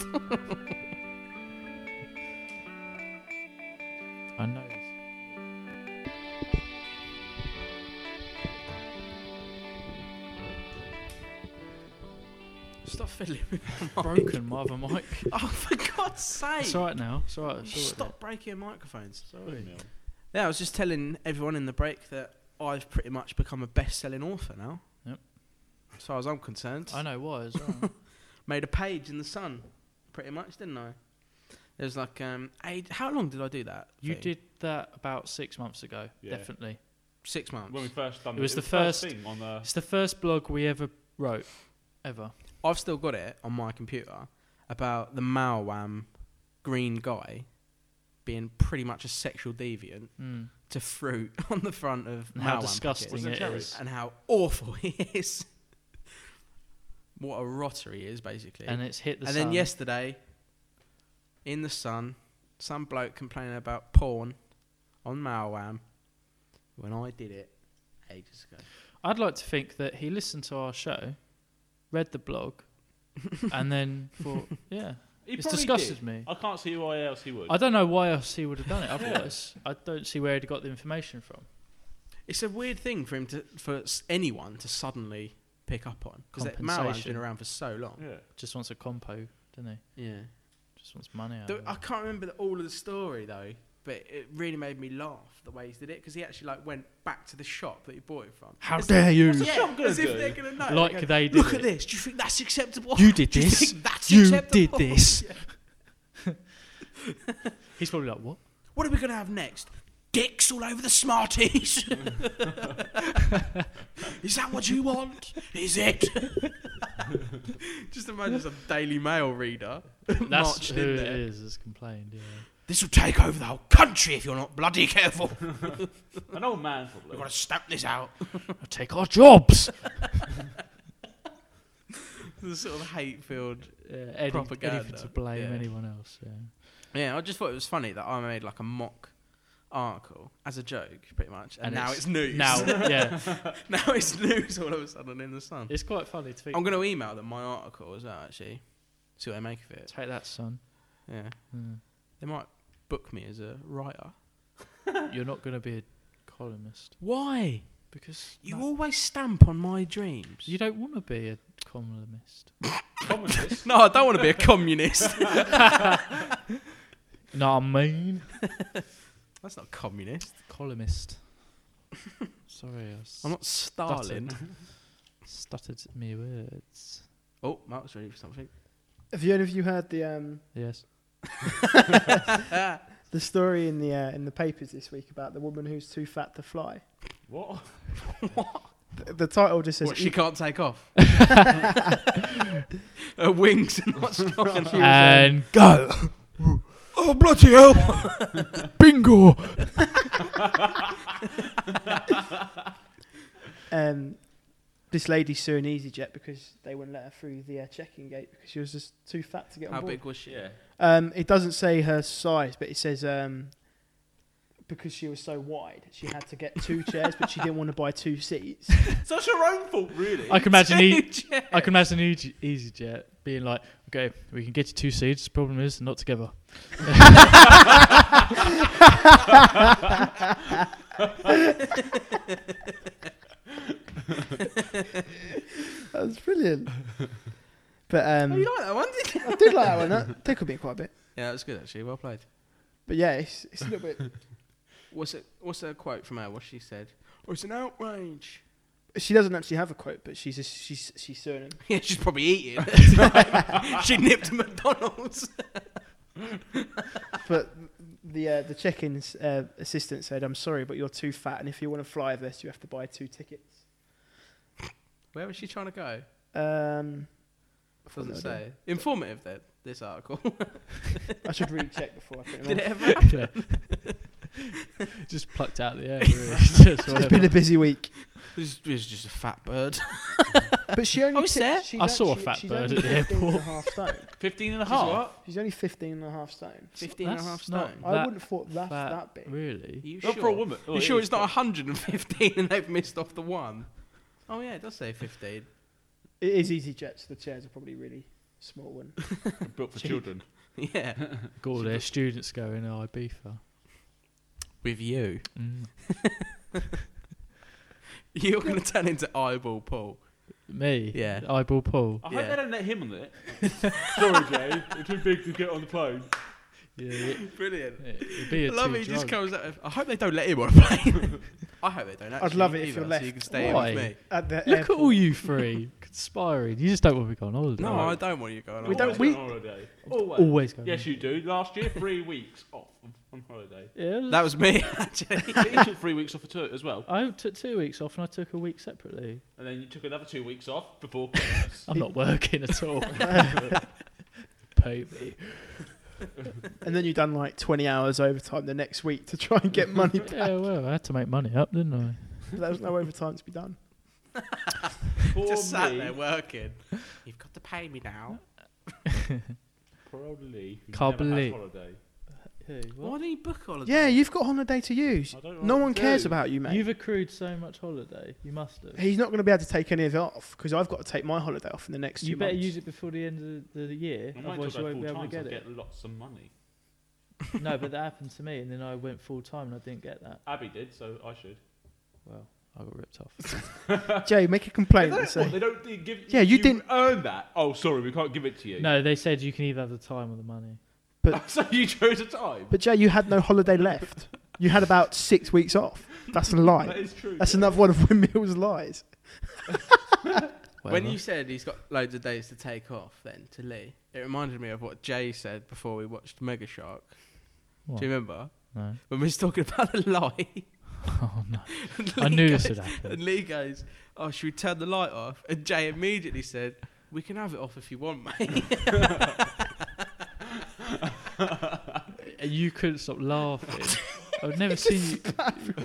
[SPEAKER 5] I know. this.
[SPEAKER 4] Stop fiddling with
[SPEAKER 5] Broken mother mic.
[SPEAKER 4] Oh, for God's sake.
[SPEAKER 5] It's alright now. It's alright.
[SPEAKER 4] You
[SPEAKER 5] It's alright.
[SPEAKER 4] Stop breaking your microphones.
[SPEAKER 5] Sorry.
[SPEAKER 4] Yeah, I was just telling everyone in the break that I've pretty much become a best selling author now.
[SPEAKER 5] Yep.
[SPEAKER 4] As far as I'm concerned.
[SPEAKER 5] I know why as well.
[SPEAKER 4] Made a page in the sun, pretty much, didn't I? There's like um eight, how long did I do that?
[SPEAKER 5] you
[SPEAKER 4] thing?
[SPEAKER 5] did that about six months ago.
[SPEAKER 6] Yeah.
[SPEAKER 5] Definitely.
[SPEAKER 4] six months.
[SPEAKER 6] When we first done
[SPEAKER 5] It was the first-
[SPEAKER 6] thing on the.
[SPEAKER 5] It's the first blog we ever wrote, ever.
[SPEAKER 4] I've still got it on my computer about the Malwam green guy being pretty much a sexual deviant
[SPEAKER 5] Mm.
[SPEAKER 4] to fruit on the front of
[SPEAKER 5] And how
[SPEAKER 4] Malwam
[SPEAKER 5] disgusting
[SPEAKER 4] packets.
[SPEAKER 5] it
[SPEAKER 6] cherry?
[SPEAKER 5] is.
[SPEAKER 4] and how awful he is. what a rotter he is, basically.
[SPEAKER 5] And it's hit the
[SPEAKER 4] And
[SPEAKER 5] sun.
[SPEAKER 4] then yesterday, in the sun, some bloke complaining about porn on Malwam when I did it ages ago.
[SPEAKER 5] I'd like to think that he listened to our show, read the blog, and then thought, yeah.
[SPEAKER 6] He
[SPEAKER 5] It's
[SPEAKER 6] probably
[SPEAKER 5] disgusted
[SPEAKER 6] did.
[SPEAKER 5] me.
[SPEAKER 6] I can't see why else he would.
[SPEAKER 5] I don't know why else he would have done it otherwise. I don't see where he'd got the information from.
[SPEAKER 4] It's a weird thing for him to for s- anyone to suddenly pick up on because Malwam's
[SPEAKER 5] Compensation.
[SPEAKER 4] been around for so long.
[SPEAKER 6] Yeah.
[SPEAKER 5] Just wants a compo, doesn't he?
[SPEAKER 4] Yeah.
[SPEAKER 5] Just wants money out
[SPEAKER 4] Though
[SPEAKER 5] of
[SPEAKER 4] I
[SPEAKER 5] it.
[SPEAKER 4] can't remember the, all of the story though, but it really made me laugh the way he did it because he actually like went back to the shop that he bought it from.
[SPEAKER 5] How
[SPEAKER 4] As
[SPEAKER 5] dare
[SPEAKER 4] if-
[SPEAKER 5] you.
[SPEAKER 4] as if
[SPEAKER 6] What's the shop gonna
[SPEAKER 4] as if
[SPEAKER 6] do?
[SPEAKER 4] they're gonna know. They
[SPEAKER 5] Like
[SPEAKER 4] go,
[SPEAKER 5] they did
[SPEAKER 4] Look at
[SPEAKER 5] it."
[SPEAKER 4] this. Do you think that's acceptable?
[SPEAKER 5] You did
[SPEAKER 4] Do you
[SPEAKER 5] this.
[SPEAKER 4] think that's
[SPEAKER 5] You did
[SPEAKER 4] acceptable?"
[SPEAKER 5] this.
[SPEAKER 4] Yeah.
[SPEAKER 5] He's probably like, what?
[SPEAKER 4] What are we gonna have next? Dicks all over the Smarties. Is that what you want? Is it? Just imagine some Daily Mail reader
[SPEAKER 5] That's
[SPEAKER 4] marching
[SPEAKER 5] who
[SPEAKER 4] in
[SPEAKER 5] it
[SPEAKER 4] there.
[SPEAKER 5] is that's complained. Yeah.
[SPEAKER 4] This will take over the whole country if you're not bloody careful.
[SPEAKER 6] An old man
[SPEAKER 4] We've
[SPEAKER 6] probably.
[SPEAKER 4] got to stamp this out.
[SPEAKER 5] I'll take our jobs.
[SPEAKER 4] the sort of hate filled.
[SPEAKER 5] Yeah, any,
[SPEAKER 4] Propaganda.
[SPEAKER 5] Anything to blame
[SPEAKER 4] Yeah.
[SPEAKER 5] anyone else. Yeah.
[SPEAKER 4] Yeah, I just thought it was funny that I made like a mock article as a joke, pretty much, and,
[SPEAKER 5] And
[SPEAKER 4] now
[SPEAKER 5] it's-
[SPEAKER 4] it's, news.
[SPEAKER 5] Now, yeah,
[SPEAKER 4] now it's news all of a sudden in the sun.
[SPEAKER 5] it's quite funny to think.
[SPEAKER 4] I'm gonna email them my article as well, actually. See what they make of it.
[SPEAKER 5] take that, son.
[SPEAKER 4] Yeah,
[SPEAKER 5] Mm.
[SPEAKER 4] they might book me as a writer.
[SPEAKER 5] You're not gonna be a columnist
[SPEAKER 4] Why?
[SPEAKER 5] because
[SPEAKER 4] You
[SPEAKER 5] no,
[SPEAKER 4] always stamp on my dreams.
[SPEAKER 5] you don't want to be a columnist.
[SPEAKER 6] Communist.
[SPEAKER 4] no, I don't want to be a communist.
[SPEAKER 5] no, I mean
[SPEAKER 4] That's not communist.
[SPEAKER 5] columnist. Sorry, I s-
[SPEAKER 4] I'm not Stalin.
[SPEAKER 5] stuttered me words.
[SPEAKER 4] Oh, Mark's ready for something.
[SPEAKER 2] Have you any of you heard the um
[SPEAKER 5] Yes.
[SPEAKER 2] the story in the uh, in the papers this week about the woman who's too fat to fly?
[SPEAKER 6] what?
[SPEAKER 2] The, the title just says
[SPEAKER 4] What, she
[SPEAKER 2] eat-
[SPEAKER 4] can't take off? Her wings are not strong enough.
[SPEAKER 5] And
[SPEAKER 7] Go. oh bloody hell! Bingo.
[SPEAKER 2] um, this lady suing EasyJet because they wouldn't let her through the uh, check-in gate because she was just too fat to get on
[SPEAKER 4] How
[SPEAKER 2] board.
[SPEAKER 4] big was she?
[SPEAKER 6] Yeah.
[SPEAKER 2] Um, it doesn't say her size, but it says um, because she was so wide, she had to get two chairs, but she didn't want to buy two seats.
[SPEAKER 6] So it's your own fault, really.
[SPEAKER 5] I can imagine e- I can imagine Easy- EasyJet being like, okay, we can get you two seats. Problem is, they're not together.
[SPEAKER 2] That was brilliant. But um,
[SPEAKER 4] Oh, you like that one, didn't you?
[SPEAKER 2] I did like that one. That tickled me quite a bit.
[SPEAKER 4] Yeah, that was good actually. Well played.
[SPEAKER 2] But yeah, it's, it's a little bit.
[SPEAKER 4] What's it? What's her quote from her? What she said? Oh, it's an outrage.
[SPEAKER 2] She doesn't actually have a quote, but she's just, she's she's surname.
[SPEAKER 4] Yeah, she's probably eating. That's right. she nipped a McDonald's.
[SPEAKER 2] But the uh, the check-in's uh, assistant said, "I'm sorry, but you're too fat, and if you want to fly this, you have to buy two tickets."
[SPEAKER 4] Where was she trying to go?
[SPEAKER 2] Um, I've got
[SPEAKER 4] Doesn't
[SPEAKER 2] no idea.
[SPEAKER 4] say. Informative then. This article.
[SPEAKER 2] I should recheck before I put them
[SPEAKER 4] Did it
[SPEAKER 2] on.
[SPEAKER 4] ever?
[SPEAKER 5] Yeah. just plucked out the air. Really. Just
[SPEAKER 2] It's
[SPEAKER 5] whatever.
[SPEAKER 2] been a busy week.
[SPEAKER 4] This is just a fat bird.
[SPEAKER 2] But she only.
[SPEAKER 4] Oh, Sarah?
[SPEAKER 2] she's
[SPEAKER 5] I saw a
[SPEAKER 2] actually-
[SPEAKER 5] fat
[SPEAKER 2] she's
[SPEAKER 5] bird
[SPEAKER 2] only
[SPEAKER 5] at the
[SPEAKER 2] 15 and a
[SPEAKER 5] airport.
[SPEAKER 2] half stone.
[SPEAKER 6] 15 and a half.
[SPEAKER 2] She's only 15 and a half stone.
[SPEAKER 4] 15 and a half
[SPEAKER 5] That's
[SPEAKER 4] stone. Are
[SPEAKER 5] not
[SPEAKER 2] I
[SPEAKER 5] That
[SPEAKER 2] wouldn't have thought that's
[SPEAKER 5] fat,
[SPEAKER 2] that big.
[SPEAKER 5] Really?
[SPEAKER 4] you
[SPEAKER 6] Not
[SPEAKER 4] sure?
[SPEAKER 6] for a woman. Oh,
[SPEAKER 4] you
[SPEAKER 6] it
[SPEAKER 4] sure
[SPEAKER 6] is,
[SPEAKER 4] it's not
[SPEAKER 6] but-
[SPEAKER 4] 115 and they've missed off the one? Oh yeah, it does say 15.
[SPEAKER 2] It is easy jets. The chairs are probably really small and
[SPEAKER 6] built for
[SPEAKER 2] Cheap.
[SPEAKER 6] children?
[SPEAKER 4] yeah.
[SPEAKER 5] Got all their students going to Ibiza.
[SPEAKER 4] With you.
[SPEAKER 5] Mm.
[SPEAKER 4] You're going to turn into eyeball Paul.
[SPEAKER 5] Me?
[SPEAKER 4] Yeah.
[SPEAKER 5] Eyeball Paul.
[SPEAKER 6] I
[SPEAKER 4] Yeah.
[SPEAKER 6] hope they don't let him on it. Sorry, Jay. You're too big to get on the plane.
[SPEAKER 5] Yeah.
[SPEAKER 4] Brilliant.
[SPEAKER 5] It'd be
[SPEAKER 4] I
[SPEAKER 5] a
[SPEAKER 4] love
[SPEAKER 5] two
[SPEAKER 4] it. He just
[SPEAKER 5] drug.
[SPEAKER 4] comes out. of- I hope they don't let him on a plane. I hope they don't. Actually,
[SPEAKER 2] love it if you're
[SPEAKER 4] either, So you
[SPEAKER 2] left.
[SPEAKER 4] can stay here
[SPEAKER 5] Why?
[SPEAKER 4] with me.
[SPEAKER 2] at the
[SPEAKER 5] Look at
[SPEAKER 2] airport.
[SPEAKER 5] all you three conspiring. You just don't want me going on holiday.
[SPEAKER 4] No, I don't want you going.
[SPEAKER 2] We
[SPEAKER 4] on
[SPEAKER 2] don't-
[SPEAKER 4] holiday.
[SPEAKER 6] Always
[SPEAKER 2] we-
[SPEAKER 6] go on holiday. Always.
[SPEAKER 5] always go.
[SPEAKER 6] Yes, you do. Last year, three weeks off on holiday.
[SPEAKER 5] Yeah.
[SPEAKER 4] That was me. Actually.
[SPEAKER 6] you took three weeks off tour as well,
[SPEAKER 5] I took two weeks off and I took a week separately.
[SPEAKER 6] and then you took another two weeks off before Christmas.
[SPEAKER 5] I'm not working at all. Pay me.
[SPEAKER 2] And then you've done like 20 hours overtime the next week to try and get money back.
[SPEAKER 5] Yeah, well, I had to make money up, didn't I?
[SPEAKER 2] There was no overtime to be done.
[SPEAKER 6] Poor
[SPEAKER 4] just sat
[SPEAKER 6] me,
[SPEAKER 4] there working. You've got to pay me now.
[SPEAKER 6] probably. who's
[SPEAKER 5] Can't
[SPEAKER 6] never had
[SPEAKER 5] believe-
[SPEAKER 6] holiday.
[SPEAKER 4] Why do you book holiday?
[SPEAKER 2] Yeah, you've got holiday to use.
[SPEAKER 6] I don't
[SPEAKER 2] No
[SPEAKER 6] know what
[SPEAKER 2] one
[SPEAKER 6] to
[SPEAKER 2] cares
[SPEAKER 6] do.
[SPEAKER 2] about you, mate.
[SPEAKER 5] You've accrued so much holiday. You must have.
[SPEAKER 2] He's not going to be able to take any of it off because I've got to take my holiday off in the next
[SPEAKER 5] you
[SPEAKER 2] two
[SPEAKER 5] better
[SPEAKER 2] months.
[SPEAKER 5] use it before the end of the, the year,
[SPEAKER 6] I might
[SPEAKER 5] otherwise
[SPEAKER 6] talk
[SPEAKER 5] you
[SPEAKER 6] about
[SPEAKER 5] won't be
[SPEAKER 6] full
[SPEAKER 5] able to
[SPEAKER 6] time.
[SPEAKER 5] get
[SPEAKER 6] Get,
[SPEAKER 5] it.
[SPEAKER 6] get lots of money.
[SPEAKER 5] no, but that happened to me, and then I went full time and I didn't get that.
[SPEAKER 6] Abby did, so I should.
[SPEAKER 5] Well, I got ripped off.
[SPEAKER 2] Jay, make a
[SPEAKER 6] They
[SPEAKER 2] complaint and
[SPEAKER 6] don't, what,
[SPEAKER 2] say,
[SPEAKER 6] they don't they give.
[SPEAKER 2] Yeah, you
[SPEAKER 6] you
[SPEAKER 2] didn't-
[SPEAKER 6] earn that. Oh, sorry, we can't give it to you.
[SPEAKER 5] no, they said you can either have the time or the money.
[SPEAKER 6] so you chose a time.
[SPEAKER 2] but Jay, you had no holiday left. You had about six weeks off. That's a
[SPEAKER 6] that
[SPEAKER 2] lie.
[SPEAKER 6] is true.
[SPEAKER 2] That's another one of Windmill's lies.
[SPEAKER 4] When you said he's got loads of days to take off, then to Lee, it reminded me of what Jay said before we watched Mega Shark.
[SPEAKER 5] What?
[SPEAKER 4] Do you remember
[SPEAKER 5] no,
[SPEAKER 4] when we was talking about the lie?
[SPEAKER 5] oh no,
[SPEAKER 4] And
[SPEAKER 5] I
[SPEAKER 4] Lee
[SPEAKER 5] knew this
[SPEAKER 4] goes-
[SPEAKER 5] would happen.
[SPEAKER 4] And Lee goes, "Oh, should we turn the light off?" And Jay immediately said, "We can have it off if you want, mate."
[SPEAKER 5] And you couldn't stop laughing. I've never seen you.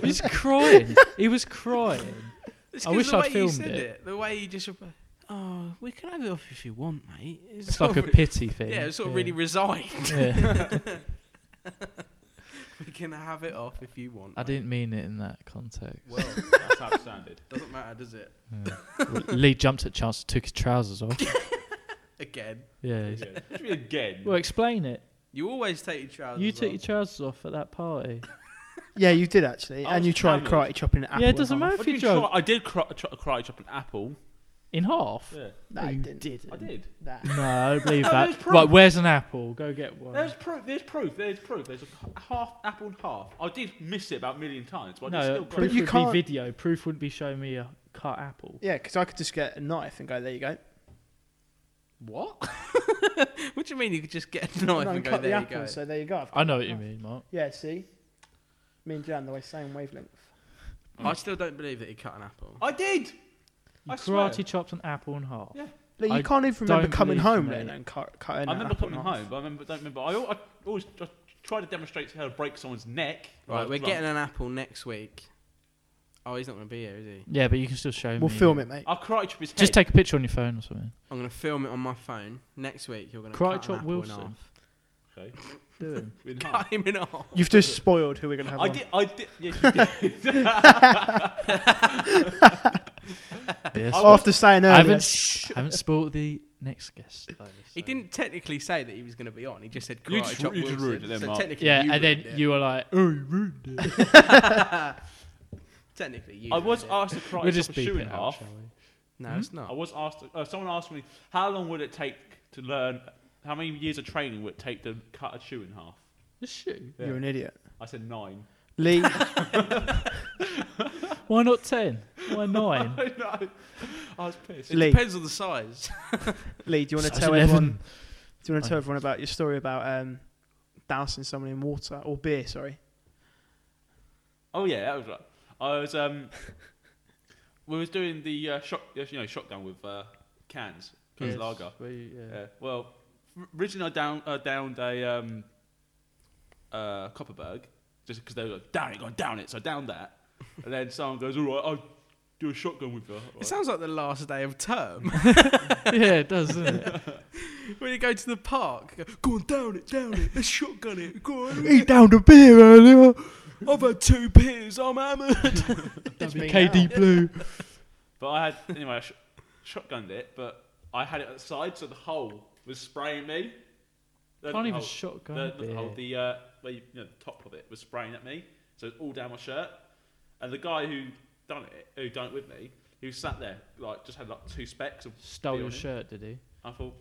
[SPEAKER 5] He was crying. He was crying.
[SPEAKER 4] It's
[SPEAKER 5] I
[SPEAKER 4] 'cause
[SPEAKER 5] wish
[SPEAKER 4] the
[SPEAKER 5] I'd
[SPEAKER 4] way you
[SPEAKER 5] filmed
[SPEAKER 4] said
[SPEAKER 5] it.
[SPEAKER 4] The way you just, rep- "Oh, we can have it off if you want, mate."
[SPEAKER 5] It's
[SPEAKER 4] sort
[SPEAKER 5] like a
[SPEAKER 4] of-
[SPEAKER 5] pity thing.
[SPEAKER 4] Yeah, it's sort of really resigned.
[SPEAKER 5] Yeah.
[SPEAKER 4] we can have it off if you want.
[SPEAKER 5] I
[SPEAKER 4] mate."
[SPEAKER 5] didn't mean it in that context.
[SPEAKER 4] Well,
[SPEAKER 6] Oh, That's how it sounded.
[SPEAKER 4] doesn't matter, does it?
[SPEAKER 5] Lee jumped at chance, took his trousers off.
[SPEAKER 4] Again,
[SPEAKER 5] Yeah. he's-
[SPEAKER 6] Yeah. Again.
[SPEAKER 5] Well, explain it.
[SPEAKER 4] you always take your trousers.
[SPEAKER 5] You took
[SPEAKER 4] off.
[SPEAKER 5] your trousers off at that party.
[SPEAKER 2] Yeah, you did actually.
[SPEAKER 6] I
[SPEAKER 2] And
[SPEAKER 6] was
[SPEAKER 2] you tried
[SPEAKER 6] hammered.
[SPEAKER 2] karate chopping an apple.
[SPEAKER 5] yeah,
[SPEAKER 2] in
[SPEAKER 5] it doesn't
[SPEAKER 2] half.
[SPEAKER 5] matter
[SPEAKER 6] What
[SPEAKER 5] if
[SPEAKER 6] did
[SPEAKER 5] you
[SPEAKER 6] you try-
[SPEAKER 5] drop
[SPEAKER 6] I did cry, try, cry chop an apple.
[SPEAKER 5] in half.
[SPEAKER 6] Yeah,
[SPEAKER 2] No, you didn't.
[SPEAKER 5] didn't.
[SPEAKER 6] I did.
[SPEAKER 2] Nah.
[SPEAKER 5] No, I don't believe
[SPEAKER 6] No, there's
[SPEAKER 5] that.
[SPEAKER 6] proof.
[SPEAKER 5] Right, where's an apple? Go get one.
[SPEAKER 6] There's proof. There's proof. There's proof. There's a h- half apple and half. I did miss it about a million times, but I did
[SPEAKER 5] no,
[SPEAKER 6] still got
[SPEAKER 5] proof
[SPEAKER 6] it.
[SPEAKER 2] But you
[SPEAKER 5] would
[SPEAKER 2] can't-
[SPEAKER 5] be video. Proof wouldn't be showing me a cut apple.
[SPEAKER 2] Yeah, because I could just get a knife and go, there you go.
[SPEAKER 4] What? what do you mean you could just get a knife
[SPEAKER 2] No,
[SPEAKER 4] and
[SPEAKER 2] and
[SPEAKER 4] go,
[SPEAKER 2] cut the
[SPEAKER 4] there you
[SPEAKER 2] apple,
[SPEAKER 4] go?
[SPEAKER 2] so there you go. I've
[SPEAKER 5] I
[SPEAKER 2] got
[SPEAKER 5] know
[SPEAKER 2] a
[SPEAKER 5] what you
[SPEAKER 2] knife."
[SPEAKER 5] mean, Mark.
[SPEAKER 2] Yeah, see? Me and Jan, the way same wavelength.
[SPEAKER 4] I still don't believe that he cut an apple.
[SPEAKER 6] I did.
[SPEAKER 5] You
[SPEAKER 6] I swear.
[SPEAKER 5] karate chopped an apple in half.
[SPEAKER 6] Yeah.
[SPEAKER 2] Like, you
[SPEAKER 5] I
[SPEAKER 2] can't even remember
[SPEAKER 5] don't
[SPEAKER 2] coming
[SPEAKER 5] believe
[SPEAKER 2] home,
[SPEAKER 5] you,
[SPEAKER 2] Leno,
[SPEAKER 5] mate.
[SPEAKER 2] and cut, cutting
[SPEAKER 6] I
[SPEAKER 2] an
[SPEAKER 6] remember
[SPEAKER 2] apple
[SPEAKER 6] coming
[SPEAKER 2] in half.
[SPEAKER 6] home, but I remember, don't remember. I, al- I always I try to demonstrate how to break someone's neck.
[SPEAKER 4] Right, we're getting
[SPEAKER 6] A-
[SPEAKER 4] an apple next week. Oh, he's not going to be here, is he?
[SPEAKER 5] Yeah, but you can still show me.
[SPEAKER 2] We'll film it, mate.
[SPEAKER 6] I'll karate chop his head.
[SPEAKER 5] Just take a picture on your phone or something.
[SPEAKER 4] I'm going to film it on my phone next week. You're going to
[SPEAKER 5] Karate
[SPEAKER 4] cut an
[SPEAKER 5] chop
[SPEAKER 4] apple
[SPEAKER 5] Wilson.
[SPEAKER 4] in half.
[SPEAKER 6] Okay.
[SPEAKER 5] Do it.
[SPEAKER 6] In half.
[SPEAKER 4] Cut him in half.
[SPEAKER 2] You've just spoiled who we're going to have
[SPEAKER 6] I
[SPEAKER 2] on.
[SPEAKER 6] did. I did. Yes, you did.
[SPEAKER 5] Yes. I,
[SPEAKER 2] After saying earlier,
[SPEAKER 5] haven't, s- I haven't spoiled the next guest. Though,
[SPEAKER 4] He
[SPEAKER 5] so-
[SPEAKER 4] didn't technically say that he was going to be on. He just said karate
[SPEAKER 6] You just-
[SPEAKER 4] chop
[SPEAKER 6] you just
[SPEAKER 4] Wilson.
[SPEAKER 6] ruined it then,
[SPEAKER 4] so
[SPEAKER 6] Mark.
[SPEAKER 4] technically
[SPEAKER 5] Yeah,
[SPEAKER 4] you
[SPEAKER 5] and then
[SPEAKER 4] ruined it.
[SPEAKER 5] you were like, oh, you ruined it.
[SPEAKER 4] technically you.
[SPEAKER 6] I was
[SPEAKER 4] ruined it.
[SPEAKER 6] asked to karate
[SPEAKER 5] We'll just
[SPEAKER 6] chop a
[SPEAKER 5] beep
[SPEAKER 6] shoe
[SPEAKER 5] it
[SPEAKER 6] in
[SPEAKER 5] out,
[SPEAKER 6] half.
[SPEAKER 5] shall we?
[SPEAKER 4] No, it's
[SPEAKER 6] I
[SPEAKER 4] not.
[SPEAKER 6] was asked. Uh, someone asked me how long would it take to learn. How many years of training would it take to cut a shoe in half?
[SPEAKER 5] The shoe.
[SPEAKER 6] Yeah.
[SPEAKER 2] You're an idiot.
[SPEAKER 6] I said nine.
[SPEAKER 2] Lee,
[SPEAKER 5] Why not ten? Why nine?
[SPEAKER 6] I know. I was pissed.
[SPEAKER 4] It
[SPEAKER 2] Lee.
[SPEAKER 4] depends on the size.
[SPEAKER 2] Lee, do you want to
[SPEAKER 5] Size
[SPEAKER 2] tell
[SPEAKER 5] 11.
[SPEAKER 2] everyone? Do you want to tell everyone about your story about um, dousing someone in water or beer? Sorry.
[SPEAKER 6] Oh yeah, that was right. I was um, we was doing the uh, shot, you know, shotgun with uh, cans, cans lager. Yeah. Well, r- originally I down uh, downed a um, uh, Copperberg just because they were like, down it, going down it. So I downed that, and then someone goes, all right, I'll do a shotgun with you.
[SPEAKER 4] It sounds like the last day of term.
[SPEAKER 5] yeah, it does, doesn't it?
[SPEAKER 4] when you go to the park, you go, go on, down it, down it, let's shotgun it, go on.
[SPEAKER 7] He down the beer earlier.
[SPEAKER 4] I've had two beers, I'm hammered.
[SPEAKER 2] It's me now.
[SPEAKER 5] KD Blue.
[SPEAKER 6] But I had anyway, I sh- shotgunned it, but I had it at the side, so the hole was spraying me. The
[SPEAKER 5] Can't even
[SPEAKER 6] hole-
[SPEAKER 5] shotgun
[SPEAKER 6] the, the
[SPEAKER 5] beer.
[SPEAKER 6] hole, the uh, where you, you know, the top of it was spraying at me, so it was all down my shirt. And the guy who done it, who done it with me, who sat there like just had like two specks of
[SPEAKER 5] Stole
[SPEAKER 6] beer
[SPEAKER 5] your
[SPEAKER 6] on him.
[SPEAKER 5] shirt, did he?
[SPEAKER 6] I thought,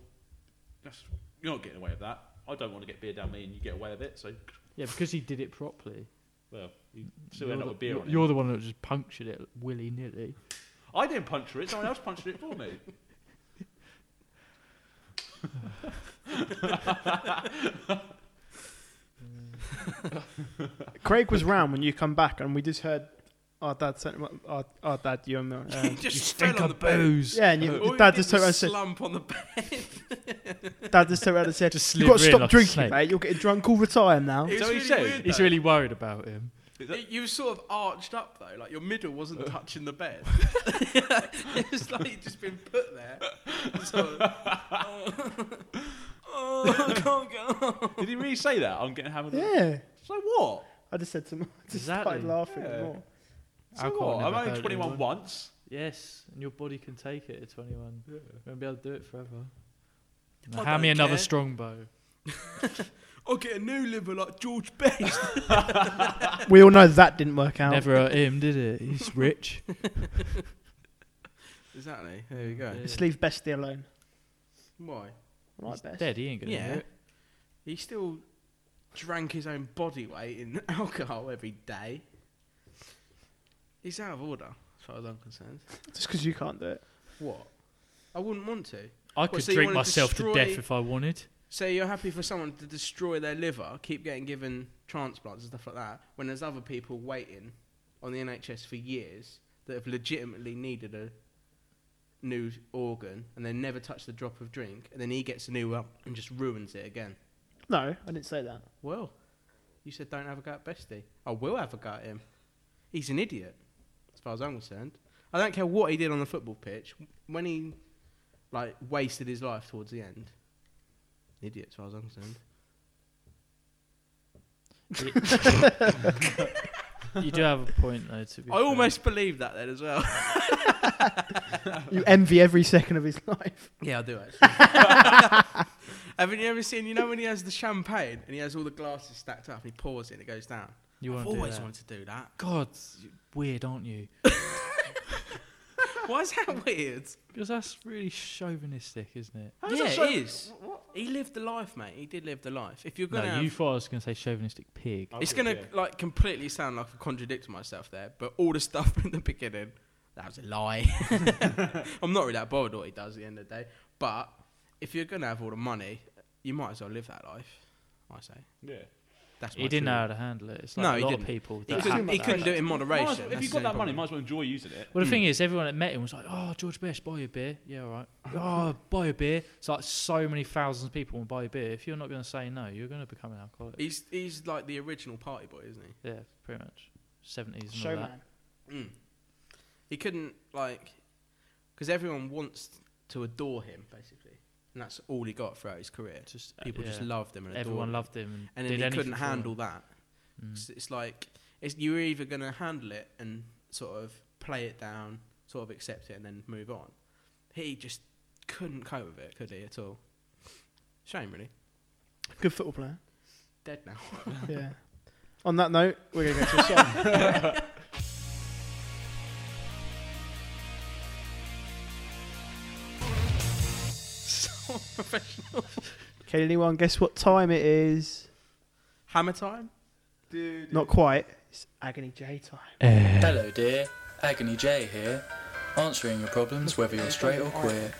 [SPEAKER 6] That's, you're not getting away with that. I don't want to get beer down me, and you get away with it. So,
[SPEAKER 5] Yeah, because he did it properly.
[SPEAKER 6] well, you still end
[SPEAKER 5] the,
[SPEAKER 6] up with beer
[SPEAKER 5] you're-
[SPEAKER 6] on
[SPEAKER 5] you're
[SPEAKER 6] it.
[SPEAKER 5] the one that just punctured it willy nilly.
[SPEAKER 6] I didn't puncture it. Someone else punctured it for me.
[SPEAKER 2] Craig was round when you come back, and we just heard our dad sent him, our, our dad, you and me. Um,
[SPEAKER 4] just
[SPEAKER 5] Think of booze.
[SPEAKER 2] yeah, and you,
[SPEAKER 4] All we
[SPEAKER 2] dad
[SPEAKER 4] did
[SPEAKER 2] just turned around and
[SPEAKER 4] was
[SPEAKER 2] said,
[SPEAKER 4] slump on the bed.
[SPEAKER 2] Dad just turned around and said,
[SPEAKER 5] Just
[SPEAKER 2] "You've got to
[SPEAKER 5] slid
[SPEAKER 2] stop
[SPEAKER 5] really like a
[SPEAKER 2] drinking,
[SPEAKER 5] snake."
[SPEAKER 2] mate. You're getting drunk all the time now."
[SPEAKER 4] It
[SPEAKER 6] So
[SPEAKER 4] was
[SPEAKER 6] he
[SPEAKER 4] really
[SPEAKER 6] said-
[SPEAKER 4] weird,
[SPEAKER 5] He's
[SPEAKER 4] though.
[SPEAKER 5] really worried about him.
[SPEAKER 6] Is that-
[SPEAKER 4] You- You were sort of arched up though, like your middle wasn't touching the bed. it was like you'd just been put there. sort of, oh, oh, I can't get up.
[SPEAKER 6] Did he really say that? I'm getting hammered.
[SPEAKER 2] Yeah,
[SPEAKER 6] So what?
[SPEAKER 2] I just said to him, I just
[SPEAKER 5] Exactly.
[SPEAKER 2] started laughing
[SPEAKER 6] Yeah.
[SPEAKER 2] more.
[SPEAKER 6] So
[SPEAKER 5] Alcohol
[SPEAKER 6] what?
[SPEAKER 5] never
[SPEAKER 6] I'm only
[SPEAKER 5] hurt
[SPEAKER 6] 21
[SPEAKER 5] anyone.
[SPEAKER 6] once.
[SPEAKER 5] Yes, and your body can take it at 21. You won't be able to do it forever.
[SPEAKER 4] I
[SPEAKER 5] hand me
[SPEAKER 4] don't
[SPEAKER 5] another
[SPEAKER 4] care.
[SPEAKER 5] strongbow.
[SPEAKER 4] I'll get a new liver like George Best.
[SPEAKER 2] We all know that didn't work out.
[SPEAKER 5] Never hurt him, did it? He's rich.
[SPEAKER 4] Exactly. There you go.
[SPEAKER 5] Yeah.
[SPEAKER 2] Just leave Bestie alone.
[SPEAKER 4] Why?
[SPEAKER 2] I like
[SPEAKER 5] He's
[SPEAKER 2] Best.
[SPEAKER 5] dead. He ain't gonna
[SPEAKER 4] Yeah.
[SPEAKER 5] do it.
[SPEAKER 4] He still drank his own body weight in alcohol every day. He's out of order, as far as I'm concerned.
[SPEAKER 2] Just because you can't do it.
[SPEAKER 4] What? I wouldn't want to.
[SPEAKER 5] I
[SPEAKER 4] What,
[SPEAKER 5] could
[SPEAKER 4] so you
[SPEAKER 5] drink
[SPEAKER 4] wanna
[SPEAKER 5] myself to death
[SPEAKER 4] destroy-
[SPEAKER 5] if I wanted.
[SPEAKER 4] So you're happy for someone to destroy their liver, keep getting given transplants and stuff like that, when there's other people waiting on the NHS for years that have legitimately needed a new organ and they never touch the drop of drink, and then he gets a new one and just ruins it again.
[SPEAKER 2] No, I didn't say that.
[SPEAKER 4] Well, you said don't have a go at Bestie. I will have a go at him. He's an idiot, as far as I'm concerned. I don't care what he did on the football pitch. When he, like, wasted his life towards the end. An idiot, as far as I'm concerned.
[SPEAKER 5] You do have a point though. To be
[SPEAKER 4] I
[SPEAKER 5] fair.
[SPEAKER 4] almost believe that then as well.
[SPEAKER 2] You envy every second of his life.
[SPEAKER 4] Yeah, I do actually. Haven't you ever seen, you know, when he has the champagne and he has all the glasses stacked up and he pours it and it goes down?
[SPEAKER 5] You
[SPEAKER 4] I've
[SPEAKER 5] want
[SPEAKER 4] always
[SPEAKER 5] to do that.
[SPEAKER 4] wanted to do that.
[SPEAKER 5] God, you're weird, aren't you?
[SPEAKER 4] Why is that weird?
[SPEAKER 5] Because that's really chauvinistic, isn't it?
[SPEAKER 4] yeah, it is. He lived the life, mate. He did live the life. If you're
[SPEAKER 5] No,
[SPEAKER 4] going to.
[SPEAKER 5] you thought I was going to say chauvinistic pig.
[SPEAKER 4] it's going to, like, completely sound like I contradicted myself there, but all the stuff in the beginning, that was a lie. I'm not really that bothered what he does at the end of the day, but if you're going to have all the money, you might as well live that life, I say.
[SPEAKER 6] Yeah.
[SPEAKER 4] That's
[SPEAKER 5] He
[SPEAKER 4] my
[SPEAKER 5] didn't know
[SPEAKER 4] theory.
[SPEAKER 5] how to handle it. It's like
[SPEAKER 4] No,
[SPEAKER 5] a
[SPEAKER 4] he
[SPEAKER 5] lot
[SPEAKER 4] didn't.
[SPEAKER 5] of people.
[SPEAKER 4] He
[SPEAKER 5] That
[SPEAKER 4] couldn't,
[SPEAKER 5] have
[SPEAKER 4] he
[SPEAKER 5] that.
[SPEAKER 4] couldn't do it Hmm. in moderation.
[SPEAKER 6] Might as well- if
[SPEAKER 4] that's
[SPEAKER 6] you've
[SPEAKER 4] the
[SPEAKER 6] got that
[SPEAKER 4] only
[SPEAKER 6] money,
[SPEAKER 4] problem.
[SPEAKER 6] might as well enjoy using it.
[SPEAKER 5] Well, the thing is, everyone that met him was like, "Oh, George Best, buy a beer." Yeah, all right. Oh, buy a beer. It's like so many thousands of people will buy a beer. If you're not going to say no, you're going to become an alcoholic.
[SPEAKER 4] he's he's like the original party boy, isn't he?
[SPEAKER 5] yeah, pretty much. Seventies and all
[SPEAKER 2] Showman.
[SPEAKER 5] that.
[SPEAKER 6] Mm.
[SPEAKER 4] He couldn't like because everyone wants to adore him basically, and that's all he got throughout his career.
[SPEAKER 5] Just
[SPEAKER 4] People just
[SPEAKER 5] Uh, yeah.
[SPEAKER 4] loved him and adored
[SPEAKER 5] Everyone
[SPEAKER 4] him.
[SPEAKER 5] loved him,
[SPEAKER 4] and
[SPEAKER 5] and, did
[SPEAKER 4] then he
[SPEAKER 5] anything
[SPEAKER 4] couldn't
[SPEAKER 5] for him. Mm.
[SPEAKER 4] handle that. 'Cause It's like it's, you're either going to handle it and sort of play it down, sort of accept it, and then move on. He just couldn't cope with it, could he at all? Shame, really.
[SPEAKER 2] Good football player.
[SPEAKER 4] Dead now.
[SPEAKER 2] Yeah. On that note, we're going to go to a song. Can anyone guess what time it is?
[SPEAKER 4] Hammer time?
[SPEAKER 2] Not quite. It's Agony J time.
[SPEAKER 9] Hello, dear. Agony J here. Answering your problems whether you're straight or queer.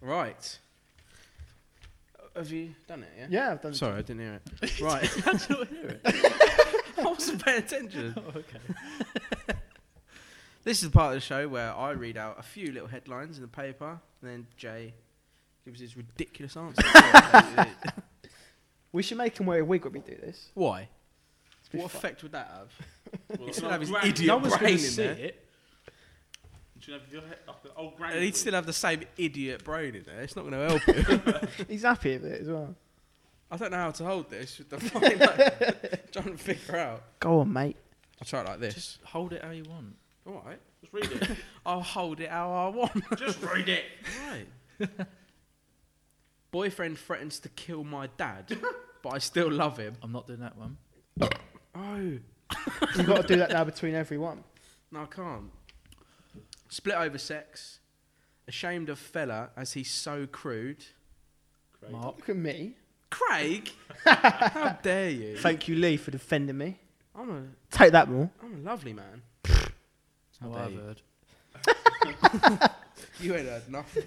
[SPEAKER 4] Right. Have you done it? Yeah.
[SPEAKER 2] Yeah, I've done.
[SPEAKER 4] Sorry, I didn't hear it. Right. How did I hear it? I wasn't paying attention. okay. this is the part of the show where I read out a few little headlines in the paper, and then Jay gives his ridiculous answer.
[SPEAKER 2] We should make him wear a wig when we do this.
[SPEAKER 4] Why?
[SPEAKER 2] It's been
[SPEAKER 4] What
[SPEAKER 2] fun.
[SPEAKER 4] effect would that have?
[SPEAKER 6] Well,
[SPEAKER 4] He still have his
[SPEAKER 6] Gran-
[SPEAKER 4] idiot
[SPEAKER 6] no one's gonna
[SPEAKER 4] brain in
[SPEAKER 6] see
[SPEAKER 4] there.
[SPEAKER 6] it. Do you have your head up the old granny?
[SPEAKER 4] And he'd still have the same idiot brain in there. It's not going to help him.
[SPEAKER 2] He's happy with it as well.
[SPEAKER 4] I don't know how to hold this. With the fine, like, trying to figure out.
[SPEAKER 2] Go on, mate.
[SPEAKER 4] I'll try it like this.
[SPEAKER 5] Just hold it how you want.
[SPEAKER 4] All right.
[SPEAKER 6] Just read it.
[SPEAKER 4] I'll hold it how I want.
[SPEAKER 6] Just read it.
[SPEAKER 4] Right. Boyfriend threatens to kill my dad, but I still love him.
[SPEAKER 5] I'm not doing that one.
[SPEAKER 4] Oh.
[SPEAKER 2] You've got to do that now between every one.
[SPEAKER 4] No, I can't. Split over sex. Ashamed of fella as he's so crude.
[SPEAKER 5] Mark.
[SPEAKER 2] Look at me.
[SPEAKER 4] Craig? How dare you?
[SPEAKER 2] Thank you, Lee, for defending me.
[SPEAKER 4] I'm a,
[SPEAKER 2] Take that more.
[SPEAKER 4] I'm a lovely man.
[SPEAKER 5] That's what
[SPEAKER 4] dare
[SPEAKER 5] I've
[SPEAKER 4] you.
[SPEAKER 5] heard.
[SPEAKER 4] You ain't heard nothing.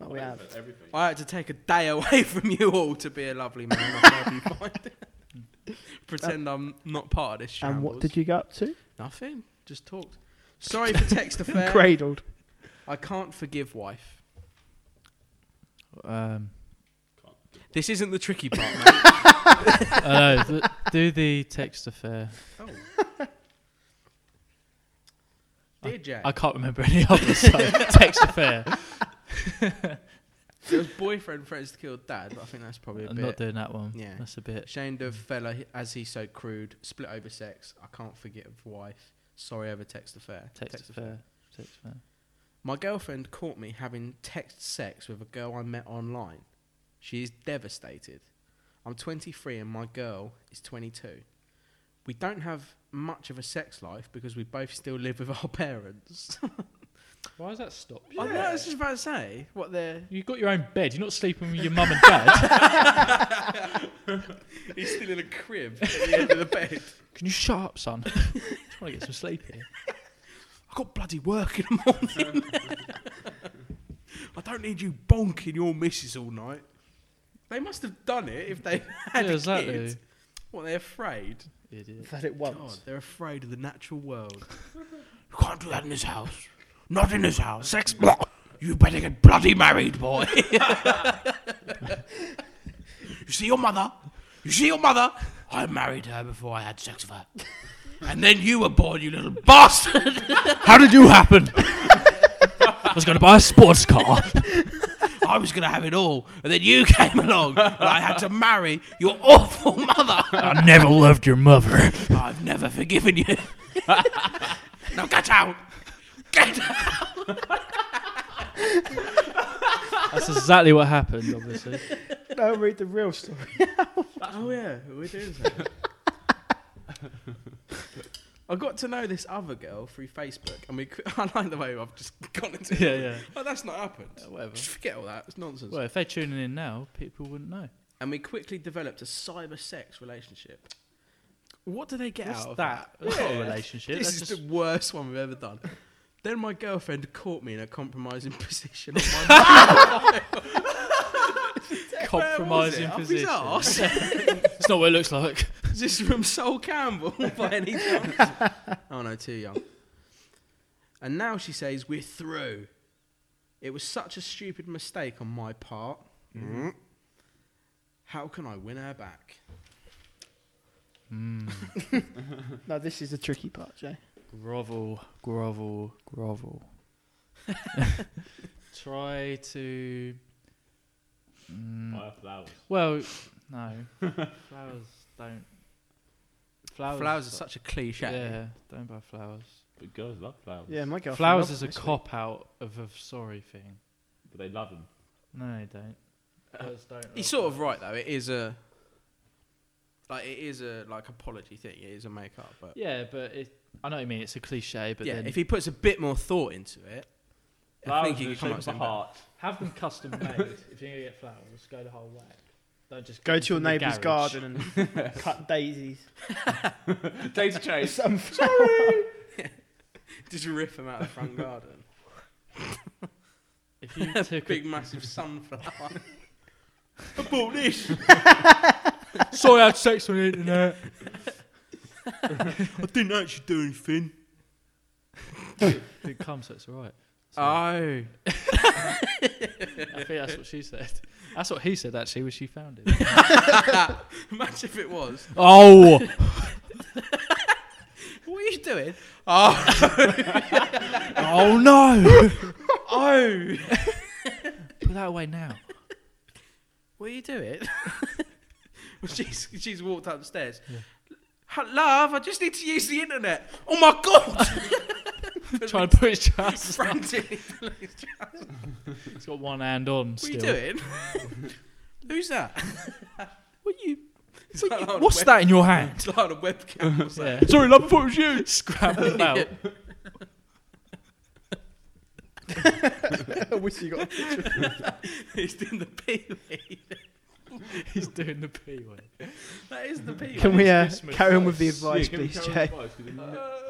[SPEAKER 2] Oh, we have.
[SPEAKER 6] Everything.
[SPEAKER 4] I had to take a day away from you all to be a lovely man. I hope you find it. Pretend I'm not part of this
[SPEAKER 2] And what did you get up to?
[SPEAKER 4] Nothing. Just talked. Sorry for text affair.
[SPEAKER 2] Cradled.
[SPEAKER 4] I can't forgive wife.
[SPEAKER 5] Um,
[SPEAKER 4] This isn't the tricky part, mate.
[SPEAKER 5] I know, th- do the text affair.
[SPEAKER 4] Oh. Dear Jack,
[SPEAKER 5] I can't remember any others. So text affair.
[SPEAKER 4] there was boyfriend threatens to kill dad, but I think that's probably a
[SPEAKER 5] I'm not
[SPEAKER 4] bit
[SPEAKER 5] doing that one.
[SPEAKER 4] Yeah.
[SPEAKER 5] That's a bit.
[SPEAKER 4] ashamed of fella he- as he's so crude. Split over sex. I can't forgive wife. Sorry over text affair.
[SPEAKER 5] Text, affair. Text affair.
[SPEAKER 4] My girlfriend caught me having text sex with a girl I met online. She is devastated. I'm 23 and my girl is 22. We don't have much of a sex life because we both still live with our parents.
[SPEAKER 5] Why does that stop?
[SPEAKER 4] I know, I was just about to say what they're
[SPEAKER 5] You've got your own bed. You're not sleeping with your mum and dad.
[SPEAKER 4] He's still in a crib at the end of the bed.
[SPEAKER 5] Can you shut up, son? just want to get some sleep here.
[SPEAKER 4] I got bloody work in the morning. I don't need you bonking your missus all night. They must have done it if they had
[SPEAKER 5] Yeah, exactly.
[SPEAKER 4] kids. What they're afraid?
[SPEAKER 5] Idiot.
[SPEAKER 2] That it once.
[SPEAKER 4] God, they're afraid of the natural world.
[SPEAKER 7] You can't do that in this house. Not in this house. Sex block. You better get bloody married, boy. you see your mother? You see your mother? I married her before I had sex with her. And then you were born, you little bastard.
[SPEAKER 5] How did you happen? I was going to buy a sports car.
[SPEAKER 7] I was going to have it all. And then you came along and I had to marry your awful mother.
[SPEAKER 5] I never loved your mother.
[SPEAKER 7] I've never forgiven you. now get out. Get out.
[SPEAKER 5] That's exactly what happened, obviously.
[SPEAKER 2] No, read the real story.
[SPEAKER 4] oh yeah, we're doing that. I got to know this other girl through Facebook, and we. qu- I like the way I've just gone into.
[SPEAKER 5] Yeah,
[SPEAKER 4] it.
[SPEAKER 5] yeah.
[SPEAKER 4] Oh, that's not happened.
[SPEAKER 5] whatever.
[SPEAKER 4] Just forget all that. It's nonsense.
[SPEAKER 5] Well, if they're tuning in now, people wouldn't know.
[SPEAKER 4] and we quickly developed a cyber sex relationship. What do they get out of
[SPEAKER 5] That's not a relationship.
[SPEAKER 4] This
[SPEAKER 5] That's
[SPEAKER 4] is
[SPEAKER 5] just
[SPEAKER 4] the worst one we've ever done. Then my girlfriend caught me in a compromising position. On my
[SPEAKER 5] compromising
[SPEAKER 4] Up his
[SPEAKER 5] position.
[SPEAKER 4] arse?
[SPEAKER 5] It's not what it looks like.
[SPEAKER 4] Is this from Sol Campbell by any chance? oh no, too young. And now she says we're through. It was such a stupid mistake on my part. Mm-hmm. How can I win her back?
[SPEAKER 2] No, this is the tricky part, Jay.
[SPEAKER 5] Grovel, grovel, grovel. Try to. Mm,
[SPEAKER 6] Buy flowers.
[SPEAKER 5] well, no. flowers don't. Flowers,
[SPEAKER 4] Flowers are such a cliche.
[SPEAKER 5] Yeah, don't buy flowers.
[SPEAKER 6] But girls love flowers.
[SPEAKER 2] Yeah, my girlfriend.
[SPEAKER 5] flowers
[SPEAKER 2] loves
[SPEAKER 5] is a
[SPEAKER 2] them this
[SPEAKER 5] cop out of a sorry thing.
[SPEAKER 6] But they love them.
[SPEAKER 5] No, they don't. Girls don't
[SPEAKER 4] He's
[SPEAKER 5] love
[SPEAKER 4] Uh, sort of
[SPEAKER 5] flowers.
[SPEAKER 4] right though. It is a like it is a like apology thing. It is a make up, but
[SPEAKER 5] Yeah, but it I know what you mean. It's a cliche, but
[SPEAKER 4] yeah,
[SPEAKER 5] then
[SPEAKER 4] if he puts a bit more thought into it, I think he could come up with
[SPEAKER 6] the
[SPEAKER 4] something. better.
[SPEAKER 6] heart.
[SPEAKER 5] have them custom made. if you're gonna get flowers, go the whole way. Don't just
[SPEAKER 2] Go to your neighbour's garden and cut daisies.
[SPEAKER 6] Daisy Chase.
[SPEAKER 2] Some
[SPEAKER 4] Just riff him out of the front garden.
[SPEAKER 5] If you took
[SPEAKER 4] Big massive sunflower.
[SPEAKER 5] a, sorry, I had sex on the internet.
[SPEAKER 4] I didn't actually do anything.
[SPEAKER 5] Big cum, so it's alright.
[SPEAKER 4] Oh.
[SPEAKER 5] I think that's what she said. That's what he said actually when she found it.
[SPEAKER 4] Imagine if it was.
[SPEAKER 5] oh,
[SPEAKER 4] What are you doing?
[SPEAKER 5] oh no!
[SPEAKER 4] Oh.
[SPEAKER 5] Put that away now.
[SPEAKER 4] What are you doing? well, she's, she's walked upstairs. "H- Love, I just need to use the internet. Oh my god!
[SPEAKER 5] Trying to put his trousers. on.
[SPEAKER 4] Frantic. what
[SPEAKER 5] He's got one hand on.
[SPEAKER 4] are
[SPEAKER 5] Still.
[SPEAKER 4] you doing? Who's that?
[SPEAKER 5] What you?
[SPEAKER 4] It's like on a
[SPEAKER 5] What's
[SPEAKER 4] web-
[SPEAKER 5] that in your hand?
[SPEAKER 4] It's like on a webcam or something.
[SPEAKER 5] Yeah. Sorry, love, I thought it was you. Scramble out.
[SPEAKER 2] I wish you got.
[SPEAKER 4] It's in the peewee.
[SPEAKER 5] He's doing the pee one.
[SPEAKER 4] That is the peewee.
[SPEAKER 2] Can we uh,
[SPEAKER 5] Christmas
[SPEAKER 2] carry on with the advice,
[SPEAKER 6] Yeah, give me
[SPEAKER 2] please,
[SPEAKER 6] some
[SPEAKER 2] Jay?
[SPEAKER 6] advice, 'cause it-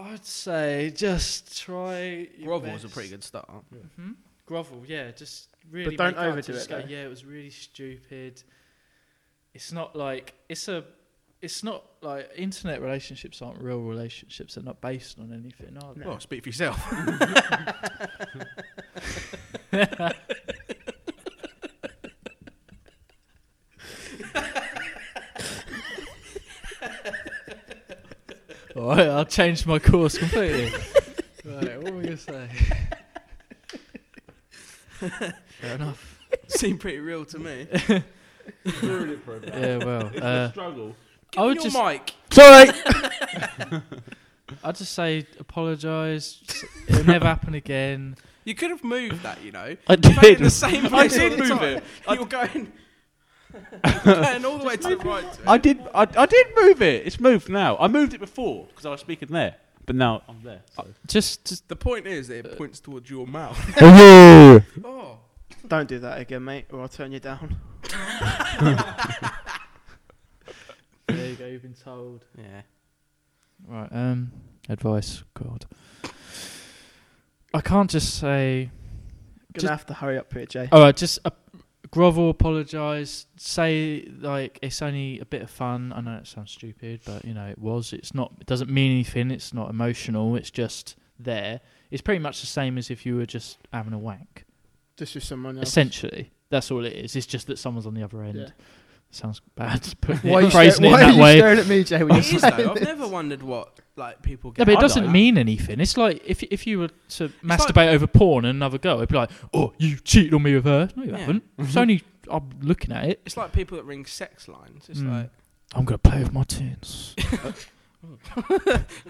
[SPEAKER 5] I'd say just try. Your
[SPEAKER 4] Grovel's a
[SPEAKER 5] best.
[SPEAKER 4] pretty good start.
[SPEAKER 5] Hmm? Grovel, yeah, just really.
[SPEAKER 2] don't
[SPEAKER 5] make up to
[SPEAKER 2] overdo it,
[SPEAKER 5] just go,
[SPEAKER 2] though.
[SPEAKER 5] yeah, it was really stupid. It's not like it's a. It's not like internet relationships aren't real relationships. They're not based on anything, are they?
[SPEAKER 4] Well, speak for yourself.
[SPEAKER 5] All right, I'll change my course completely. right, what were you gonna say? Fair enough.
[SPEAKER 4] Seemed pretty real to me.
[SPEAKER 6] It's really appropriate.
[SPEAKER 5] Yeah, well,
[SPEAKER 6] It's
[SPEAKER 5] uh,
[SPEAKER 6] a struggle.
[SPEAKER 5] I would
[SPEAKER 4] Your
[SPEAKER 5] just
[SPEAKER 4] mic.
[SPEAKER 5] Sorry. I'd just say apologise. It'll never happen again.
[SPEAKER 4] You could have moved that, you know.
[SPEAKER 5] I
[SPEAKER 4] You're going in the
[SPEAKER 5] did.
[SPEAKER 4] same
[SPEAKER 6] I
[SPEAKER 4] place all
[SPEAKER 6] did
[SPEAKER 4] the
[SPEAKER 6] move
[SPEAKER 4] time.
[SPEAKER 6] it.
[SPEAKER 4] You're going, you're going all the way to the right.
[SPEAKER 6] I did. I, I did move it. It's moved now. I moved it before because I was speaking there, but now I'm there. So.
[SPEAKER 5] Just, just
[SPEAKER 4] The point is, that it points towards your mouth. oh,
[SPEAKER 2] Don't do that again, mate, or I'll turn you down.
[SPEAKER 5] there you go. You've been told.
[SPEAKER 4] yeah.
[SPEAKER 5] Right. Um. Advice. God. I can't just say.
[SPEAKER 2] Gonna
[SPEAKER 5] Just-
[SPEAKER 2] have to hurry up here, Jay.
[SPEAKER 5] All right. Just uh, grovel. Apologise. Say like it's only a bit of fun. I know it sounds stupid, but you know it was. It's not. It doesn't mean anything. It's not emotional. It's just there. It's pretty much the same as if you were just having a wank.
[SPEAKER 2] Just with someone else.
[SPEAKER 5] Essentially, that's all it is. It's just that someone's on the other end.
[SPEAKER 2] Yeah.
[SPEAKER 5] Sounds bad. to Put
[SPEAKER 2] Why are you,
[SPEAKER 5] it, phrasing
[SPEAKER 2] sta-
[SPEAKER 5] it
[SPEAKER 2] why are
[SPEAKER 5] that
[SPEAKER 2] you
[SPEAKER 5] way.
[SPEAKER 2] staring at me, Jay? When you
[SPEAKER 4] It is though. I've never wondered what like people get.
[SPEAKER 5] Yeah, but it
[SPEAKER 4] up
[SPEAKER 5] doesn't
[SPEAKER 4] like.
[SPEAKER 5] mean anything. It's like if if you were to
[SPEAKER 4] like-
[SPEAKER 5] masturbate over porn and another girl, it'd be like, "Oh, you cheated on me with her." No, you
[SPEAKER 4] Yeah. Mhm.
[SPEAKER 5] haven't. It's only I'm looking at it.
[SPEAKER 4] It's like people that ring sex lines. It's
[SPEAKER 5] Mm.
[SPEAKER 4] like
[SPEAKER 5] I'm gonna play with my tunes.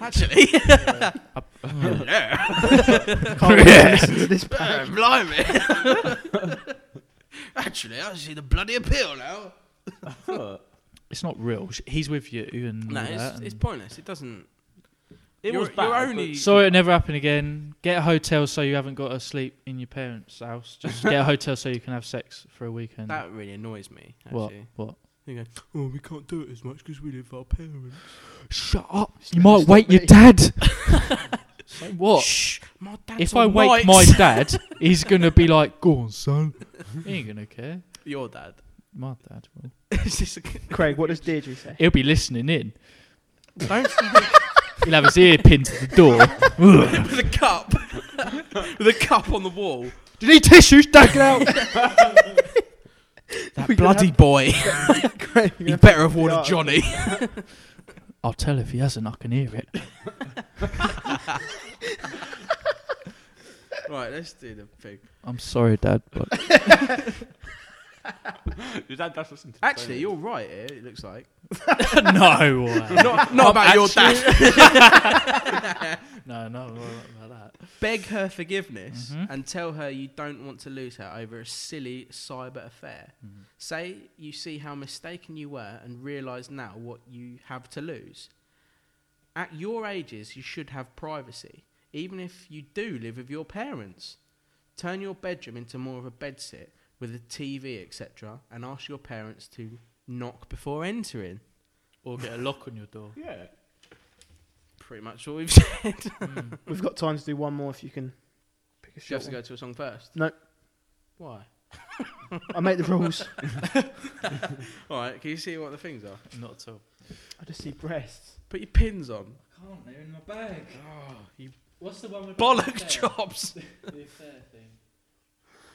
[SPEAKER 4] actually,
[SPEAKER 2] can't this
[SPEAKER 4] uh, blimey. actually, I see the bloody appeal now.
[SPEAKER 5] it's not real. Sh- He's with you and
[SPEAKER 4] No,
[SPEAKER 5] all that
[SPEAKER 4] it's, it's
[SPEAKER 5] and-
[SPEAKER 4] pointless. It doesn't.
[SPEAKER 6] It
[SPEAKER 4] You're-
[SPEAKER 6] was
[SPEAKER 4] you're
[SPEAKER 6] bad. but
[SPEAKER 4] only-
[SPEAKER 5] Sorry, it never happen again. Get a hotel so you haven't got to sleep in your parents' house. Just get a hotel so you can have sex for a weekend.
[SPEAKER 4] That really annoys me. Actually.
[SPEAKER 5] what? What?
[SPEAKER 4] You go, oh, we can't do it as much because we live with our parents.
[SPEAKER 5] Shut up! You
[SPEAKER 2] might stop wake
[SPEAKER 5] might wake
[SPEAKER 2] your
[SPEAKER 5] your
[SPEAKER 2] me.
[SPEAKER 5] dad. what?
[SPEAKER 4] Shh, my dad's
[SPEAKER 5] if I
[SPEAKER 4] on
[SPEAKER 5] wake
[SPEAKER 4] mics.
[SPEAKER 5] my dad, he's gonna be like, "Go on, son." He ain't gonna care.
[SPEAKER 4] your dad.
[SPEAKER 5] My dad will.
[SPEAKER 4] It's just like-
[SPEAKER 2] Craig, what does Deirdre say?
[SPEAKER 5] He'll be listening in. He'll have his ear pinned to the door. Ugh.
[SPEAKER 4] with a cup, with a cup on the wall.
[SPEAKER 5] Do you need tissues? Don't get out.
[SPEAKER 4] That
[SPEAKER 2] We could
[SPEAKER 4] bloody
[SPEAKER 2] have-
[SPEAKER 4] boy.
[SPEAKER 2] Craig,
[SPEAKER 4] he better have
[SPEAKER 2] Yeah.
[SPEAKER 4] ordered Johnny.
[SPEAKER 5] I'll tell if he hasn't. I can hear it.
[SPEAKER 4] right, let's do the thing.
[SPEAKER 5] I'm sorry, Dad, but
[SPEAKER 6] Your dad does listen to the
[SPEAKER 4] Actually,
[SPEAKER 6] phone.
[SPEAKER 4] you're right. Here, it looks like
[SPEAKER 5] no. way.
[SPEAKER 4] not, not about your dad.
[SPEAKER 5] No, no, not about that.
[SPEAKER 4] Beg her forgiveness
[SPEAKER 5] Mhm.
[SPEAKER 4] and tell her you don't want to lose her over a silly cyber affair. Say you see how mistaken you were and realise now what you have to lose. at your ages, you should have privacy, even if you do live with your parents. Turn your bedroom into more of a bedsit with a TV, etc., and ask your parents to knock before entering.
[SPEAKER 5] Or get a lock on your door.
[SPEAKER 6] Yeah.
[SPEAKER 4] Pretty much all we've said.
[SPEAKER 2] We've got time to do one more if you can pick a
[SPEAKER 4] Do you have
[SPEAKER 2] shot.
[SPEAKER 4] to go to a song first?
[SPEAKER 2] No.
[SPEAKER 4] Why?
[SPEAKER 2] I make the rules.
[SPEAKER 4] All right, can you see what the things are?
[SPEAKER 5] Not at all.
[SPEAKER 2] I just see breasts.
[SPEAKER 4] Put your pins on.
[SPEAKER 7] Can't, they're in my bag.
[SPEAKER 4] Oh, you
[SPEAKER 7] What's the one with
[SPEAKER 4] bollock chops.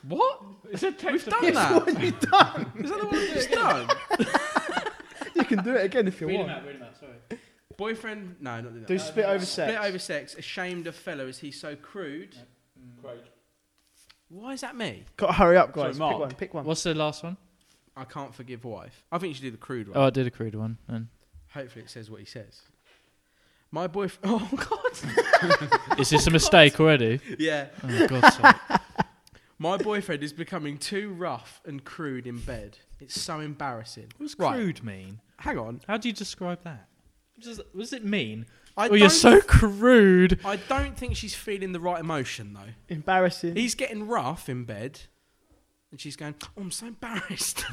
[SPEAKER 4] What?
[SPEAKER 6] It's a text
[SPEAKER 4] We've done that.
[SPEAKER 2] What have you done?
[SPEAKER 4] Is that the one we've just done?
[SPEAKER 2] You can do it again if you
[SPEAKER 7] Read 'em
[SPEAKER 2] want.
[SPEAKER 7] out, read 'em out, sorry.
[SPEAKER 4] Boyfriend? No, not do that. Uh,
[SPEAKER 2] Do spit over sex.
[SPEAKER 4] Spit over sex. Ashamed of fellow, is he so crude?
[SPEAKER 6] Mm.
[SPEAKER 4] Why is that me?
[SPEAKER 2] Got to hurry up, guys.
[SPEAKER 6] Sorry,
[SPEAKER 2] pick
[SPEAKER 6] Mark.
[SPEAKER 2] one. Pick one.
[SPEAKER 5] What's the last one?
[SPEAKER 4] I can't forgive wife. I think you should do the crude one.
[SPEAKER 5] Oh, I did a crude one. And
[SPEAKER 4] Hopefully it says what he says. My boyfriend. Oh God.
[SPEAKER 5] is this a mistake already?
[SPEAKER 4] yeah.
[SPEAKER 5] Oh God. sake.
[SPEAKER 4] My boyfriend is becoming too rough and crude in bed. It's so embarrassing.
[SPEAKER 5] What's
[SPEAKER 4] Right.
[SPEAKER 5] crude mean?
[SPEAKER 4] Hang on.
[SPEAKER 5] How do you describe that? Does- What does it mean?
[SPEAKER 4] I
[SPEAKER 5] oh, you're
[SPEAKER 4] don't-
[SPEAKER 5] so crude.
[SPEAKER 4] I don't think she's feeling the right emotion though.
[SPEAKER 2] Embarrassing.
[SPEAKER 4] He's getting rough in bed, and she's going, oh, "I'm so embarrassed."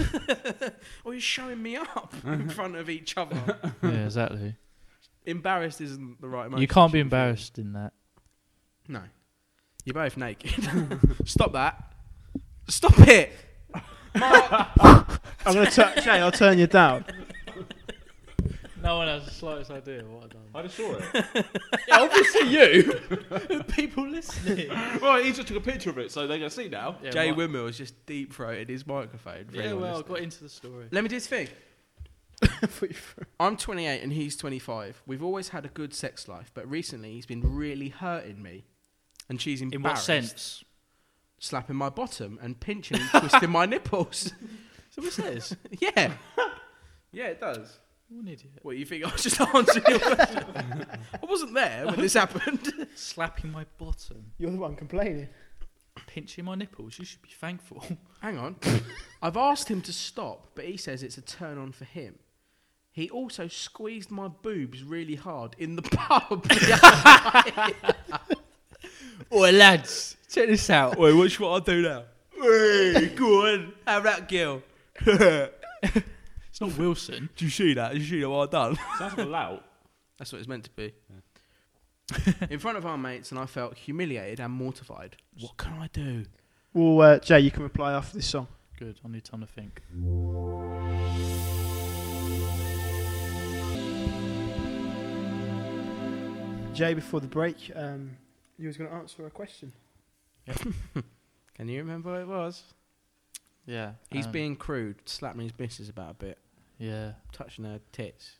[SPEAKER 4] or you're showing me up in front of each other.
[SPEAKER 5] yeah, exactly.
[SPEAKER 4] embarrassed isn't the right emotion.
[SPEAKER 5] You can't be
[SPEAKER 4] should feeling.
[SPEAKER 5] embarrassed in that.
[SPEAKER 4] No, you're both naked. Stop that. Stop it.
[SPEAKER 2] I'm gonna turn. Jay, I'll turn you down.
[SPEAKER 5] No one has the slightest idea what I've done.
[SPEAKER 6] I just saw it.
[SPEAKER 5] Obviously, you. People listening.
[SPEAKER 6] well, he just took a picture of it, so they're going to see now.
[SPEAKER 4] Jay Windmill has just deep throated his microphone. for
[SPEAKER 5] Yeah,
[SPEAKER 4] anyone
[SPEAKER 5] well, I
[SPEAKER 4] listening.
[SPEAKER 5] got into the story.
[SPEAKER 4] Let me do this thing. I'm 28 and he's 25. We've always had a good sex life, but recently he's been really hurting me, and she's embarrassed.
[SPEAKER 5] In what sense?
[SPEAKER 4] Slapping my bottom and pinching and twisting my nipples.
[SPEAKER 5] So what's this?
[SPEAKER 4] Yeah. yeah, it does.
[SPEAKER 5] What an idiot.
[SPEAKER 4] What you think? I was just answering your question. I wasn't there when this happened.
[SPEAKER 5] Slapping my bottom,
[SPEAKER 2] You're the one complaining.
[SPEAKER 5] pinching my nipples. You should be thankful.
[SPEAKER 4] Hang on. I've asked him to stop, but he says it's a turn on for him. He also squeezed my boobs really hard in the pub.
[SPEAKER 5] Oi, lads, check this out.
[SPEAKER 4] Wait, watch what I do now. Hey, go on. Have that girl. Do
[SPEAKER 5] It's not Wilson.
[SPEAKER 4] you see that? you see what i done?
[SPEAKER 6] Sounds like a lout.
[SPEAKER 4] That's what it's meant to be. in front of our mates, and I felt humiliated and mortified. What can I do?
[SPEAKER 2] Well, uh, Jay, you can reply after this song.
[SPEAKER 5] Good. I need time to think.
[SPEAKER 2] Jay, before the break, um, you was gonna answer a question.
[SPEAKER 4] Can you remember what it was?
[SPEAKER 5] Yeah.
[SPEAKER 4] He's
[SPEAKER 5] um,
[SPEAKER 4] being crude, slapping his missus about a bit,
[SPEAKER 5] Yeah.
[SPEAKER 4] touching her tits.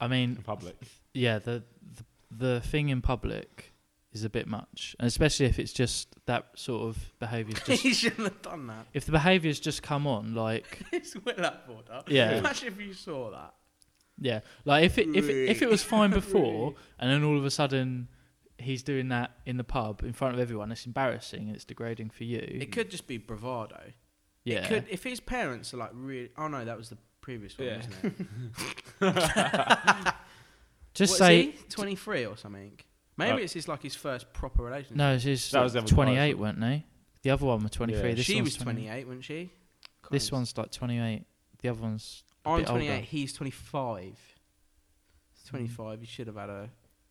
[SPEAKER 5] I mean,
[SPEAKER 6] In public.
[SPEAKER 5] yeah. The, the the thing in public is a bit much, and especially if it's just that sort of behaviour. Just
[SPEAKER 4] he shouldn't have done that.
[SPEAKER 5] if the behaviour's just come on, like
[SPEAKER 4] It's went up border.
[SPEAKER 5] Yeah.
[SPEAKER 4] Imagine if you saw that.
[SPEAKER 5] yeah, like if it if it, if it was fine before, and then all of a sudden he's doing that in the pub in front of everyone. It's embarrassing. It's degrading for you.
[SPEAKER 4] It could just be bravado.
[SPEAKER 5] yeah.
[SPEAKER 4] It could if his parents are like really. Oh no, that was the previous one,
[SPEAKER 6] Yeah.
[SPEAKER 4] wasn't it?
[SPEAKER 5] just
[SPEAKER 4] What is
[SPEAKER 5] say
[SPEAKER 4] he? twenty-three or something. Maybe
[SPEAKER 6] Uh,
[SPEAKER 4] it's his like his first proper relationship.
[SPEAKER 5] no. It's just
[SPEAKER 6] That was the other
[SPEAKER 5] twenty-eight,
[SPEAKER 6] guys.
[SPEAKER 5] weren't they? The other one was twenty-three.
[SPEAKER 6] Yeah.
[SPEAKER 5] This
[SPEAKER 4] she
[SPEAKER 5] one's
[SPEAKER 4] was twenty-eight, wasn't she? God,
[SPEAKER 5] This
[SPEAKER 4] it's-
[SPEAKER 5] one's like twenty-eight. The other one's a
[SPEAKER 4] I'm
[SPEAKER 5] bit older. Mm-hmm.
[SPEAKER 4] twenty-eight. He's twenty-five. It's twenty-five. You should have had a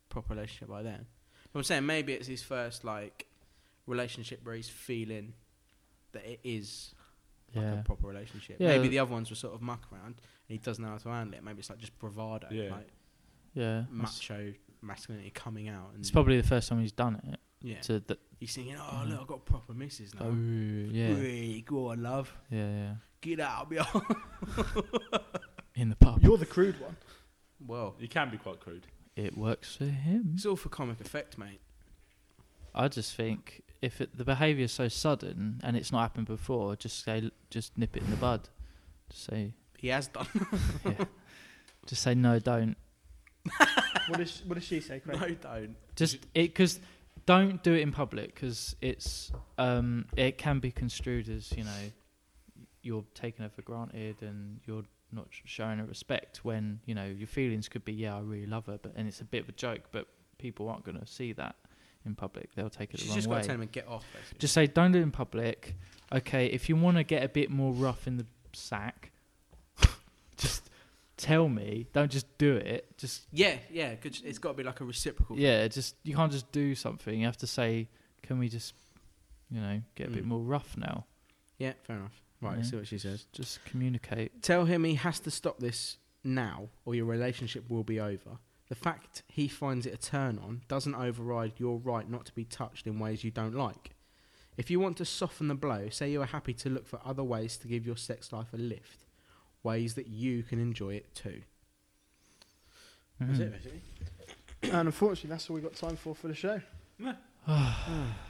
[SPEAKER 4] proper relationship by then. But I'm saying maybe it's his first like relationship where he's feeling that it is like
[SPEAKER 5] Yeah.
[SPEAKER 4] a proper relationship.
[SPEAKER 5] Yeah.
[SPEAKER 4] Maybe the other ones were sort of muck around and he doesn't know how to handle it. Maybe it's like just bravado,
[SPEAKER 6] Yeah.
[SPEAKER 4] like
[SPEAKER 5] Yeah. that's-
[SPEAKER 4] macho masculinity coming out. And
[SPEAKER 5] It's probably the first time he's done it.
[SPEAKER 4] yeah.
[SPEAKER 5] To the,
[SPEAKER 4] He's singing, "Oh look, I got proper misses now.
[SPEAKER 5] oh, yeah,
[SPEAKER 4] Really, go on, love,
[SPEAKER 5] yeah, yeah.
[SPEAKER 4] get out of me."
[SPEAKER 5] In the pub,
[SPEAKER 2] You're the crude one.
[SPEAKER 4] well,
[SPEAKER 6] You can be quite crude.
[SPEAKER 5] it works for him.
[SPEAKER 4] it's all for comic effect, mate.
[SPEAKER 5] I just think if it, the behaviour is so sudden and it's not happened before, just say, just nip it in the bud. Just say,
[SPEAKER 4] He has done.
[SPEAKER 5] just say no, don't.
[SPEAKER 2] What does what does she say, Craig?
[SPEAKER 4] no, don't.
[SPEAKER 5] Just it because don't do it in public because it's um it can be construed as you know you're taking her for granted and you're not sh- showing her respect when you know your feelings could be yeah I really love her but and it's a bit of a joke but people aren't going to see that in public they'll take it
[SPEAKER 4] She's
[SPEAKER 5] the wrong
[SPEAKER 4] just
[SPEAKER 5] way
[SPEAKER 4] got to tell him and get off. Basically.
[SPEAKER 5] just say don't do it in public. Okay, if you want to get a bit more rough in the sack, just tell me. Don't just do it. Just
[SPEAKER 4] yeah, yeah. 'cause it's got to be like a reciprocal.
[SPEAKER 5] yeah, just you can't just do something. You have to say, can we just, you know, get a bit
[SPEAKER 4] Mm.
[SPEAKER 5] more rough now?
[SPEAKER 4] yeah. Fair enough. Right.
[SPEAKER 5] Yeah.
[SPEAKER 4] See what she says.
[SPEAKER 5] Just communicate.
[SPEAKER 4] Tell him he has to stop this now, or your relationship will be over. The fact he finds it a turn on doesn't override your right not to be touched in ways you don't like. If you want to soften the blow, say you are happy to look for other ways to give your sex life a lift, ways that you can enjoy it too. That's it,
[SPEAKER 5] Mhm.
[SPEAKER 4] basically.
[SPEAKER 2] And unfortunately, that's all we got time for for the show.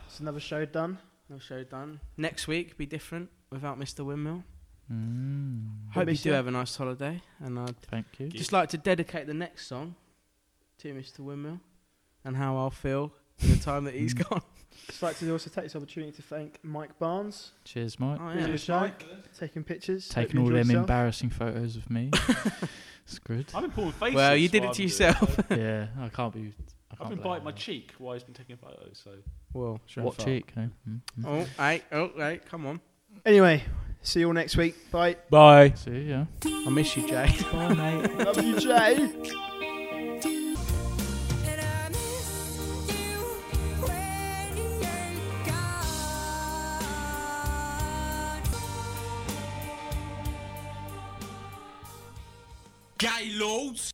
[SPEAKER 2] It's another show done.
[SPEAKER 4] No show done. Next week be different without Mr. Windmill.
[SPEAKER 5] Mm.
[SPEAKER 4] Hope you
[SPEAKER 2] miss
[SPEAKER 4] do
[SPEAKER 2] you.
[SPEAKER 4] have a nice holiday, and I'd
[SPEAKER 5] Thank you.
[SPEAKER 4] just like to dedicate the next song to Mr. Windmill and how I'll feel in the time that he's gone.
[SPEAKER 2] Just like to also take this opportunity to thank Mike Barnes
[SPEAKER 5] Cheers, Mike.
[SPEAKER 4] Oh,
[SPEAKER 2] for
[SPEAKER 4] yeah.
[SPEAKER 2] the show, taking pictures, Hope
[SPEAKER 5] Taking
[SPEAKER 2] you
[SPEAKER 5] all
[SPEAKER 2] enjoy
[SPEAKER 5] them
[SPEAKER 2] yourself.
[SPEAKER 5] embarrassing photos of me. it's good.
[SPEAKER 6] I've been pulling faces.
[SPEAKER 4] Well, you did
[SPEAKER 6] while
[SPEAKER 4] it to
[SPEAKER 6] I've been doing
[SPEAKER 4] yourself.
[SPEAKER 6] so.
[SPEAKER 5] yeah, I can't be. I
[SPEAKER 6] I've
[SPEAKER 5] can't
[SPEAKER 6] been
[SPEAKER 5] blame
[SPEAKER 6] biting my
[SPEAKER 5] her.
[SPEAKER 6] cheek while he's been taking photos. So
[SPEAKER 4] Well,
[SPEAKER 5] What cheek? eh? Mm, mm.
[SPEAKER 4] Oh, hey, oh, hey, come on.
[SPEAKER 2] Anyway, see you all next week. Bye.
[SPEAKER 4] Bye.
[SPEAKER 5] See ya.
[SPEAKER 4] I miss you, Jay.
[SPEAKER 5] Bye, mate.
[SPEAKER 2] Love you, Jay.
[SPEAKER 10] And I miss you when you're gone.
[SPEAKER 7] Gay lords!